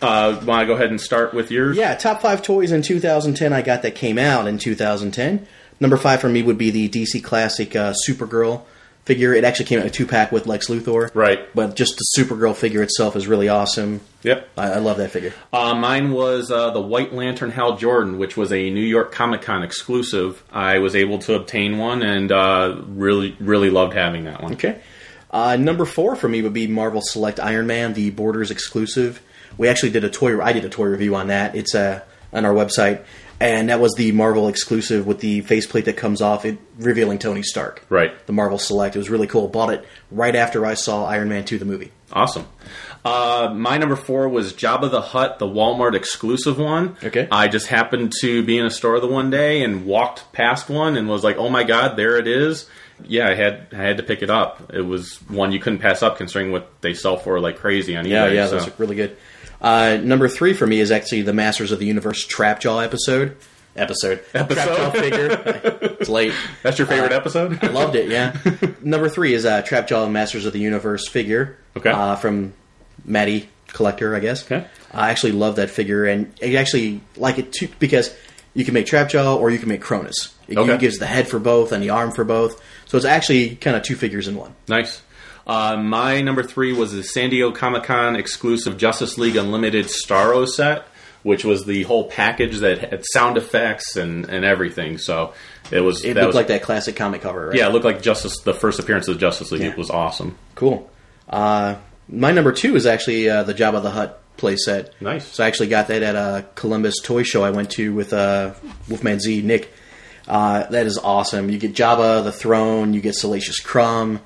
S2: uh, want to go ahead and start with yours.
S3: Yeah, top five toys in 2010 I got that came out in 2010. Number five for me would be the DC Classic uh, Supergirl figure. It actually came out in a two pack with Lex Luthor.
S2: Right.
S3: But just the Supergirl figure itself is really awesome.
S2: Yep.
S3: I, I love that figure.
S2: Uh, mine was uh, the White Lantern Hal Jordan, which was a New York Comic Con exclusive. I was able to obtain one and uh, really, really loved having that one.
S3: Okay. Uh, number four for me would be Marvel Select Iron Man, the Borders exclusive. We actually did a toy. I did a toy review on that. It's uh, on our website, and that was the Marvel exclusive with the faceplate that comes off, it revealing Tony Stark.
S2: Right.
S3: The Marvel Select. It was really cool. Bought it right after I saw Iron Man two, the movie.
S2: Awesome. Uh, my number four was Jabba the Hutt, the Walmart exclusive one.
S3: Okay.
S2: I just happened to be in a store the one day and walked past one and was like, "Oh my god, there it is!" Yeah, I had I had to pick it up. It was one you couldn't pass up, considering what they sell for like crazy on eBay.
S3: Yeah, yeah,
S2: so-
S3: those look really good. Uh, number three for me is actually the Masters of the Universe Trapjaw episode. Episode. Trapjaw figure. it's late.
S2: that's your favorite
S3: Uh,
S2: episode.
S3: I loved it. Yeah. Number three is uh, Trapjaw Masters of the Universe figure.
S2: Okay.
S3: Uh, from Maddie Collector, I guess.
S2: Okay.
S3: I actually love that figure, and I actually like it too because you can make Trapjaw or you can make Cronus. It
S2: Okay.
S3: gives the head for both and the arm for both, so it's actually kind of two figures in one.
S2: Nice. Uh, my number three was the San Diego Comic Con exclusive Justice League Unlimited Starro set, which was the whole package that had sound effects and, and everything. So it was
S3: It
S2: that
S3: looked
S2: was,
S3: like that classic comic cover, right?
S2: Yeah, it looked like Justice the first appearance of Justice League.
S3: Yeah.
S2: It was awesome.
S3: Cool. Uh, my number two is actually uh, the Jabba the Hutt playset.
S2: Nice.
S3: So I actually got that at a Columbus toy show I went to with uh, Wolfman Z, Nick. Uh, that is awesome. You get Jabba, the throne, you get Salacious Crumb,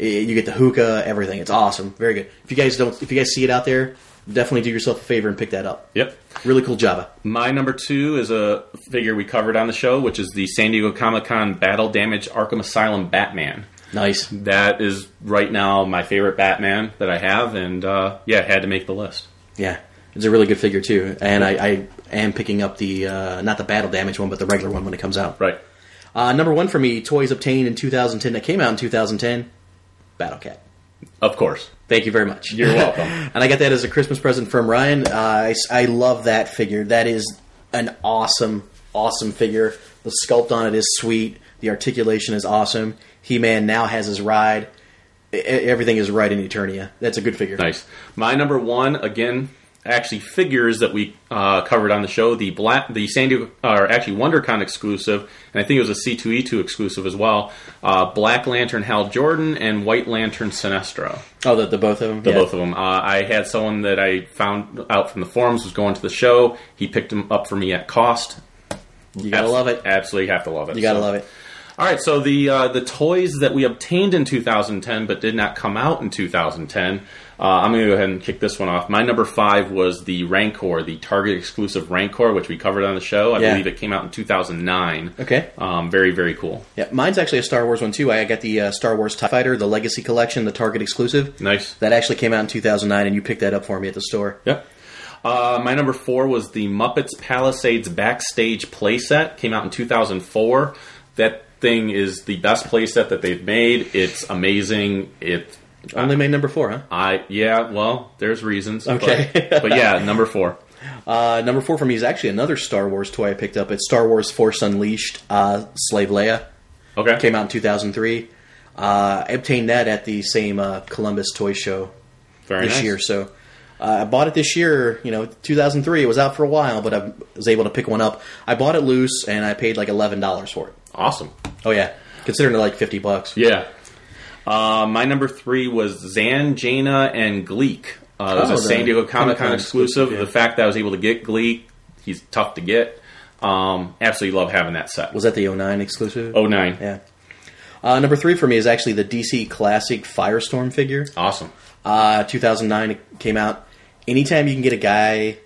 S3: eh, you get the hookah, everything. It's awesome. Very good. If you guys don't, if you guys see it out there, definitely do yourself a favor and pick that up.
S2: Yep.
S3: Really cool Jabba.
S2: My number two is a figure we covered on the show, which is the San Diego Comic Con Battle Damage Arkham Asylum Batman.
S3: Nice.
S2: That is right now my favorite Batman that I have, and uh, yeah, had to make the list.
S3: Yeah, it's a really good figure too. And I, I am picking up the uh, not the battle damage one, but the regular one when it comes out.
S2: Right.
S3: Uh, number one for me, toys obtained in 2010 that came out in 2010, Battle Cat.
S2: Of course.
S3: Thank you very much.
S2: You're welcome.
S3: and I got that as a Christmas present from Ryan. Uh, I, s- I love that figure. That is an awesome, awesome figure. The sculpt on it is sweet. The articulation is awesome. He Man now has his ride. E- e- everything is right in Eternia. That's a good figure.
S2: Nice. My number one again, actually figures that we uh, covered on the show. The black, the San Diego, or actually WonderCon exclusive, and I think it was a C two E two exclusive as well. Uh, black Lantern Hal Jordan and White Lantern Sinestro.
S3: Oh, the, the both of them.
S2: The both of them. Uh, I had someone that I found out from the forums was going to the show. He picked them up for me at cost.
S3: You gotta love it.
S2: Absolutely have to love it.
S3: You gotta
S2: So-
S3: love it.
S2: all right, so the uh, the toys that we obtained in 2010 but did not come out in 2010. Uh, I'm going to go ahead and kick this one off. My number five was the Rancor, the Target exclusive Rancor, which we covered on the show. I
S3: Yeah.
S2: believe it came out in 2009.
S3: Okay.
S2: Um, very very cool.
S3: Yeah, mine's actually a Star Wars one too. I got the uh, Star Wars Tie Fighter, the Legacy Collection, the Target exclusive.
S2: Nice.
S3: That actually came out in 2009, and you picked that up for me at the store.
S2: Yep. Uh, my number four was the Muppets Palisades Backstage playset. Came out in 2004. That thing is the best playset that they've made. It's amazing. It
S3: Only made number four, huh?
S2: I yeah, well, there's reasons.
S3: Okay.
S2: but, but yeah, number four.
S3: Uh, number four for me is actually another Star Wars toy I picked up. It's Star Wars Force Unleashed uh, Slave Leia.
S2: Okay,
S3: Came out in 2003. Uh, I obtained that at the same uh, Columbus toy show
S2: Very
S3: this
S2: nice.
S3: year. So Uh, I bought it this year, you know, 2003. It was out for a while, but I was able to pick one up. I bought it loose, and I paid like eleven dollars for it.
S2: Awesome.
S3: Oh yeah, considering it like fifty bucks.
S2: Yeah. Uh, my number three was Zan, Jaina, and Gleek. Uh, it was
S3: Oh,
S2: a
S3: the
S2: San Diego Comic
S3: Comic-Con
S2: Con exclusive.
S3: exclusive, yeah.
S2: The fact that I was able to get Gleek, he's tough to get. Um, absolutely love having that set.
S3: Was that the 09 exclusive?
S2: 09.
S3: Yeah. Uh, number three for me is actually the DC Classic Firestorm figure.
S2: Awesome.
S3: Uh, 2009 it came out. Anytime you can get a guy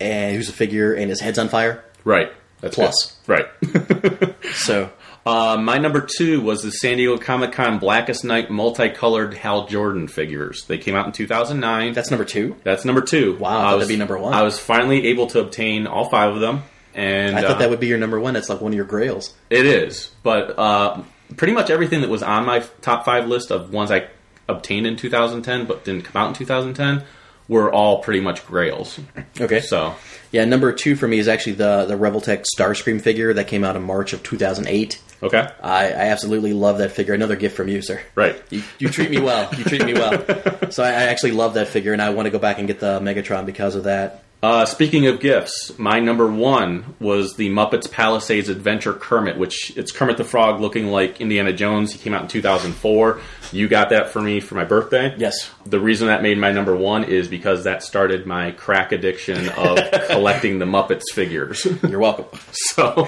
S3: and who's a figure and his head's on fire,
S2: Right. That's
S3: Plus.
S2: good. Right.
S3: so
S2: Uh, my number two was the San Diego Comic Con Blackest Night multicolored Hal Jordan figures. They came out in 2009.
S3: that's number two.
S2: That's number two.
S3: Wow, I
S2: I
S3: thought that'd
S2: was-
S3: be number one.
S2: I was finally able to obtain all five of them, and
S3: I
S2: uh,
S3: thought that would be your number one. That's like one of your grails.
S2: it is. But uh, pretty much everything that was on my f- top five list of ones I obtained in 2010 but didn't come out in 2010 were all pretty much grails.
S3: Okay.
S2: So
S3: Yeah, number two for me is actually the the Reveltech Starscream figure that came out in March of 2008.
S2: okay,
S3: I, I absolutely love that figure. Another gift from you, sir.
S2: right.
S3: You, you treat me well. You treat me well. So I, I actually love that figure, and I want to go back and get the Megatron because of that.
S2: Uh, speaking of gifts, my number one was the Muppets Palisades Adventure Kermit, which it's Kermit the Frog looking like Indiana Jones. He came out in 2004. You got that for me for my birthday.
S3: Yes.
S2: The reason that made my number one is because that started my crack addiction of collecting the Muppets figures.
S3: You're welcome.
S2: So,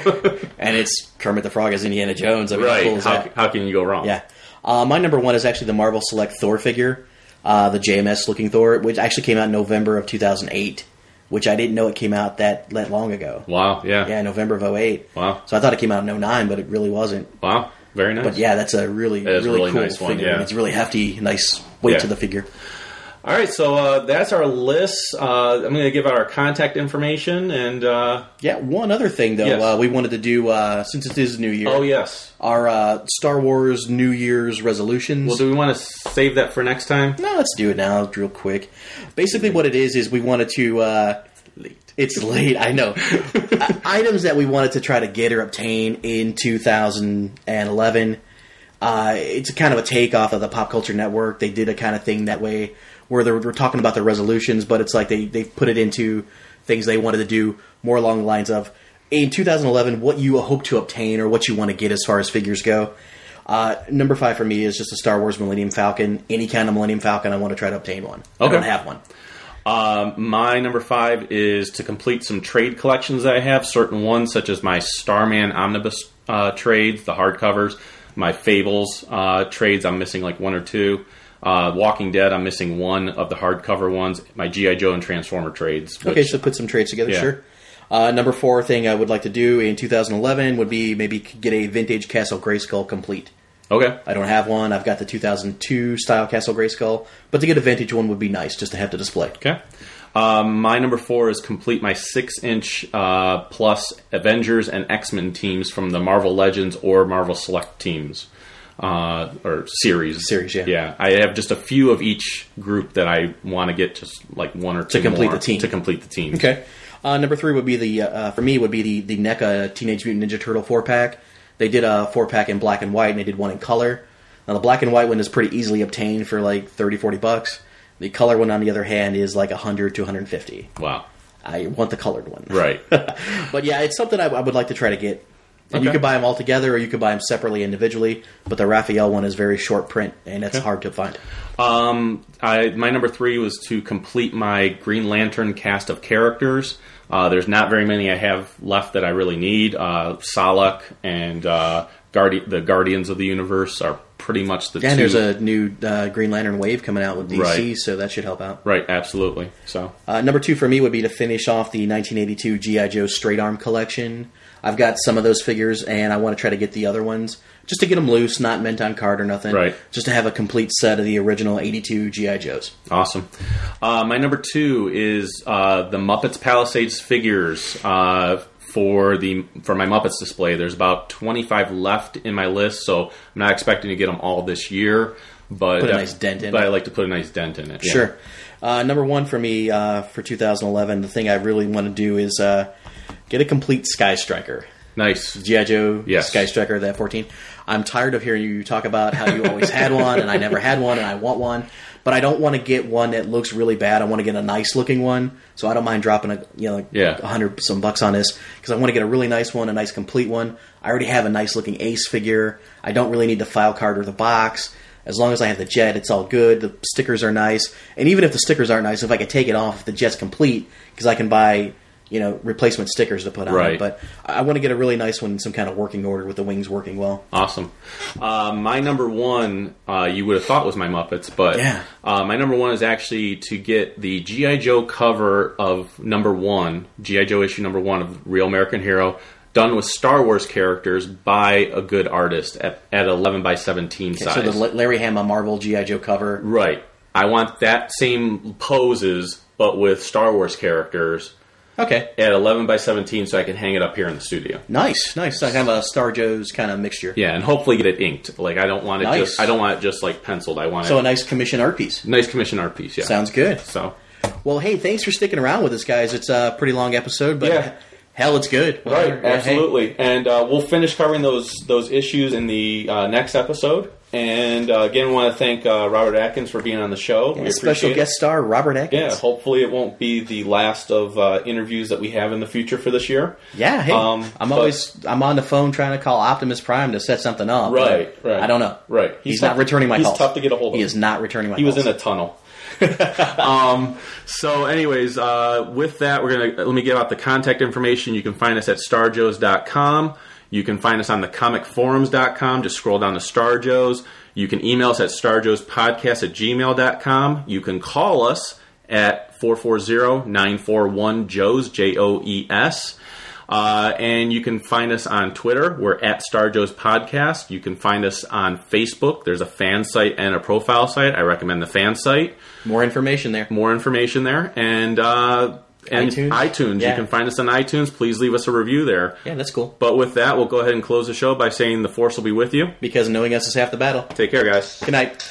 S3: And it's Kermit the Frog as Indiana Jones. I mean, how cool
S2: right,
S3: is
S2: how,
S3: that?
S2: how can you go wrong?
S3: Yeah. Uh, my number one is actually the Marvel Select Thor figure, uh, the JMS looking Thor, which actually came out in November of 2008, which I didn't know it came out that, that long ago.
S2: Wow. Yeah.
S3: Yeah, November of 08.
S2: Wow.
S3: So I thought it came out in 09, but it really wasn't.
S2: Wow. Very nice.
S3: But yeah, that's a really,
S2: is a
S3: really,
S2: really
S3: cool
S2: nice one,
S3: figure.
S2: yeah.
S3: It's really hefty, nice weight
S2: Yeah.
S3: to the figure.
S2: All right. So uh, that's our list. Uh, I'm going to give out our contact information and. Uh,
S3: Yeah, one other thing, though,
S2: Yes.
S3: uh, we wanted to do, uh, since it is New Year,
S2: oh yes.
S3: our uh, Star Wars New Year's resolutions.
S2: Well, do we want to save that for next time?
S3: No, let's do it now, real quick. Basically, what it is is we wanted to. Uh, late. It's late. I know. I- items that we wanted to try to get or obtain in 2011. Uh, it's kind of a takeoff of the Pop Culture Network. They did a kind of thing that way where they were talking about the resolutions, but it's like they they put it into things they wanted to do more along the lines of in 2011 what you hope to obtain or what you want to get as far as figures go. Uh, number five for me is just a Star Wars Millennium Falcon. Any kind of Millennium Falcon, I want to try to obtain one. I
S2: Okay.
S3: don't have one.
S2: Um, my number five is to complete some trade collections that I have, certain ones such as my Starman Omnibus uh, trades, the hardcovers, my Fables uh, trades. I'm missing like one or two. Uh, Walking Dead, I'm missing one of the hardcover ones. My GI Joe and Transformer trades. Which,
S3: Okay, so put some trades together,
S2: Yeah.
S3: sure. Uh, number four thing I would like to do in 2011 would be maybe get a vintage Castle Grayskull complete.
S2: okay.
S3: I don't have one. I've got the 2002 style Castle Grayskull, but to get a vintage one would be nice just to have to display.
S2: Okay. Um, my number four is complete my six inch uh, plus Avengers and X Men teams from the Marvel Legends or Marvel Select teams uh, or series.
S3: Series, yeah.
S2: Yeah, I have just a few of each group that I want to get, just like one or two
S3: complete
S2: more
S3: the team.
S2: To complete the team.
S3: Okay. Uh, number three would be the uh, uh, for me would be the the NECA Teenage Mutant Ninja Turtle four pack. They did a four pack in black and white, and they did one in color. Now the black and white one is pretty easily obtained for like 30, 40 bucks. The color one, on the other hand, is like hundred to one hundred fifty.
S2: Wow.
S3: I want the colored one.
S2: Right.
S3: But yeah, it's something I, I would like to try to get. And you
S2: Okay.
S3: could buy them all together, or you could buy them separately individually. But the Raphael one is very short print, and it's hard to find.
S2: Um, I my number three was to complete my Green Lantern cast of characters. Uh, there's not very many I have left that I really need. Uh, Salak and uh, Guardi- the Guardians of the Universe are pretty much the two.
S3: And there's a new uh, Green Lantern wave coming out with DC,
S2: Right.
S3: so that should help out.
S2: right, absolutely. So
S3: Uh, number two for me would be to finish off the 1982 GI Joe Straight Arm collection. I've got some of those figures, and I want to try to get the other ones just to get them loose, not meant on card or nothing.
S2: Right.
S3: Just to have a complete set of the original 82 GI Joes.
S2: Awesome. Uh, my number two is uh, the Muppets Palisades figures uh, for the for my Muppets display. There's about 25 left in my list, so I'm not expecting to get them all this year. But
S3: Put a nice dent in
S2: But
S3: it.
S2: I like to put a nice dent in it. yeah.
S3: Sure. Uh, number one for me uh, for 2011, the thing I really want to do is uh, get a complete Sky Striker.
S2: Nice.
S3: GI Joe,
S2: Yes.
S3: Sky Striker, that fourteen. I'm tired of hearing you talk about how you always had one and I never had one and I want one, but I don't want to get one that looks really bad. I want to get a nice looking one, so I don't mind dropping a you know like
S2: Yeah.
S3: a hundred some bucks on this because I want to get a really nice one, a nice complete one. I already have a nice looking Ace figure. I don't really need the file card or the box. As long as I have the jet, it's all good. The stickers are nice, and even if the stickers aren't nice, if I could take it off, if the jet's complete because I can buy you know replacement stickers to put on
S2: Right.
S3: it. But I want to get a really nice one in some kind of working order with the wings working well.
S2: Awesome. Uh, my number one, uh, you would have thought was my Muppets, but
S3: Yeah.
S2: uh, my number one is actually to get the GI Joe cover of number one, GI Joe issue number one of Real American Hero, done with Star Wars characters by a good artist at, at eleven by seventeen size.
S3: So the La- Larry Hama Marvel GI Joe cover.
S2: right. I want that same poses, but with Star Wars characters
S3: Okay,
S2: at eleven by seventeen, so I can hang it up here in the studio.
S3: nice, nice. So kind of a Star Joe's kind of mixture.
S2: Yeah, and hopefully get it inked. Like I don't want it
S3: Nice.
S2: just I don't want it just like penciled. I want
S3: So
S2: it
S3: a nice commission art piece.
S2: nice commission art piece. Yeah.
S3: Sounds good.
S2: So
S3: Well, hey, thanks for sticking around with us, guys. It's a pretty long episode, but
S2: Yeah.
S3: hell, it's good.
S2: right,
S3: Yeah, hey.
S2: absolutely, and uh, we'll finish covering those those issues in the uh, next episode. And uh, again, want to thank uh, Robert Atkins for being on the show.
S3: And
S2: We
S3: special
S2: appreciate it.
S3: guest star Robert Atkins.
S2: Yeah, hopefully it won't be the last of uh, interviews that we have in the future for this year.
S3: Yeah, hey,
S2: Um,
S3: I'm
S2: but-
S3: always I'm on the phone trying to call Optimus Prime to set something up.
S2: Right,
S3: but
S2: right.
S3: I don't know.
S2: Right.
S3: he's,
S2: He's
S3: not
S2: tough-
S3: returning my
S2: he's
S3: calls.
S2: tough to get a hold of.
S3: He is not returning my.
S2: He
S3: calls.
S2: was in a tunnel. um, so, anyways, uh, with that, we're gonna let me give out the contact information. You can find us at starjoes.com. You can find us on the comicforums.com. Just scroll down to Starjoes. You can email us at starjoespodcast at gmail.com. You can call us at 440-941-JOES, E J-O-E-S. Uh, and you can find us on Twitter. We're at Star Joe's Podcast. You can find us on Facebook. There's a fan site and a profile site. I recommend the fan site.
S3: more information there.
S2: More information there. And uh, and
S3: iTunes?
S2: iTunes.
S3: Yeah.
S2: You can find us on iTunes. Please leave us a review there.
S3: Yeah, that's cool.
S2: But with that, we'll go ahead and close the show by saying the force will be with you.
S3: Because knowing us is half the battle.
S2: Take care, guys.
S3: Good night.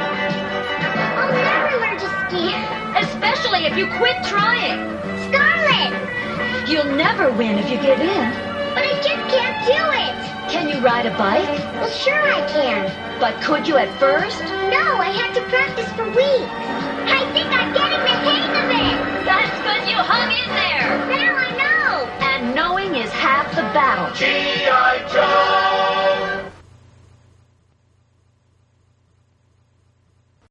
S8: Oh, you're everywhere to ski, especially if you quit trying. Scarlet! You'll never win if you give in. But I just can't do it. Can you ride a bike? Well, sure I can. But could you at first? No, I had to practice for weeks. I think I'm getting the hang of it. That's because you hung in there. Now I know. And knowing is half the battle. G.I.